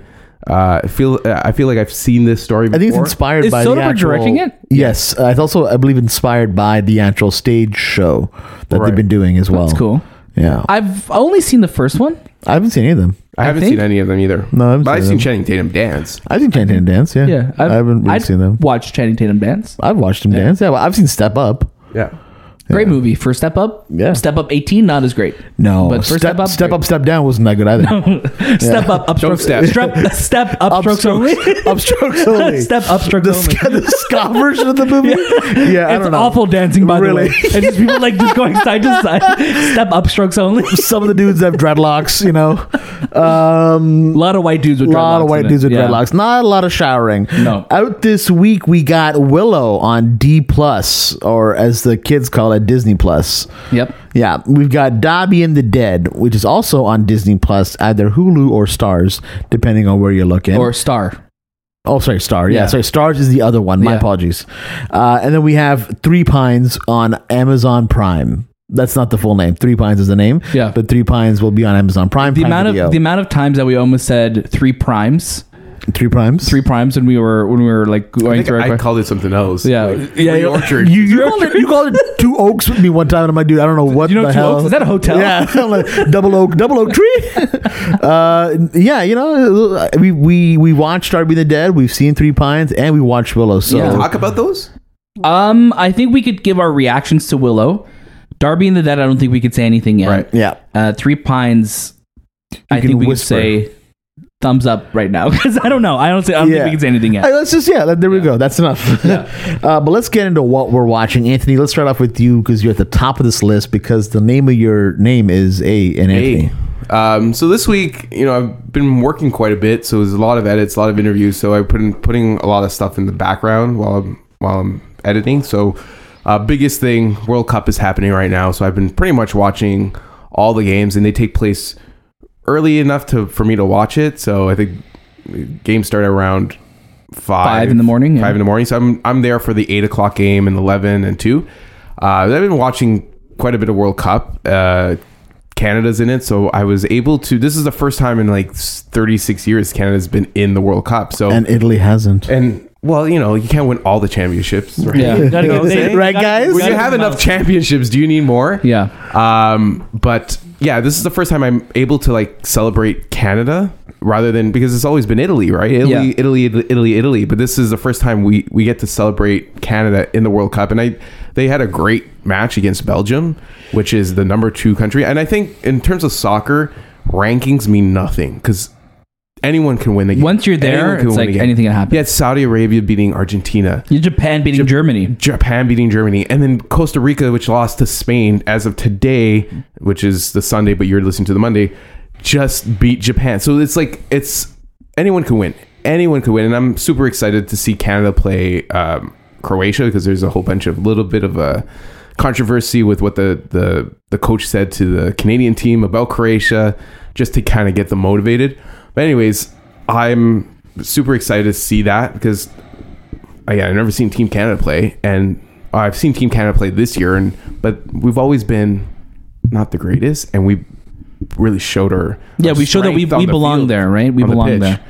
Speaker 3: Uh, I feel uh, I feel like I've seen this
Speaker 1: I
Speaker 3: story. Before.
Speaker 1: think it's inspired
Speaker 2: Is
Speaker 1: by the
Speaker 2: Soderbergh
Speaker 1: actual,
Speaker 2: directing it?
Speaker 1: Yes, uh, it's also I believe inspired by the actual stage show that they've
Speaker 3: Right.
Speaker 1: been doing as well.
Speaker 2: That's cool.
Speaker 1: Yeah, I,
Speaker 2: I've only seen the first one.
Speaker 1: haven't seen any of them.
Speaker 3: I haven't
Speaker 2: think-
Speaker 3: seen any of them either.
Speaker 1: No, I haven't
Speaker 3: but I've
Speaker 1: seen
Speaker 3: seen
Speaker 1: them.
Speaker 3: Channing Tatum dance.
Speaker 1: I've seen Channing Tatum dance. Yeah,
Speaker 2: Yeah,
Speaker 1: I've, I have not really
Speaker 2: I'd
Speaker 1: seen them.
Speaker 2: Watched Channing Tatum dance.
Speaker 1: I've watched him dance. Yeah, well, I've seen Step Up.
Speaker 3: Yeah,
Speaker 2: Great movie for Step Up.
Speaker 1: Yeah.
Speaker 2: Step Up 18, not as great.
Speaker 1: No,
Speaker 2: But
Speaker 1: step,
Speaker 2: for Step Up,
Speaker 1: step
Speaker 2: great.
Speaker 1: up, step down wasn't that good either.
Speaker 2: Step Up, upstrokes.
Speaker 3: step.
Speaker 2: Step, step upstrokes
Speaker 1: (laughs)
Speaker 2: only.
Speaker 1: upstrokes only.
Speaker 2: (laughs) Step upstrokes
Speaker 1: the,
Speaker 2: only.
Speaker 1: ska- the ska (laughs) version of the
Speaker 2: (laughs)
Speaker 1: movie. Yeah, I
Speaker 2: it's
Speaker 1: don't know.
Speaker 2: awful dancing, by
Speaker 1: Really?
Speaker 2: the way. It's just people like just going
Speaker 1: (laughs)
Speaker 2: side to side. Step upstrokes only.
Speaker 1: Some of the dudes have dreadlocks. You
Speaker 2: (laughs)
Speaker 1: know, um,
Speaker 2: A lot of white dudes with
Speaker 1: a lot
Speaker 2: dreadlocks
Speaker 1: of white
Speaker 2: in it.
Speaker 1: dudes with
Speaker 2: Yeah.
Speaker 1: dreadlocks. Not a lot of showering.
Speaker 2: No.
Speaker 1: Out this week we got Willow on D plus, or as the kids call it, Disney plus.
Speaker 2: Yep.
Speaker 1: Yeah, we've got Dobby and the Dead, which is also on Disney Plus, either Hulu or Stars, depending on where you're looking.
Speaker 2: Or Star.
Speaker 1: Oh, sorry, Star. Yeah,
Speaker 2: Yeah.
Speaker 1: sorry, Stars is the other one. My
Speaker 2: Yeah.
Speaker 1: apologies. Uh, and then we have Three Pines on Amazon Prime. That's not the full name. Three Pines is the name.
Speaker 2: Yeah.
Speaker 1: but Three Pines will be on Amazon Prime.
Speaker 2: The
Speaker 1: Prime
Speaker 2: amount
Speaker 1: Video.
Speaker 2: of the amount of times that we almost said three primes,
Speaker 1: Three Primes.
Speaker 2: three primes, when we were when we were like
Speaker 3: I,
Speaker 2: going
Speaker 3: think
Speaker 2: through.
Speaker 3: I
Speaker 2: our-
Speaker 3: called it something else.
Speaker 2: Yeah.
Speaker 3: like,
Speaker 2: Yeah,
Speaker 3: Three
Speaker 2: you-
Speaker 3: orchard.
Speaker 1: You, you, called it, you called it two oaks with me one time, and I'm like, dude, I don't know what
Speaker 2: you know
Speaker 1: the
Speaker 2: Two
Speaker 1: hell.
Speaker 2: Oaks? Is that a hotel?
Speaker 1: Yeah, (laughs) I'm like, double oak, double oak tree. (laughs) uh, yeah, you know, we we we watched Darby the Dead. We've seen Three Pines, and we watched Willow. So
Speaker 2: Yeah.
Speaker 3: Talk about those.
Speaker 2: Um, I think we could give our reactions to Willow Darby and the Dead, I don't think we could say anything yet.
Speaker 3: Right.
Speaker 1: Yeah.
Speaker 2: Uh, Three Pines, I
Speaker 1: can
Speaker 2: think we could
Speaker 1: whisper.
Speaker 2: say thumbs up right now (laughs) because I don't know. I don't say I don't
Speaker 1: Yeah.
Speaker 2: think we can say anything yet.
Speaker 1: Hey, let's just yeah. let- There we go. That's enough. (laughs) uh, but let's get into what we're watching, Anthony. Let's start off with you because you're at the top of this list because the name of your name is A and Anthony.
Speaker 3: Hey. Um, so this week, you know, I've been working quite a bit, so there's a lot of edits, a lot of interviews. So I've been putting a lot of stuff in the background while I'm while I'm editing. So uh, biggest thing, World Cup is happening right now, so I've been pretty much watching all the games, and they take place early enough to for me to watch it. So I think uh, games start around five,
Speaker 2: Five in the morning, yeah.
Speaker 3: five in the morning. So I'm I'm there for the eight o'clock game and eleven and two. Uh, I've been watching quite a bit of World Cup. Uh, Canada's in it, so I was able to. This is the first time in like 36 years Canada's been in the World Cup. So
Speaker 1: And Italy hasn't.
Speaker 3: and, well, you know, you can't win all the championships, right? (laughs)
Speaker 2: Yeah. Gotta go. They-
Speaker 1: Right,
Speaker 2: gotta-
Speaker 1: guys?
Speaker 2: we
Speaker 3: When
Speaker 2: gotta
Speaker 3: you
Speaker 2: give
Speaker 3: have
Speaker 2: them
Speaker 3: enough
Speaker 2: out.
Speaker 3: championships, do you need more?
Speaker 2: Yeah.
Speaker 3: Um, but yeah, this is the first time I'm able to like celebrate Canada rather than because it's always been Italy, right? Italy,
Speaker 2: Yeah.
Speaker 3: Italy, Italy, Italy, Italy. But this is the first time we we get to celebrate Canada in the World Cup, and I they had a great match against Belgium, which is the number two country. And I think in terms of soccer, rankings mean nothing because anyone can win the game.
Speaker 2: Once you're there,
Speaker 3: Anyone can
Speaker 2: it's
Speaker 3: win
Speaker 2: like
Speaker 3: the game.
Speaker 2: anything can happen.
Speaker 3: Yeah, it's Saudi Arabia beating Argentina.
Speaker 2: You're Japan beating Germany.
Speaker 3: Japan beating Germany, and then Costa Rica, which lost to Spain as of today, which is the Sunday, but you're listening to the Monday, just beat Japan. So it's like it's anyone can win, anyone can win, and I'm super excited to see Canada play um, Croatia because there's a whole bunch of little bit of a controversy with what the the the coach said to the Canadian team about Croatia, just to kind of get them motivated. But anyways, I'm super excited to see that because I Uh, yeah, I've never seen Team Canada play, and uh, I've seen Team Canada play this year, and but we've always been not the greatest, and we really showed our
Speaker 2: Yeah,
Speaker 3: our
Speaker 2: we showed that we-
Speaker 3: strength on
Speaker 2: we
Speaker 3: the
Speaker 2: belong
Speaker 3: field,
Speaker 2: there, right? We
Speaker 3: on the
Speaker 2: belong
Speaker 3: pitch.
Speaker 2: there.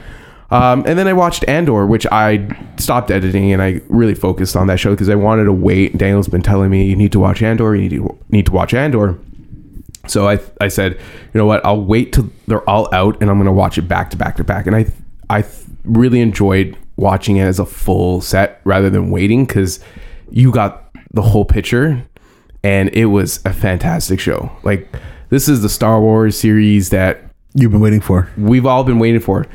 Speaker 3: Um, and then I watched Andor, which I stopped editing, and I really focused on that show because I wanted to wait. Daniel's been telling me you need to watch Andor, you need to need to watch Andor. So I I said, you know what? I'll wait till they're all out, and I'm gonna watch it back to back to back. And I I th- really enjoyed watching it as a full set rather than waiting because you got the whole picture, and it was a fantastic show. Like this is the Star Wars series that
Speaker 1: You've been waiting for.
Speaker 3: we've all been waiting for.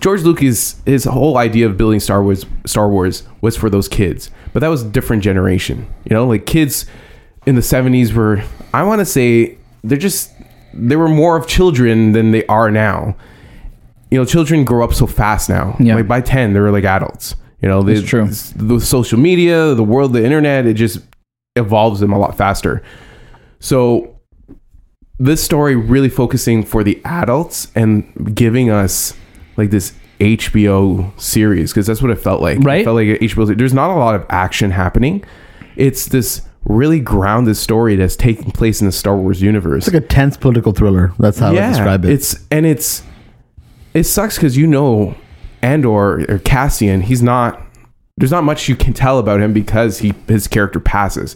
Speaker 3: George Lucas, his whole idea of building Star Wars, Star Wars was for those kids, but that was a different generation. You know, like kids in the '70s were, I want to say, they're just they were more of children than they are now. You know, children grow up so fast now.
Speaker 2: Yeah.
Speaker 3: Like by ten, they were like adults. You know, they,
Speaker 2: It's true.
Speaker 3: The social media, the world, the internet, it just evolves them a lot faster. So this story really focusing for the adults and giving us like this HBO series because that's what it felt like.
Speaker 2: Right.
Speaker 3: It felt like an HBO. se- There's not a lot of action happening. It's this really grounded story that's taking place in the Star Wars universe.
Speaker 1: It's like a tense political thriller. That's how I
Speaker 3: yeah,
Speaker 1: would describe it.
Speaker 3: it's and it's it sucks because you know Andor or Cassian. He's not. There's not much you can tell about him because he his character passes.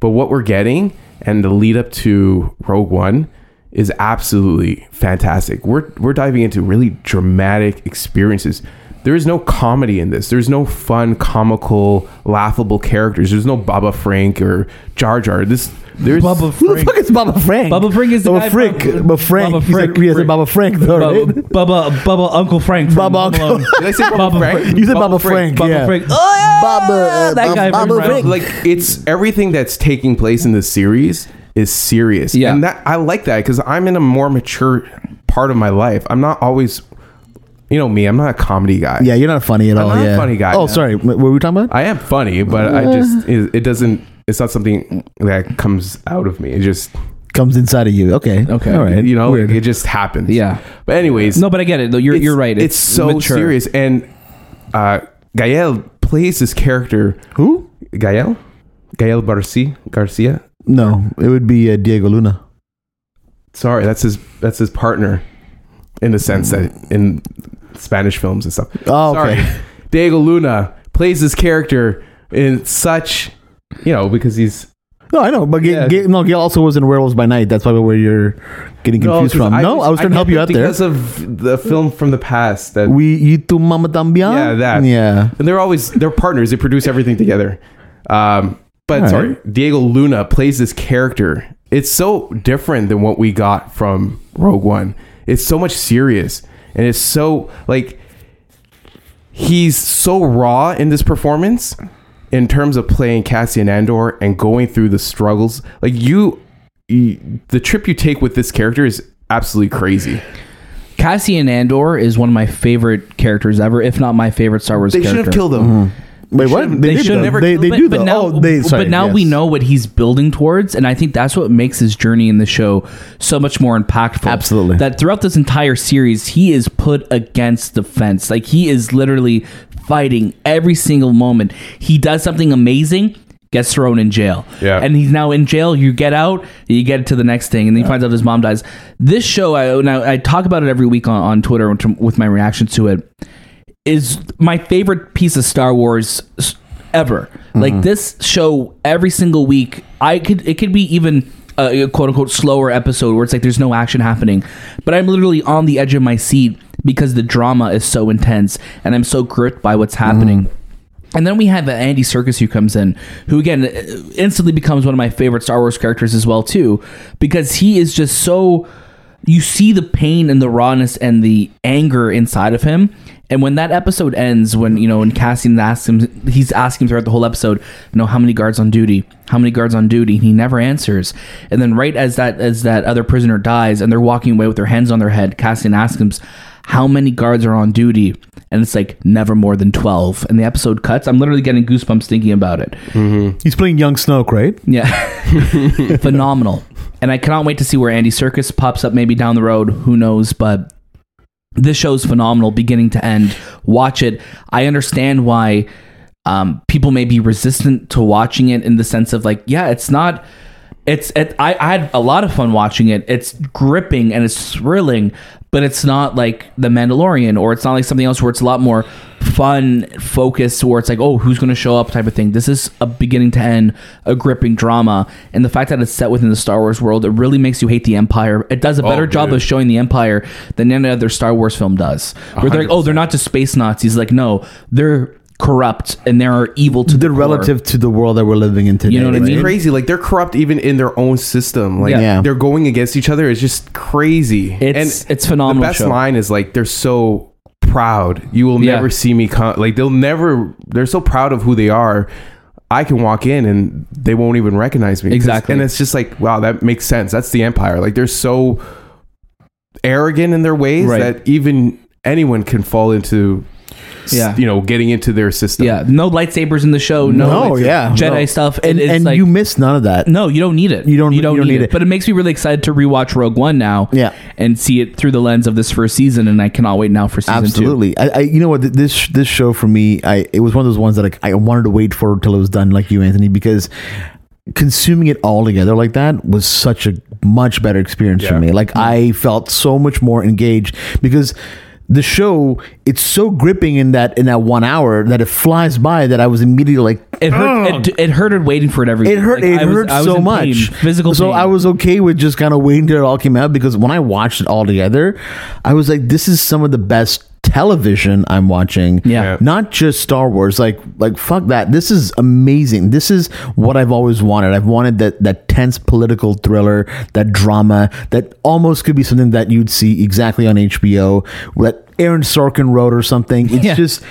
Speaker 3: But what we're getting and the lead up to Rogue One is absolutely fantastic. We're we're diving into really dramatic experiences. There is no comedy in this. There's no fun, comical, laughable characters. There's no Baba Frank or Jar Jar. This there's
Speaker 2: Bubba
Speaker 1: Who the
Speaker 2: Frank.
Speaker 1: fuck is Baba Frank?
Speaker 2: Baba Frank is the
Speaker 1: Baba
Speaker 2: guy
Speaker 1: Frank.
Speaker 2: from-
Speaker 1: Baba Frank.
Speaker 2: Baba
Speaker 1: He's like-
Speaker 2: Frank.
Speaker 1: yeah, it's Baba Frank. though,
Speaker 2: Bubba,
Speaker 1: right?
Speaker 2: Bubba, Bubba, Uncle Frank. from
Speaker 1: Baba
Speaker 2: Home Alone.
Speaker 1: Uncle-
Speaker 3: Did I say Baba
Speaker 2: Baba
Speaker 3: Frank?
Speaker 2: Frank.
Speaker 1: You said Baba Frank.
Speaker 2: Bubba
Speaker 1: yeah.
Speaker 2: Frank. Oh, yeah!
Speaker 1: Baba, uh,
Speaker 2: that guy
Speaker 1: Baba
Speaker 2: from
Speaker 1: Frank.
Speaker 2: Frank.
Speaker 3: like it's everything that's taking place in this series is serious
Speaker 2: Yeah.
Speaker 3: and that i like that because i'm in a more mature part of my life i'm not always you know me i'm not a comedy guy
Speaker 1: Yeah, you're not funny at all.
Speaker 3: not a
Speaker 1: yeah.
Speaker 3: funny guy,
Speaker 1: Oh,
Speaker 3: yeah.
Speaker 1: sorry. What what were we talking about?
Speaker 3: i am funny but i just it, it doesn't it's not something that comes out of me it just
Speaker 1: Comes inside of you. Okay.
Speaker 2: Okay.
Speaker 1: All right.
Speaker 3: you know it just happens
Speaker 2: Yeah.
Speaker 3: but anyways
Speaker 2: No, but I get it. Though you're
Speaker 3: it's-
Speaker 2: you're right.
Speaker 3: It's, so
Speaker 2: mature.
Speaker 3: serious. And uh, Gael plays this character. Who? Gael? Gael Barci Garcia.
Speaker 1: No, it would be uh, Diego Luna.
Speaker 3: Sorry, that's his. That's his partner, in the sense that in Spanish films and stuff.
Speaker 1: Oh, okay.
Speaker 3: Sorry, (laughs) Diego Luna plays this character in such, you know, because he's
Speaker 1: No, I know, but Ga-
Speaker 3: Yeah.
Speaker 1: Ga- no, Gail also was in Werewolves by Night. That's probably where you're getting confused
Speaker 3: 'cause
Speaker 1: from. no, I was trying to help
Speaker 3: get
Speaker 1: you
Speaker 3: it
Speaker 1: out there.
Speaker 3: because of the film from the past that
Speaker 1: We you tu mama tambien?
Speaker 3: Yeah, that.
Speaker 1: Yeah.
Speaker 3: and they're always they're partners. They produce everything together. Um, But
Speaker 2: All
Speaker 3: sorry,
Speaker 2: right.
Speaker 3: Diego Luna plays this character. It's so different than what we got from Rogue One. It's so much serious, and it's so like he's so raw in this performance in terms of playing Cassian Andor and going through the struggles. Like you, you the trip you take with this character is absolutely crazy.
Speaker 2: Cassian Andor is one of my favorite characters ever, if not my favorite Star Wars
Speaker 3: They should
Speaker 2: character.
Speaker 3: have killed him.
Speaker 2: Mm-hmm.
Speaker 1: Wait, what?
Speaker 3: Should've-
Speaker 1: they
Speaker 3: they
Speaker 1: did
Speaker 3: should've
Speaker 1: though.
Speaker 3: never
Speaker 1: They, they
Speaker 2: but,
Speaker 1: do
Speaker 2: but
Speaker 1: though.
Speaker 2: now,
Speaker 1: oh, they. Sorry,
Speaker 2: but now we
Speaker 1: yes.
Speaker 2: know what he's building towards, and I think that's what makes his journey in the show so much more impactful.
Speaker 1: Absolutely.
Speaker 2: that throughout this entire series, he is put against the fence. Like he is literally fighting every single moment. He does something amazing. Gets thrown in jail,
Speaker 3: Yeah.
Speaker 2: and he's now in jail. You get out, you get to the next thing, and then he finds out his mom dies. This show, I now I talk about it every week on, on Twitter with my reactions to it is my favorite piece of Star Wars s- ever. Like this show, every single week, I could it could be even a a quote unquote slower episode where it's like there's no action happening, but I'm literally on the edge of my seat because the drama is so intense and I'm so gripped by what's happening. And then we have uh, Andy Circus who comes in, who again uh, instantly becomes one of my favorite Star Wars characters as well too, because he is just so you see the pain and the rawness and the anger inside of him. And when that episode ends, when you know, when Cassian asks him, he's asking throughout the whole episode, you know, how many guards on duty, how many guards on duty, and he never answers. And then right as that as that other prisoner dies, and they're walking away with their hands on their head, Cassian asks him, how many guards are on duty and it's like never more than 12 and the episode cuts i'm literally getting goosebumps thinking about it
Speaker 1: he's playing young Snoke, right?
Speaker 2: yeah phenomenal and i cannot wait to see where andy circus pops up maybe down the road who knows but this show's phenomenal beginning to end watch it i understand why um, people may be resistant to watching it in the sense of like yeah it's not it's it, I, I had a lot of fun watching it it's gripping and it's thrilling but it's not like the mandalorian or it's not like something else where it's a lot more fun focused where it's like oh who's going to show up type of thing this is a beginning to end a gripping drama and the fact that it's set within the star wars world it really makes you hate the empire it does a better job
Speaker 3: dude.
Speaker 2: of showing the empire than any other star wars film does where they're like oh they're not just space nazis like no they're corrupt and they're evil to
Speaker 1: They're
Speaker 2: the core.
Speaker 1: relative to the world that we're living in today.
Speaker 2: know what I
Speaker 1: right?
Speaker 2: mean?
Speaker 3: Crazy, like they're corrupt even in their own system. Like
Speaker 2: Yeah.
Speaker 1: Yeah.
Speaker 3: they're going against each other. It's just crazy.
Speaker 2: It's- it's phenomenal
Speaker 3: The best
Speaker 2: show.
Speaker 3: line is like they're so proud. You will
Speaker 2: Yeah.
Speaker 3: never see me come. Like they'll never. They're so proud of who they are. I can walk in and they won't even recognize me. 'Cause-
Speaker 2: Exactly.
Speaker 3: And it's just like wow, that makes sense. That's the empire. Like they're so arrogant in their ways
Speaker 2: Right.
Speaker 3: that even anyone can fall into. s-
Speaker 2: Yeah.
Speaker 3: You know, getting into their system.
Speaker 2: Yeah, no lightsabers in the show. No,
Speaker 1: No,
Speaker 2: like,
Speaker 1: yeah,
Speaker 2: Jedi
Speaker 1: no.
Speaker 2: stuff.
Speaker 1: And,
Speaker 2: it's
Speaker 1: and
Speaker 2: like,
Speaker 1: you miss none of that.
Speaker 2: no, you don't need it.
Speaker 1: You don't- you don't need it.
Speaker 2: But it makes me really excited to rewatch Rogue One now.
Speaker 1: Yeah.
Speaker 2: and see it through the lens of this first season, and I cannot wait now for season two.
Speaker 1: Absolutely. I, I, you know what? th- This this show for me, I it was one of those ones that I, I wanted to wait for till it was done, like you, Anthony, because consuming it all together like that was such a much better experience for
Speaker 3: Yeah.
Speaker 1: me. Like I felt so much more engaged because the show it's so gripping in that in that one hour that it flies by that I was immediately like
Speaker 2: It hurt. It, it hurted waiting for it every.
Speaker 1: it
Speaker 2: week.
Speaker 1: hurt.
Speaker 2: Like,
Speaker 1: it
Speaker 2: I was-
Speaker 1: hurt
Speaker 2: I was
Speaker 1: so
Speaker 2: in
Speaker 1: much.
Speaker 2: pain, physical.
Speaker 1: So
Speaker 2: pain.
Speaker 1: I was okay with just kind of waiting till it all came out because when I watched it all together, I was like, "This is some of the best television I'm watching."
Speaker 2: Yeah. Yeah.
Speaker 1: Not just Star Wars. Like, like fuck that. This is amazing. This is what I've always wanted. I've wanted that that tense political thriller, that drama, that almost could be something that you'd see exactly on HBO. That Aaron Sorkin wrote or something. It's
Speaker 2: (laughs) Yeah.
Speaker 1: just.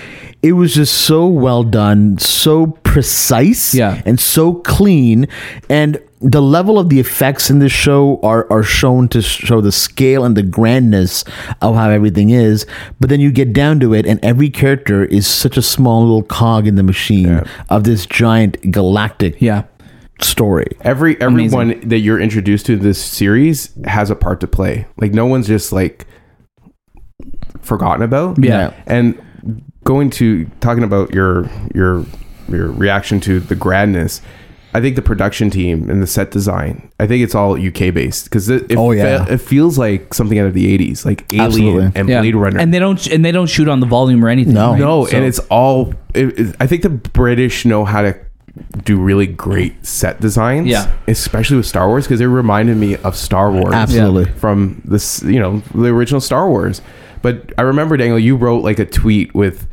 Speaker 1: It was just so well done, so precise
Speaker 2: Yeah.
Speaker 1: and so clean and the level of the effects in this show are are shown to show the scale and the grandness of how everything is but then you get down to it and every character is such a small little cog in the machine of this giant galactic
Speaker 2: Yeah.
Speaker 1: story
Speaker 3: every everyone that you're introduced to in this series has a part to play like no one's just like forgotten about
Speaker 2: Yeah.
Speaker 3: and going to talking about your your your reaction to the grandness i think the production team and the set design i think it's all uk based because it, it,
Speaker 1: Oh, yeah.
Speaker 3: fe- it feels like something out of the 80s like alien
Speaker 1: Absolutely.
Speaker 3: and
Speaker 2: Yeah.
Speaker 3: blade runner
Speaker 2: and they don't and they don't shoot on the volume or anything.
Speaker 1: No.
Speaker 2: right?
Speaker 3: no,
Speaker 2: So-
Speaker 3: and it's all. It, it- I think the British know how to do really great set designs.
Speaker 2: Yeah.
Speaker 3: especially with Star Wars because it reminded me of Star Wars.
Speaker 1: Absolutely.
Speaker 3: from this, you know, the original Star Wars. But I remember Daniel, you wrote like a tweet with,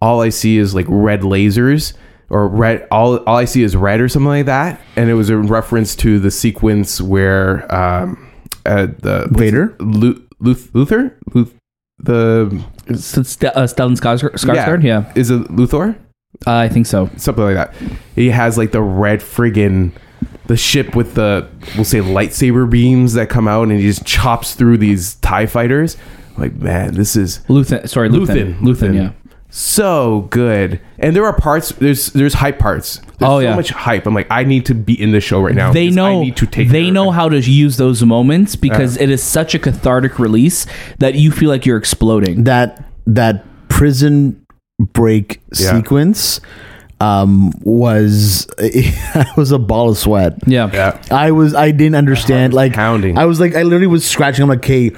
Speaker 3: "All I see is like red lasers." or red. All all I see is red or something like that, and it was a reference to the sequence where um, uh, the what's
Speaker 1: Vader?
Speaker 3: it? Lu- Luth- Luther, Luth- the
Speaker 2: St- St- uh, Stellan Skarsgård? Skarsgård? Yeah.
Speaker 3: is it Luthor?
Speaker 2: Uh, I think so.
Speaker 3: something like that. He has like the red friggin' the ship with the we'll say lightsaber beams that come out, and he just chops through these Tie fighters. Like man, this is
Speaker 2: Luthen. Sorry, Luthen.
Speaker 3: Luthen, Luthen.
Speaker 2: yeah.
Speaker 3: so good. And there are parts. There's there's hype parts. There's
Speaker 2: Oh,
Speaker 3: so
Speaker 2: yeah.
Speaker 3: much hype. I'm like, I need to be in this show right now.
Speaker 2: They
Speaker 3: because
Speaker 2: know
Speaker 3: I need to take.
Speaker 2: they
Speaker 3: it.
Speaker 2: know how to use those moments because it is such a cathartic release that you feel like you're exploding.
Speaker 1: that that prison break
Speaker 3: Yeah.
Speaker 1: sequence um was (laughs) it was a ball of sweat
Speaker 2: Yeah.
Speaker 3: Yeah.
Speaker 1: i was i didn't understand like
Speaker 3: pounding.
Speaker 1: i was like i literally was scratching i'm like hey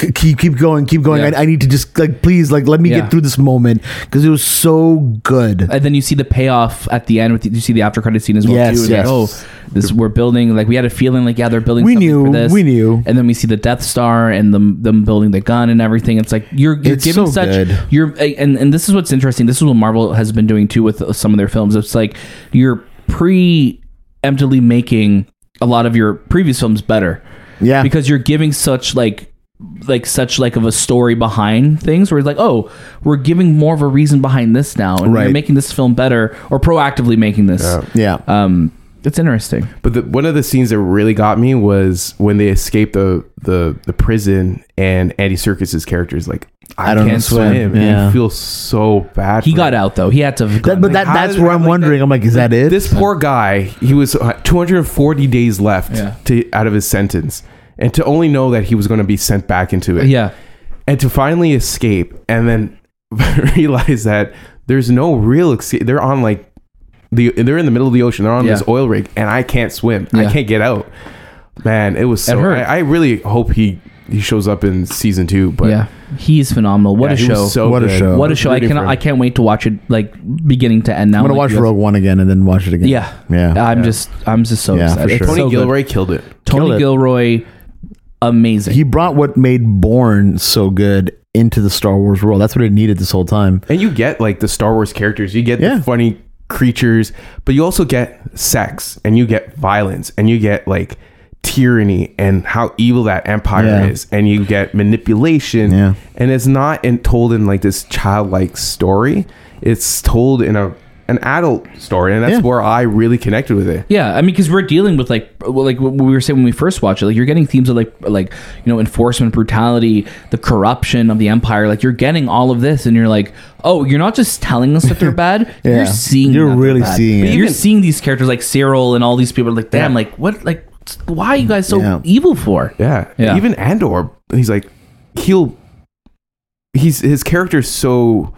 Speaker 1: c- keep keep going keep going
Speaker 2: Yeah.
Speaker 1: I, I need to just like please like let me
Speaker 2: Yeah. Uh,
Speaker 1: get through this moment because it was so good
Speaker 2: And then you see the payoff at the end with you see the after credit scene as well
Speaker 1: Yes,
Speaker 2: too. It's
Speaker 1: yes.
Speaker 2: Like, oh, this we're building like we had a feeling like yeah they're building.
Speaker 1: We
Speaker 2: something
Speaker 1: knew,
Speaker 2: for this.
Speaker 1: we knew.
Speaker 2: And then we see the Death Star and them them building the gun and everything. It's like you're you're
Speaker 1: It's
Speaker 2: giving
Speaker 1: so
Speaker 2: such
Speaker 1: good.
Speaker 2: you're and and this is what's interesting. This is what Marvel has been doing too with some of their films. It's like you're preemptively making a lot of your previous films better
Speaker 1: yeah
Speaker 2: because you're giving such like like such like of a story behind things where it's like oh we're giving more of a reason behind this now and
Speaker 1: Right.
Speaker 2: we're making this film better or proactively making this
Speaker 1: yeah
Speaker 2: um it's interesting
Speaker 3: But the, one of the scenes that really got me was when they escaped the the, the prison, and Andy Circus's character is like, I,
Speaker 1: I don't
Speaker 3: can't
Speaker 1: swim."
Speaker 3: swim. and
Speaker 1: Yeah.
Speaker 3: you feel so bad.
Speaker 2: he
Speaker 3: for him.
Speaker 2: got out though he had to
Speaker 1: that,
Speaker 2: have gone.
Speaker 1: but that
Speaker 3: how
Speaker 1: that's
Speaker 3: did-
Speaker 1: where i'm
Speaker 3: like,
Speaker 1: wondering i'm like is that it
Speaker 3: This poor guy, he was uh, 240 days left
Speaker 2: Yeah.
Speaker 3: to out of his sentence, and to only know that he was going to be sent back into it,
Speaker 2: yeah
Speaker 3: and to finally escape, and then (laughs) realize that there's no real escape. They're on like the they're in the middle of the ocean. They're on
Speaker 2: Yeah.
Speaker 3: this oil rig, and I can't swim.
Speaker 2: Yeah.
Speaker 3: I can't get out. Man, it was so.
Speaker 2: It hurt.
Speaker 3: I, I really hope he he shows up in season two. But
Speaker 2: yeah he's phenomenal what
Speaker 3: Yeah,
Speaker 2: a
Speaker 3: he was
Speaker 2: show
Speaker 3: so
Speaker 1: What a
Speaker 3: good.
Speaker 1: show.
Speaker 2: what a show i
Speaker 3: Rooting
Speaker 2: cannot
Speaker 3: for him.
Speaker 2: i can't wait to watch it like beginning to end now
Speaker 1: i'm gonna
Speaker 2: Like,
Speaker 1: watch
Speaker 2: you guys-
Speaker 1: rogue one again and then watch it again
Speaker 2: yeah Uh,
Speaker 1: yeah
Speaker 2: i'm
Speaker 3: Yeah.
Speaker 2: just i'm just so
Speaker 1: Yeah,
Speaker 2: excited
Speaker 1: for
Speaker 2: It's
Speaker 1: sure.
Speaker 3: Tony
Speaker 2: so good.
Speaker 3: Gilroy killed it.
Speaker 1: Killed
Speaker 2: tony
Speaker 1: it.
Speaker 2: gilroy amazing
Speaker 1: he brought what made born so good into the star wars world that's what it needed this whole time
Speaker 3: And you get like the Star Wars characters, you get
Speaker 1: Yeah.
Speaker 3: the funny creatures, but you also get sex and you get violence and you get like tyranny and how evil that empire
Speaker 1: Yeah.
Speaker 3: is and you get manipulation
Speaker 1: Yeah.
Speaker 3: and it's not in, told in like this childlike story it's told in a an adult story and that's
Speaker 1: Yeah.
Speaker 3: where i really connected with it
Speaker 2: Yeah, I mean, because we're dealing with like, well, like what we were saying when we first watched it, like you're getting themes of like, like you know, enforcement brutality, the corruption of the empire. Like you're getting all of this, and you're like, oh, you're not just telling us
Speaker 3: (laughs)
Speaker 2: that they're bad.
Speaker 1: Yeah.
Speaker 2: You're seeing.
Speaker 1: You're
Speaker 2: that they're
Speaker 1: really
Speaker 2: bad.
Speaker 1: seeing it.
Speaker 2: You're seeing these characters like Cyril and all these people. Like, damn,
Speaker 3: Yeah.
Speaker 2: like what, like why are you guys so
Speaker 1: Yeah.
Speaker 2: evil for?
Speaker 3: Yeah.
Speaker 2: Yeah.
Speaker 3: Even Andor, he's like, he'll, he's his character's so.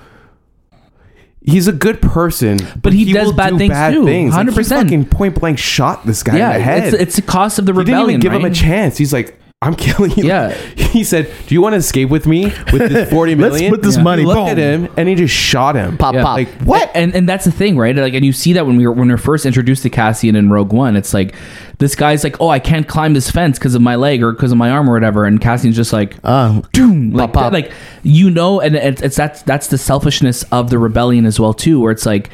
Speaker 3: He's a good person,
Speaker 2: But he does
Speaker 3: will
Speaker 2: bad
Speaker 3: do
Speaker 2: things too,
Speaker 3: Like, he
Speaker 2: 100%.
Speaker 3: fucking point blank shot this guy in the
Speaker 2: Yeah,
Speaker 3: head.
Speaker 2: it's it's the cost of the
Speaker 3: he didn't
Speaker 2: rebellion.
Speaker 3: even give him a
Speaker 2: right?
Speaker 3: chance. He's like, "I'm (laughs) killing you."
Speaker 2: Yeah.
Speaker 3: He said, "Do you want to escape with me with this
Speaker 1: (laughs)
Speaker 3: forty
Speaker 1: Let's
Speaker 3: million?
Speaker 1: put this
Speaker 3: He
Speaker 1: money-
Speaker 3: Looked
Speaker 1: boom.
Speaker 3: at him, and he just shot him.
Speaker 1: Pop, pop.
Speaker 3: Like what?
Speaker 2: And and that's the thing, right? Like, and you see that when we were when we were first introduced to Cassian in Rogue One, it's like this guy's like, oh, I can't climb this fence because of my leg or because of my arm or whatever, and Cassian's just like,
Speaker 1: uh,
Speaker 2: doom, like
Speaker 1: pop.
Speaker 2: like you know, and it's, it's that's that's the selfishness of the rebellion as well too, where it's like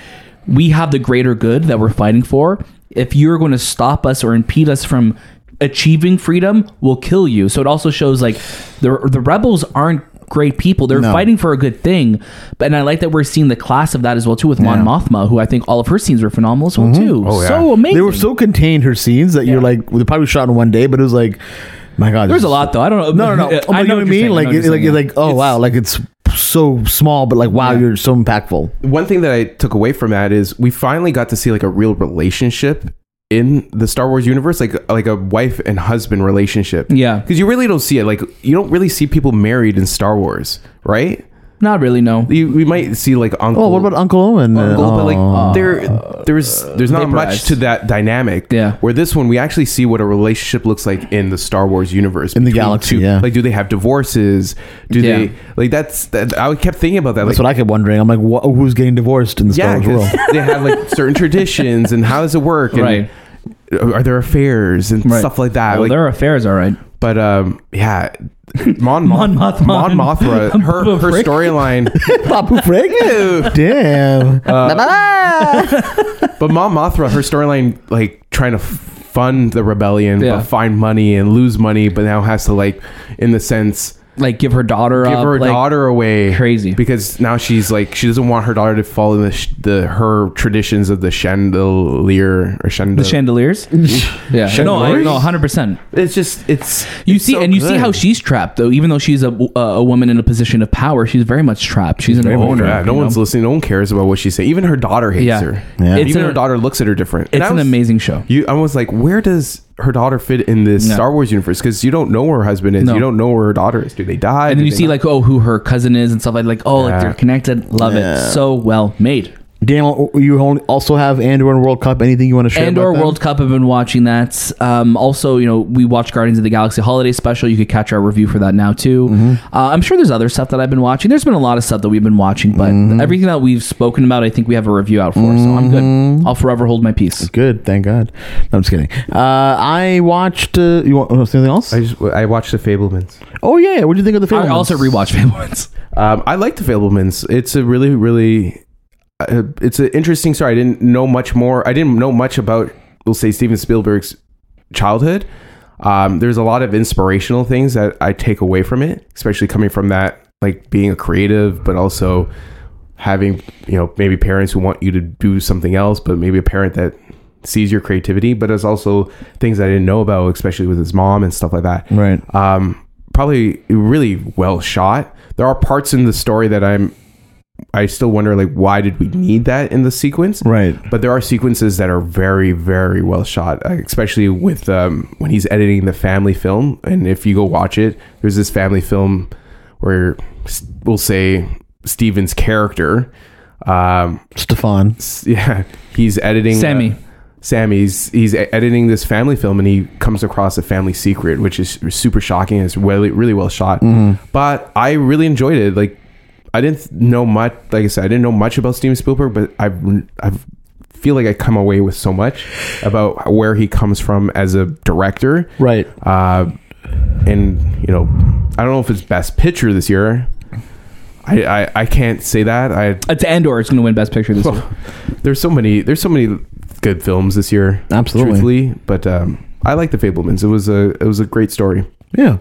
Speaker 2: we have the greater good that we're fighting for. If you're going to stop us or impede us from achieving freedom, we'll kill you. So it also shows like the the rebels aren't great people. They're
Speaker 1: No.
Speaker 2: fighting for a good thing. But and I like that we're seeing the class of that as well too with Mon Mothma, who I think all of her scenes were phenomenal as well too.
Speaker 3: Oh, yeah.
Speaker 2: So
Speaker 1: Mm-hmm.
Speaker 2: amazing.
Speaker 1: they were so contained her scenes that you're
Speaker 2: Yeah.
Speaker 1: like they probably shot in one day, but it was like, my god,
Speaker 2: There's a lot though. (laughs) I don't know.
Speaker 1: No, no, no. Oh, but you know what I
Speaker 2: you're
Speaker 1: mean?
Speaker 2: saying.
Speaker 1: Like,
Speaker 2: know what
Speaker 1: it,
Speaker 2: you're
Speaker 1: like,
Speaker 2: saying.
Speaker 1: it's like, oh
Speaker 3: It's-
Speaker 1: wow, like it's so small, but like wow, you're so impactful.
Speaker 3: one thing that I took away from that is we finally got to see like a real relationship in the Star Wars universe, like like a wife and husband relationship.
Speaker 2: Yeah.
Speaker 3: because you really don't see it. Like you don't really see people married in Star Wars, right?
Speaker 2: Not really. No.
Speaker 3: You, we might see like uncle.
Speaker 1: Oh, what about Uncle Owen?
Speaker 3: uncle?
Speaker 1: Uh,
Speaker 3: but
Speaker 1: oh.
Speaker 3: like there, there's there's not much
Speaker 2: vaporized.
Speaker 3: to that dynamic.
Speaker 2: Yeah.
Speaker 3: Where this one, we actually see what a relationship looks like in the Star Wars universe in
Speaker 1: the galaxy, yeah.
Speaker 3: Like, do they have divorces? Do
Speaker 2: Yeah.
Speaker 3: they like that's? That, I kept thinking about that. Like,
Speaker 1: that's what I kept wondering. I'm like, wha- who's getting divorced in the Star
Speaker 3: yeah,
Speaker 1: Wars
Speaker 3: (laughs) 'cause
Speaker 1: world?
Speaker 3: they have like certain traditions and how does it work? And
Speaker 2: Right.
Speaker 3: Are there affairs and
Speaker 2: Right.
Speaker 3: stuff like that?
Speaker 2: Well,
Speaker 3: like,
Speaker 2: their affairs are right.
Speaker 3: But um, yeah,
Speaker 2: (laughs)
Speaker 3: Mon,
Speaker 2: Mon
Speaker 3: Mon,
Speaker 2: Mothma.
Speaker 3: Mon
Speaker 2: (laughs)
Speaker 3: Mothra, her
Speaker 2: Boba
Speaker 3: her
Speaker 2: Frick. (laughs)
Speaker 3: storyline,
Speaker 1: Papu
Speaker 3: (laughs)
Speaker 1: Frick? Damn.
Speaker 3: but Mon Mothra, her storyline, like trying to fund the rebellion,
Speaker 2: Yeah.
Speaker 3: but find money and lose money, but now has to like, in the sense,
Speaker 2: like give her daughter
Speaker 3: give
Speaker 2: up,
Speaker 3: her
Speaker 2: like,
Speaker 3: daughter away,
Speaker 2: crazy.
Speaker 3: because now she's like she doesn't want her daughter to follow the sh- the her traditions of the chandelier or
Speaker 2: the
Speaker 3: chandelier.
Speaker 2: chandeliers. yeah, no, I,
Speaker 3: Chandeliers?
Speaker 2: no, hundred percent.
Speaker 3: it's just it's
Speaker 2: You
Speaker 3: it's
Speaker 2: see,
Speaker 3: so
Speaker 2: and you see
Speaker 3: good.
Speaker 2: how she's trapped though. Even though she's a a a woman in a position of power, she's very much trapped. She's an
Speaker 3: Very much,
Speaker 2: owner.
Speaker 3: yeah, no
Speaker 2: you
Speaker 3: one's
Speaker 2: know?
Speaker 3: listening. No one cares about what she's saying. Even her daughter hates
Speaker 2: Yeah.
Speaker 3: her.
Speaker 1: Yeah.
Speaker 2: It's
Speaker 3: Even
Speaker 2: a-
Speaker 3: her daughter looks at her different. And
Speaker 2: It's
Speaker 3: I
Speaker 2: an
Speaker 3: was-
Speaker 2: amazing show.
Speaker 3: You, I was like, where does her daughter fit in this
Speaker 2: Yeah.
Speaker 3: Star Wars universe? Because you don't know where her husband is.
Speaker 2: No.
Speaker 3: You don't know where her daughter is. Do they die?
Speaker 2: and
Speaker 3: Do
Speaker 2: then you
Speaker 3: they
Speaker 2: see
Speaker 3: not?
Speaker 2: like oh who her cousin is and stuff like like oh like
Speaker 3: Yeah.
Speaker 2: they're connected. Love
Speaker 1: Yeah.
Speaker 2: it. So well made.
Speaker 1: Daniel, you only- also have Andor and World Cup. Anything you want to share?
Speaker 2: Andor
Speaker 1: about that?
Speaker 2: World Cup. I've been watching that. Um, also, you know, we watched Guardians of the Galaxy Holiday Special. You could catch our review for that now too.
Speaker 1: Mm-hmm.
Speaker 2: Uh, I'm sure there's other stuff that I've been watching. There's been a lot of stuff that we've been watching, but
Speaker 1: Mm-hmm.
Speaker 2: everything that we've spoken about, I think we have a review out for. So I'm
Speaker 1: Mm-hmm.
Speaker 2: good. I'll forever hold my peace.
Speaker 1: Good, thank God. No, I'm just kidding. Uh, I watched. Uh, you want want to say anything else?
Speaker 3: I just I watched the Fablemans.
Speaker 1: oh yeah, what do you think of the film?
Speaker 2: I also rewatch Fablemans.
Speaker 3: Um, I like the Fablemans. It's a really really uh, it's an interesting story. I didn't know much more. I didn't know much about we'll say Steven Spielberg's childhood. Um, there's a lot of inspirational things that I take away from it, especially coming from that like being a creative, but also having you know maybe parents who want you to do something else, but maybe a parent that sees your creativity. But it's also things I didn't know about, especially with his mom and stuff like that
Speaker 1: Right.
Speaker 3: um, probably really well shot. There are parts in the story that I'm, I still wonder like why did we need that in the sequence?
Speaker 1: Right.
Speaker 3: But there are sequences that are very very well shot, uh, especially with um, when he's editing the family film. And if you go watch it, there's this family film where s- we'll say Steven's character. Um,
Speaker 1: Stefan.
Speaker 3: s- yeah, he's editing uh,
Speaker 2: Sammy.
Speaker 3: Sammy's he's e- editing this family film and he comes across a family secret, which is super shocking. And it's really really well shot, but I really enjoyed it. Like I didn't know much. Like I said, I didn't know much about Steven Spielberg, but I I feel like I come away with so much about where he comes from as a director,
Speaker 1: Right.
Speaker 3: uh, and you know, I don't know if it's best picture this year. I, I, I can't say that. I
Speaker 2: It's Andor. It's going to win Best Picture this year.
Speaker 3: there's so many there's so many good films this year.
Speaker 1: Absolutely.
Speaker 3: Truthfully, but um, I like the Fablemans. It was a it was a great story.
Speaker 1: Yeah.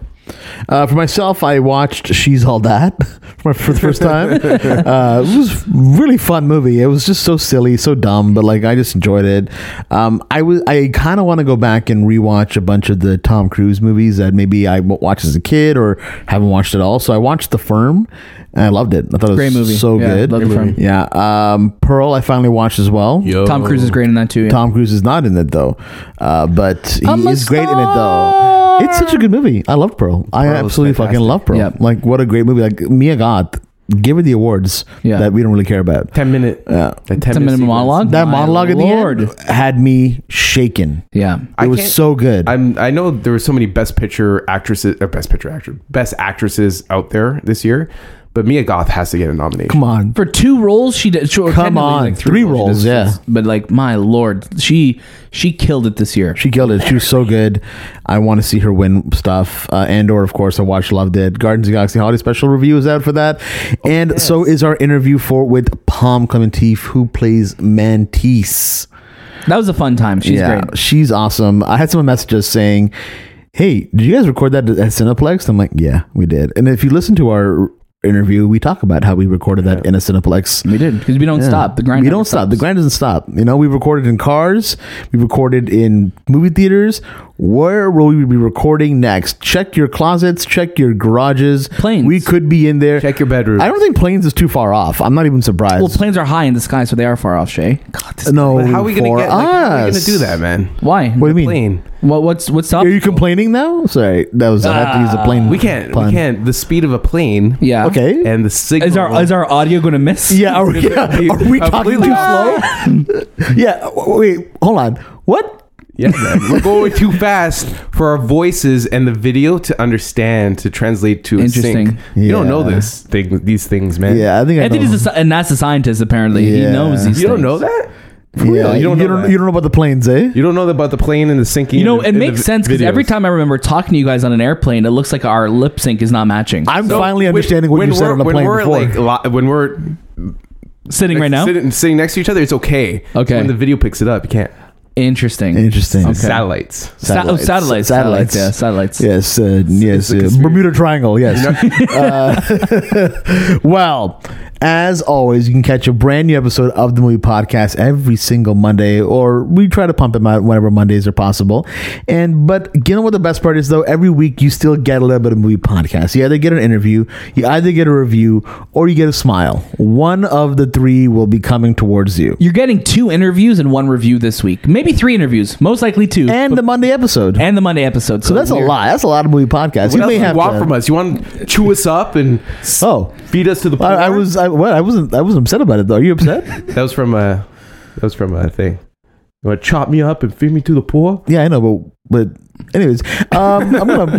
Speaker 1: Uh, for myself, I watched She's All That (laughs) for, my, for the first
Speaker 2: (laughs)
Speaker 1: time. uh, it was a really fun movie. It was just so silly, so dumb, but like I just enjoyed it. Um, I was I kind of want to go back and rewatch a bunch of the Tom Cruise movies that maybe I w- watched as a kid or haven't watched at all. So I watched The Firm and I loved it. I thought it was
Speaker 2: Great movie.
Speaker 1: so
Speaker 2: Yeah,
Speaker 1: good.
Speaker 2: love The Firm.
Speaker 1: Yeah. Um, Pearl, I finally watched as well.
Speaker 2: Tom Cruise is great in that too. yeah.
Speaker 1: Tom Cruise is not in it though, uh, but he
Speaker 2: I'm a
Speaker 1: is great in it though.
Speaker 2: star.
Speaker 1: It's such a good movie. I love Pearl. I
Speaker 3: Pearl is
Speaker 1: absolutely fucking
Speaker 3: fantastic.
Speaker 1: love Pearl.
Speaker 2: Yep.
Speaker 1: Like what a great movie. Like Mia God, give her the awards
Speaker 2: Yeah.
Speaker 1: that we don't really care about.
Speaker 3: Ten minute
Speaker 1: Yeah.
Speaker 3: that
Speaker 2: Ten minute
Speaker 3: sequence.
Speaker 2: monologue.
Speaker 1: That
Speaker 2: My
Speaker 1: monologue at the
Speaker 2: lord.
Speaker 1: end had me shaken.
Speaker 2: Yeah.
Speaker 1: It
Speaker 3: I
Speaker 1: was
Speaker 3: can't-
Speaker 1: so good.
Speaker 3: I'm I know there were so many best picture actresses or best picture actor best actresses out there this year, but Mia Goth has to get a nomination.
Speaker 1: Come on,
Speaker 2: For two roles, she did. Sure,
Speaker 1: Come
Speaker 2: technically,
Speaker 1: on. Three roles,
Speaker 2: she
Speaker 1: yeah.
Speaker 2: But like, my lord, she she killed it this year.
Speaker 1: She killed it. She was so good. I want to see her win stuff. Uh, Andor, of course, I watched, loved it. Guardians of the Galaxy Holiday Special review is out for that,
Speaker 3: Oh,
Speaker 1: and so is our interview for with Palm Clementif, who plays Mantis.
Speaker 2: That was a fun time. She's
Speaker 1: yeah,
Speaker 2: great.
Speaker 1: she's awesome. I had someone message us saying, "Hey, did you guys record that at Cineplex?" I'm like, "Yeah, we did." And if you listen to our interview, we talk about how we recorded that in a Cineplex.
Speaker 2: We did because we don't
Speaker 1: Yeah.
Speaker 2: stop. The grind.
Speaker 1: We
Speaker 2: never
Speaker 1: don't stop.
Speaker 2: stops.
Speaker 1: The grind doesn't stop. You know, we recorded in cars. We recorded in movie theaters. Where will we be recording next? Check your closets. Check your garages.
Speaker 2: Planes.
Speaker 1: We could be in there.
Speaker 3: Check your bedroom.
Speaker 1: I don't think planes is too far off. I'm not even surprised.
Speaker 2: Well, planes are high in the sky, so they are far off. Shay, God, this,
Speaker 1: no.
Speaker 3: But how are we gonna
Speaker 1: for
Speaker 3: get? Like, how are we gonna
Speaker 1: us.
Speaker 3: do that, man?
Speaker 2: why?
Speaker 1: What do you mean?
Speaker 3: Plane.
Speaker 2: What, what's what's up?
Speaker 1: Are you complaining now? Sorry, that was I have to use a Mm, plane.
Speaker 3: Uh, We can't.
Speaker 1: pun.
Speaker 3: We can't. The speed of a plane.
Speaker 2: yeah.
Speaker 1: Okay.
Speaker 3: And the signal.
Speaker 2: Is our is our audio going to miss?
Speaker 1: yeah. Are
Speaker 2: (laughs)
Speaker 3: (laughs)
Speaker 1: we, yeah, are we talking
Speaker 3: Completely-
Speaker 1: too slow? (laughs) yeah. w- Wait. Hold on. What?
Speaker 3: Yeah, man. we're
Speaker 1: (laughs)
Speaker 3: going too fast for our voices and the video to understand to translate to a sync.
Speaker 2: Interesting.
Speaker 3: You don't
Speaker 1: Yeah.
Speaker 3: know this thing, these things, man.
Speaker 1: Yeah. I think I know.
Speaker 2: Anthony's a, sci- and that's a scientist. Apparently, he
Speaker 1: Yeah.
Speaker 2: knows these.
Speaker 3: you don't
Speaker 2: things.
Speaker 3: know that.
Speaker 1: Yeah,
Speaker 3: You don't know that.
Speaker 1: you don't know about the planes, eh?
Speaker 3: You don't know about the plane and the sinking.
Speaker 2: You know,
Speaker 3: and
Speaker 2: it
Speaker 3: the- and the
Speaker 2: makes
Speaker 3: vi-
Speaker 2: sense because every
Speaker 3: videos.
Speaker 2: time I remember talking to you guys on an airplane, it looks like our lip sync is not matching.
Speaker 1: I'm
Speaker 3: So
Speaker 1: finally
Speaker 3: when-
Speaker 1: understanding what
Speaker 3: when
Speaker 1: you said
Speaker 3: we're-
Speaker 1: on the
Speaker 3: when
Speaker 1: plane
Speaker 3: we're,
Speaker 1: before.
Speaker 3: Like, li- when we're
Speaker 2: Sitting right now?
Speaker 3: sitting, sitting next to each other, it's okay. It's
Speaker 2: Okay.
Speaker 3: when the video picks it up, you can't.
Speaker 2: Interesting.
Speaker 1: Interesting.
Speaker 3: Satellites.
Speaker 2: Sa- oh, satellites. Satellites. Yeah, satellites.
Speaker 1: Yes, uh, yes, uh, Bermuda Triangle. Yes. (laughs) Uh, well, as always, you can catch a brand new episode of the Movie Podcast every single Monday, or we try to pump them out whenever Mondays are possible. And but you know what the best part is though? Every week you still get a little bit of Movie Podcast. You either get an interview, you either get a review, or you get a smile. One of the three will be coming towards you.
Speaker 2: You're getting two interviews and one review this week. Maybe three interviews, most likely two.
Speaker 1: And the Monday episode.
Speaker 2: and the Monday episode. So,
Speaker 1: so that's a
Speaker 2: we're-
Speaker 1: lot. That's a lot of movie podcasts.
Speaker 3: What
Speaker 1: You may
Speaker 3: else do you
Speaker 1: have
Speaker 3: want
Speaker 1: to,
Speaker 3: from us? You want to chew us up and s-
Speaker 1: Oh,
Speaker 3: feed us to the poor?
Speaker 1: I, I was I, what I wasn't I wasn't upset about it though. Are you upset?
Speaker 3: (laughs) That was from a. That was from a thing. You want to chop me up and feed me to the poor?
Speaker 1: yeah, I know, but but anyways, um, I'm gonna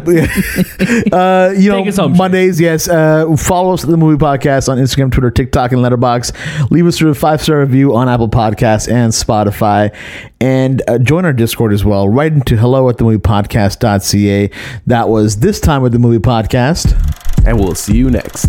Speaker 1: uh, you
Speaker 2: Take us
Speaker 1: know
Speaker 2: home, Shay.
Speaker 1: Mondays. Yes, uh, follow us at the movie podcast on Instagram, Twitter, TikTok, and Letterbox. Leave us a five star review on Apple Podcasts and Spotify, and uh, join our Discord as well. Right into hello at the movie podcast.ca. That was this time with the movie podcast.
Speaker 3: And we'll see you next.